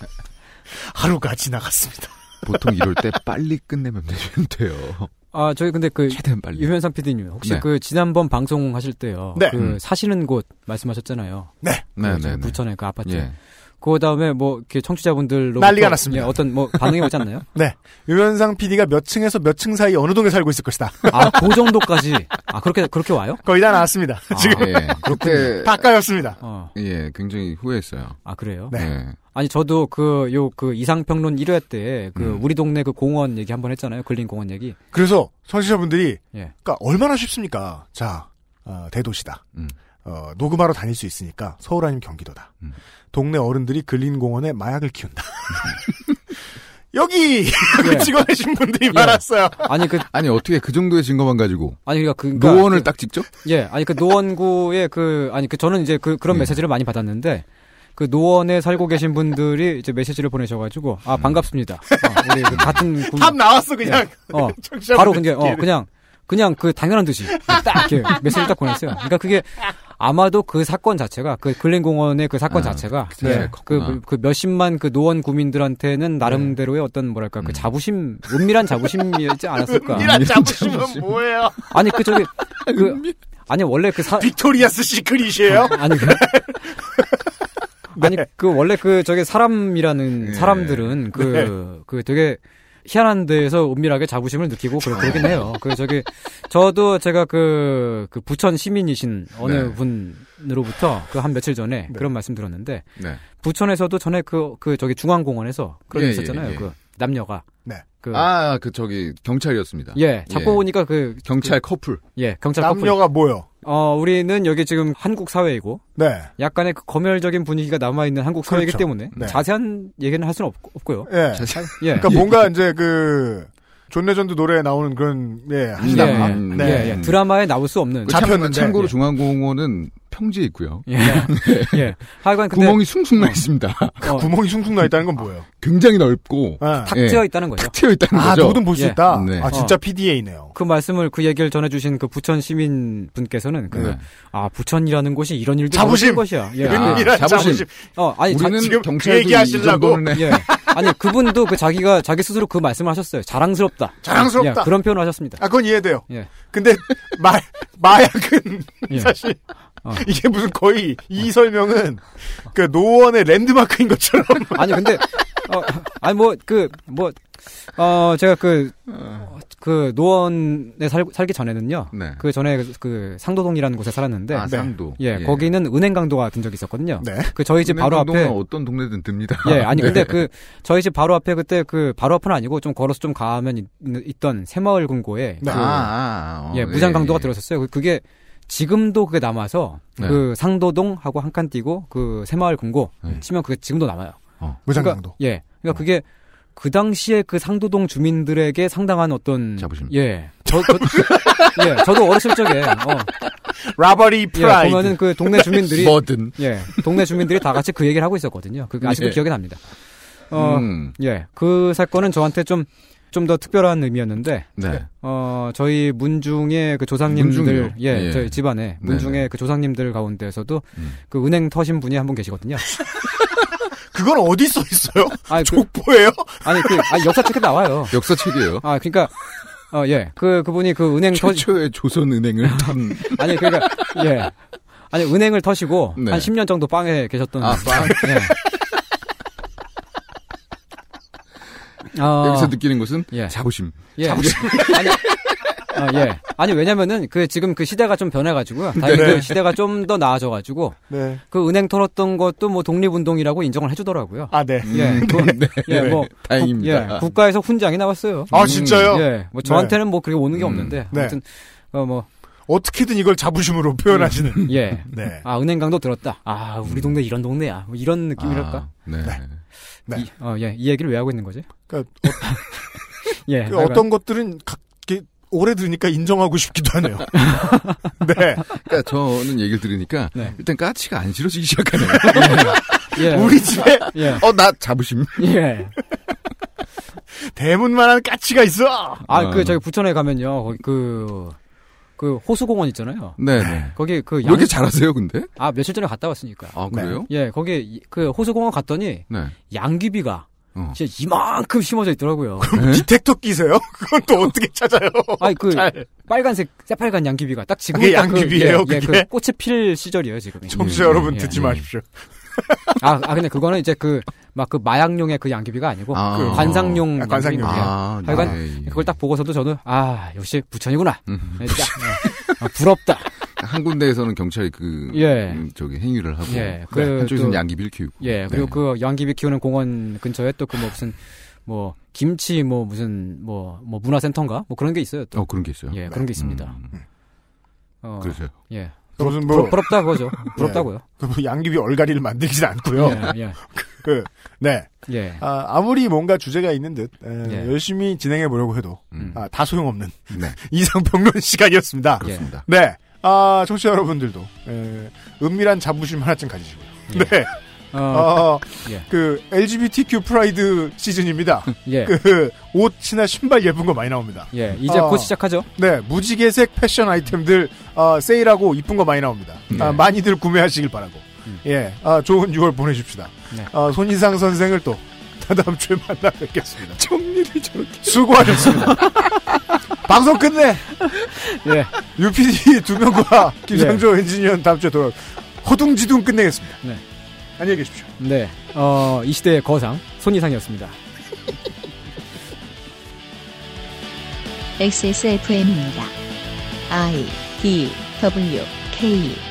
Speaker 2: 하루가 지나갔습니다.
Speaker 4: 보통 이럴 때 빨리 끝내면 되는데요.
Speaker 5: 아, 저희 근데 그
Speaker 4: 최대한 빨리.
Speaker 5: 유현상 PD님 혹시
Speaker 4: 네.
Speaker 5: 그 지난번 방송 하실 때요.
Speaker 4: 네.
Speaker 5: 그
Speaker 4: 음.
Speaker 5: 사시는 곳 말씀하셨잖아요.
Speaker 2: 네.
Speaker 5: 그
Speaker 4: 네,
Speaker 5: 저기
Speaker 4: 네, 네.
Speaker 5: 부천에 그 아파트.
Speaker 4: 예.
Speaker 5: 그 다음에 뭐 이렇게 청취자분들로
Speaker 2: 난리가 났습니다.
Speaker 5: 예, 어떤 뭐 반응이 오지 않나요?
Speaker 2: 네. 유현상 PD가 몇 층에서 몇 층 사이 어느 동에 살고 있을 것이다.
Speaker 5: 아, 그 정도까지. 아, 그렇게 그렇게 와요?
Speaker 2: 거의 다 나왔습니다. 지금
Speaker 4: 예.
Speaker 5: 네.
Speaker 4: 그때
Speaker 2: 다 까였습니다.
Speaker 4: 예, 굉장히 후회했어요. 예.
Speaker 5: 아, 그래요?
Speaker 2: 네.
Speaker 5: 아니 저도 그 요 그 이상평론 1회 때 그 우리 동네 그 공원 얘기 한번 했잖아요. 걸린 공원 얘기.
Speaker 2: 그래서 청취자분들이
Speaker 5: 예.
Speaker 2: 그러니까 얼마나 쉽습니까? 자, 어, 대도시다. 어, 녹음하러 다닐 수 있으니까 서울 아니면 경기도다. 동네 어른들이 근린공원에 마약을 키운다. 여기
Speaker 4: 예.
Speaker 2: 찍어내신 분들이
Speaker 4: 예.
Speaker 2: 많았어요.
Speaker 5: 아니 그
Speaker 4: 아니 어떻게 그 정도의 증거만 가지고
Speaker 5: 아니 그러니까, 그
Speaker 4: 노원을 딱 직접?
Speaker 5: 예. 아니 그 노원구의 그 아니 그 저는 이제 그 그런 메시지를 많이 받았는데 그 노원에 살고 계신 분들이 이제 메시지를 보내셔가지고 아 반갑습니다. 어, 우리 그 같은 구-
Speaker 2: 답 나왔어 그냥.
Speaker 5: 예. 어, 바로 그냥 어 그냥 그냥 그 당연한 듯이 딱 이렇게 메시지를 딱 보냈어요. 그러니까 그게 아마도 그 사건 자체가 그 글린 공원의 그 사건 자체가
Speaker 4: 그 자체가
Speaker 5: 네, 그,
Speaker 4: 컸구나. 네.
Speaker 5: 그, 그 몇십만 그 노원 구민들한테는 나름대로의 어떤 뭐랄까
Speaker 4: 음.
Speaker 5: 그 자부심 은밀한 자부심이지 않았을까?
Speaker 2: 은밀한 자부심은 뭐예요?
Speaker 5: 아니 그 저기 그 아니 원래 그 사,
Speaker 2: 빅토리아스 시크릿이에요?
Speaker 5: 아니 그 아니 그 원래 그 저기 사람이라는 사람들은 그 그
Speaker 2: 네.
Speaker 5: 되게 희한한 데에서 은밀하게 자부심을 느끼고 그러- 그러긴 해요. 그 저기 저도 제가 그, 그 부천 시민이신 어느
Speaker 4: 네.
Speaker 5: 분으로부터 그 한 며칠 전에 그런 말씀 들었는데
Speaker 4: 네.
Speaker 5: 부천에서도 전에 그 그 저기 중앙공원에서 그런
Speaker 4: 예,
Speaker 5: 일 있었잖아요.
Speaker 4: 예, 아. 예.
Speaker 5: 그 남녀가
Speaker 2: 네.
Speaker 5: 그
Speaker 4: 아, 그 저기 경찰이었습니다.
Speaker 5: 예, 잡고 보니까 그
Speaker 4: 경찰 커플.
Speaker 5: 예, 경찰
Speaker 2: 남녀가 뭐요?
Speaker 5: 어, 우리는 여기 지금 한국 사회이고
Speaker 2: 네.
Speaker 5: 약간의 그 검열적인 분위기가 남아 있는 한국 사회이기
Speaker 2: 그렇죠.
Speaker 5: 때문에
Speaker 2: 네.
Speaker 5: 자세한 얘기는 할 수는 없, 고요
Speaker 2: 예. 그러니까 뭔가 이제 그, 존 레전드 노래에 나오는 그런, 예, 하시다가. 네.
Speaker 5: 예, 예. 드라마에 나올 수 없는
Speaker 4: 그 참-
Speaker 2: 잡혔는데.
Speaker 4: 참고로
Speaker 2: 예.
Speaker 4: 중앙공원은 평지에 있고요.
Speaker 5: 예. 예. 하여간 근데-
Speaker 4: 구멍이 숭숭 나
Speaker 5: 어.
Speaker 4: 있습니다.
Speaker 5: 어.
Speaker 2: 구멍이 숭숭 나 있다는 건 뭐예요? 예.
Speaker 4: 굉장히 넓고
Speaker 2: 아,
Speaker 5: 탁 트여 있다는 거죠.
Speaker 4: 탁 트여 있다는 거죠.
Speaker 5: 예.
Speaker 4: 네.
Speaker 5: 어. 그 말씀을 그 얘기를 전해주신 그 부천 시민 분께서는 그
Speaker 4: 네.
Speaker 5: 아 부천이라는 곳이 이런 일도
Speaker 4: 자부심!
Speaker 5: 벌어지는 것이야. 예.
Speaker 4: 은밀한 아, 자부심. 자부심.
Speaker 5: 어 아니 자,
Speaker 4: 우리는 지금 그 경찰도 얘기 이 하시려고? 정도는 해.
Speaker 5: 예. 아니 그분도 그 자기가 자기 스스로 그 말씀을 하셨어요. 자랑스럽다.
Speaker 2: 자랑스럽다.
Speaker 5: 예, 그런 표현을 하셨습니다.
Speaker 2: 아, 그건 이해돼요.
Speaker 5: 예.
Speaker 2: 근데, 마, 마약은,
Speaker 5: 예.
Speaker 2: 사실,
Speaker 5: 어.
Speaker 2: 이게 무슨 거의, 이 설명은, 그, 노원의 랜드마크인 것처럼.
Speaker 5: 아니, 근데, 어, 아니 뭐 그 뭐 어 제가 그 그 노원에 살, 살기 전에는요.
Speaker 4: 네.
Speaker 5: 그 전에 그 상도동이라는 곳에 살았는데,
Speaker 4: 아, 상도.
Speaker 5: 예,
Speaker 4: 예.
Speaker 5: 거기는 은행 강도가 든 적이 있었거든요.
Speaker 4: 네.
Speaker 5: 그 저희 집 바로 앞에
Speaker 4: 은행동은 어떤 동네든 듭니다.
Speaker 5: 예, 아니 근데
Speaker 4: 네.
Speaker 5: 그 저희 집 바로 앞에 그때 그 바로 앞은 아니고 좀 걸어서 좀 가면 있, 있던 새마을 금고에
Speaker 4: 네.
Speaker 5: 그,
Speaker 4: 아, 아, 아, 어,
Speaker 5: 예, 무장
Speaker 4: 예,
Speaker 5: 강도가
Speaker 4: 예.
Speaker 5: 들어섰어요. 그- 그게 지금도 그게 남아서
Speaker 4: 네.
Speaker 5: 그 상도동하고 한 칸 띄고 그 새마을 금고
Speaker 4: 네.
Speaker 5: 치면 그게 지금도 남아요.
Speaker 2: 무장
Speaker 5: 강도. 예, 그러니까 그게 그 당시에 그 상도동 주민들에게 상당한 어떤 자부심. 예, 저, 저 예, 저도 어렸을 적에 어,
Speaker 2: 라버리 프라이드.
Speaker 5: 예, 보면은 그 동네 주민들이
Speaker 4: 뭐든.
Speaker 5: 예, 동네 주민들이 다 같이 그 얘기를 하고 있었거든요. 그게 아직도
Speaker 4: 예.
Speaker 5: 기억이 납니다. 어,
Speaker 4: 음.
Speaker 5: 예, 그 사건은 저한테 좀 좀 더 특별한 의미였는데,
Speaker 4: 네.
Speaker 5: 어, 저희 문중의 그 조상님들,
Speaker 4: 문중이요?
Speaker 5: 예,
Speaker 4: 예.
Speaker 5: 저희 집안에
Speaker 4: 네네. 음.
Speaker 5: 문중의 그 조상님들 가운데에서도 그 은행 터신 분이 한 분 계시거든요.
Speaker 2: 그건 어디 써 있어요?
Speaker 5: 아니, 그,
Speaker 2: 족보예요?
Speaker 5: 아니 그 아니, 역사책에 나와요.
Speaker 4: 역사책이에요.
Speaker 5: 아, 그러니까 어, 예, 그 그분이 그 은행 터
Speaker 4: 최초의 조선은행을 탄
Speaker 5: 아니 그러니까 예. 아니 은행을 터시고
Speaker 4: 네.
Speaker 5: 한 10년 정도 빵에 계셨던
Speaker 4: 아, 빵.
Speaker 5: 예. 어,
Speaker 4: 여기서 느끼는 것은
Speaker 5: 예.
Speaker 4: 자부심.
Speaker 5: 예.
Speaker 4: 자부심.
Speaker 5: 아니, 어, 예. 아니 왜냐면은 그 지금 그 시대가 좀 변해가지고요. 다행히
Speaker 4: 네.
Speaker 5: 그 시대가 좀 더 나아져가지고
Speaker 2: 네.
Speaker 5: 그 은행 털었던 것도 뭐 독립운동이라고 인정을 해주더라고요.
Speaker 2: 아, 네.
Speaker 5: 예.
Speaker 2: 음,
Speaker 5: 그건-
Speaker 2: 네.
Speaker 5: 예, 뭐 국-
Speaker 4: 다행입니다.
Speaker 5: 예, 국가에서 훈장이 나왔어요.
Speaker 2: 아, 진짜요?
Speaker 5: 예. 뭐 저한테는
Speaker 2: 네.
Speaker 5: 뭐 그게 오는 게
Speaker 2: 음,
Speaker 5: 없는데
Speaker 2: 네.
Speaker 5: 아무튼 어, 뭐
Speaker 2: 어떻게든 이걸 자부심으로 표현하시는.
Speaker 5: 예.
Speaker 2: 네.
Speaker 5: 아, 은행강도 들었다. 아, 우리 동네 이런 동네야. 뭐 이런 느낌이랄까?
Speaker 4: 아, 네. 어,
Speaker 5: 이, 어, 예. 이 얘기를 왜 하고 있는 거지?
Speaker 2: 그러니까
Speaker 5: 예.
Speaker 2: 그 어떤 것들은 각, 이렇게 오래 들으니까 인정하고 싶기도 하네요. 네.
Speaker 4: 그러니까 저는 얘기를 들으니까
Speaker 5: 네.
Speaker 4: 일단 까치가 안 싫어지기 시작하네요.
Speaker 5: 예.
Speaker 2: 우리 집에
Speaker 5: 예.
Speaker 4: 어 나 자부심.
Speaker 5: 예.
Speaker 2: 대문만한 까치가 있어.
Speaker 5: 아, 그 저기 부천에 가면요. 거기 그, 그 호수공원 있잖아요.
Speaker 4: 네, 네.
Speaker 5: 거기 그
Speaker 4: 왜 이렇게 잘하세요, 근데?
Speaker 5: 아, 며칠 전에 갔다 왔으니까.
Speaker 4: 아, 그래요?
Speaker 5: 예, 거기 이- 그 호수공원 갔더니
Speaker 4: 네.
Speaker 5: 양귀비가
Speaker 4: 어.
Speaker 5: 진짜 이만큼 심어져 있더라고요. 그럼
Speaker 2: 디텍터 끼세요? 그건 또 어떻게 찾아요?
Speaker 5: 네? 아니 그 빨간색 새빨간 양귀비가 딱 지금
Speaker 2: 그게
Speaker 5: 딱 그-
Speaker 2: 양귀비예요,
Speaker 5: 예, 예,
Speaker 2: 그게?
Speaker 5: 그 꽃이 필 시절이에요 지금.
Speaker 2: 청취자
Speaker 5: 예,
Speaker 2: 여러분 듣지 마십시오.
Speaker 5: 아, 아 근데 그거는 이제 그 막 그 마약용의 그 양귀비가 아니고
Speaker 4: 아.
Speaker 5: 그 관상용
Speaker 4: 아, 관상용.
Speaker 5: 양귀비인데
Speaker 4: 아,
Speaker 5: 하여간
Speaker 4: 네.
Speaker 5: 그걸 딱 보고서도 저는 아 역시 부천이구나. 네, 딱, 네. 아, 부럽다.
Speaker 4: 음. 한 군데에서는 경찰이 그
Speaker 5: 예.
Speaker 4: 음, 저기 행위를 하고
Speaker 5: 예, 그
Speaker 4: 한쪽에서는
Speaker 5: 또-
Speaker 4: 양귀비를 키우고.
Speaker 5: 예 그리고
Speaker 2: 네.
Speaker 5: 그 양귀비 키우는 공원 근처에 또 그 뭐 무슨 뭐 김치 뭐 무슨 뭐 뭐 문화센터인가 뭐 그런 게 있어요. 또.
Speaker 4: 어, 그런 게 있어요?
Speaker 5: 예
Speaker 4: 네.
Speaker 5: 그런 게 있습니다.
Speaker 2: 음.
Speaker 5: 어,
Speaker 4: 그러세요?
Speaker 5: 예.
Speaker 2: 무슨
Speaker 5: 부럽- 부럽다 그거죠. 부럽다고요.
Speaker 2: 예. 그뭐 양귀비 얼갈이를 만들진 않고요.
Speaker 5: 예, 예.
Speaker 2: 그, 네.
Speaker 5: 예.
Speaker 2: 아, 무리 뭔가 주제가 있는 듯 에,
Speaker 5: 예.
Speaker 2: 열심히 진행해 보려고 해도
Speaker 5: 음.
Speaker 2: 아, 다 소용없는
Speaker 4: 네.
Speaker 2: 이상 평론 시간이었습니다.
Speaker 4: 그렇습니다.
Speaker 2: 네. 아, 청취자 여러분들도 에, 은밀한 자부심 하나쯤 가지시고요. 네.
Speaker 5: 어,
Speaker 2: 어,
Speaker 5: 예.
Speaker 2: 그 LGBTQ 프라이드 시즌입니다.
Speaker 5: 예.
Speaker 2: 그 옷이나 신발 예쁜 거 많이 나옵니다.
Speaker 5: 예, 이제
Speaker 2: 어,
Speaker 5: 곧 시작하죠.
Speaker 2: 네, 무지개색 패션 아이템들 어, 세일하고 이쁜 거 많이 나옵니다. 아, 많이들 구매하시길 바라고. 예, 아, 좋은 6월 보내십시다.
Speaker 5: 네.
Speaker 2: 아, 손희상 선생을 또 다다음 주에 만나 뵙겠습니다. 정리를 저렇게 수고하셨습니다. 방송 끝내. 네.
Speaker 5: 예,
Speaker 2: UPD 두 명과 김상조 엔지니어는 다음 주에 돌아 허둥지둥 끝내겠습니다.
Speaker 5: 네.
Speaker 2: 안녕히 계십시오.
Speaker 5: 네, 어, 이 시대의 거상 손이상이었습니다.
Speaker 1: XSFM입니다. I D W K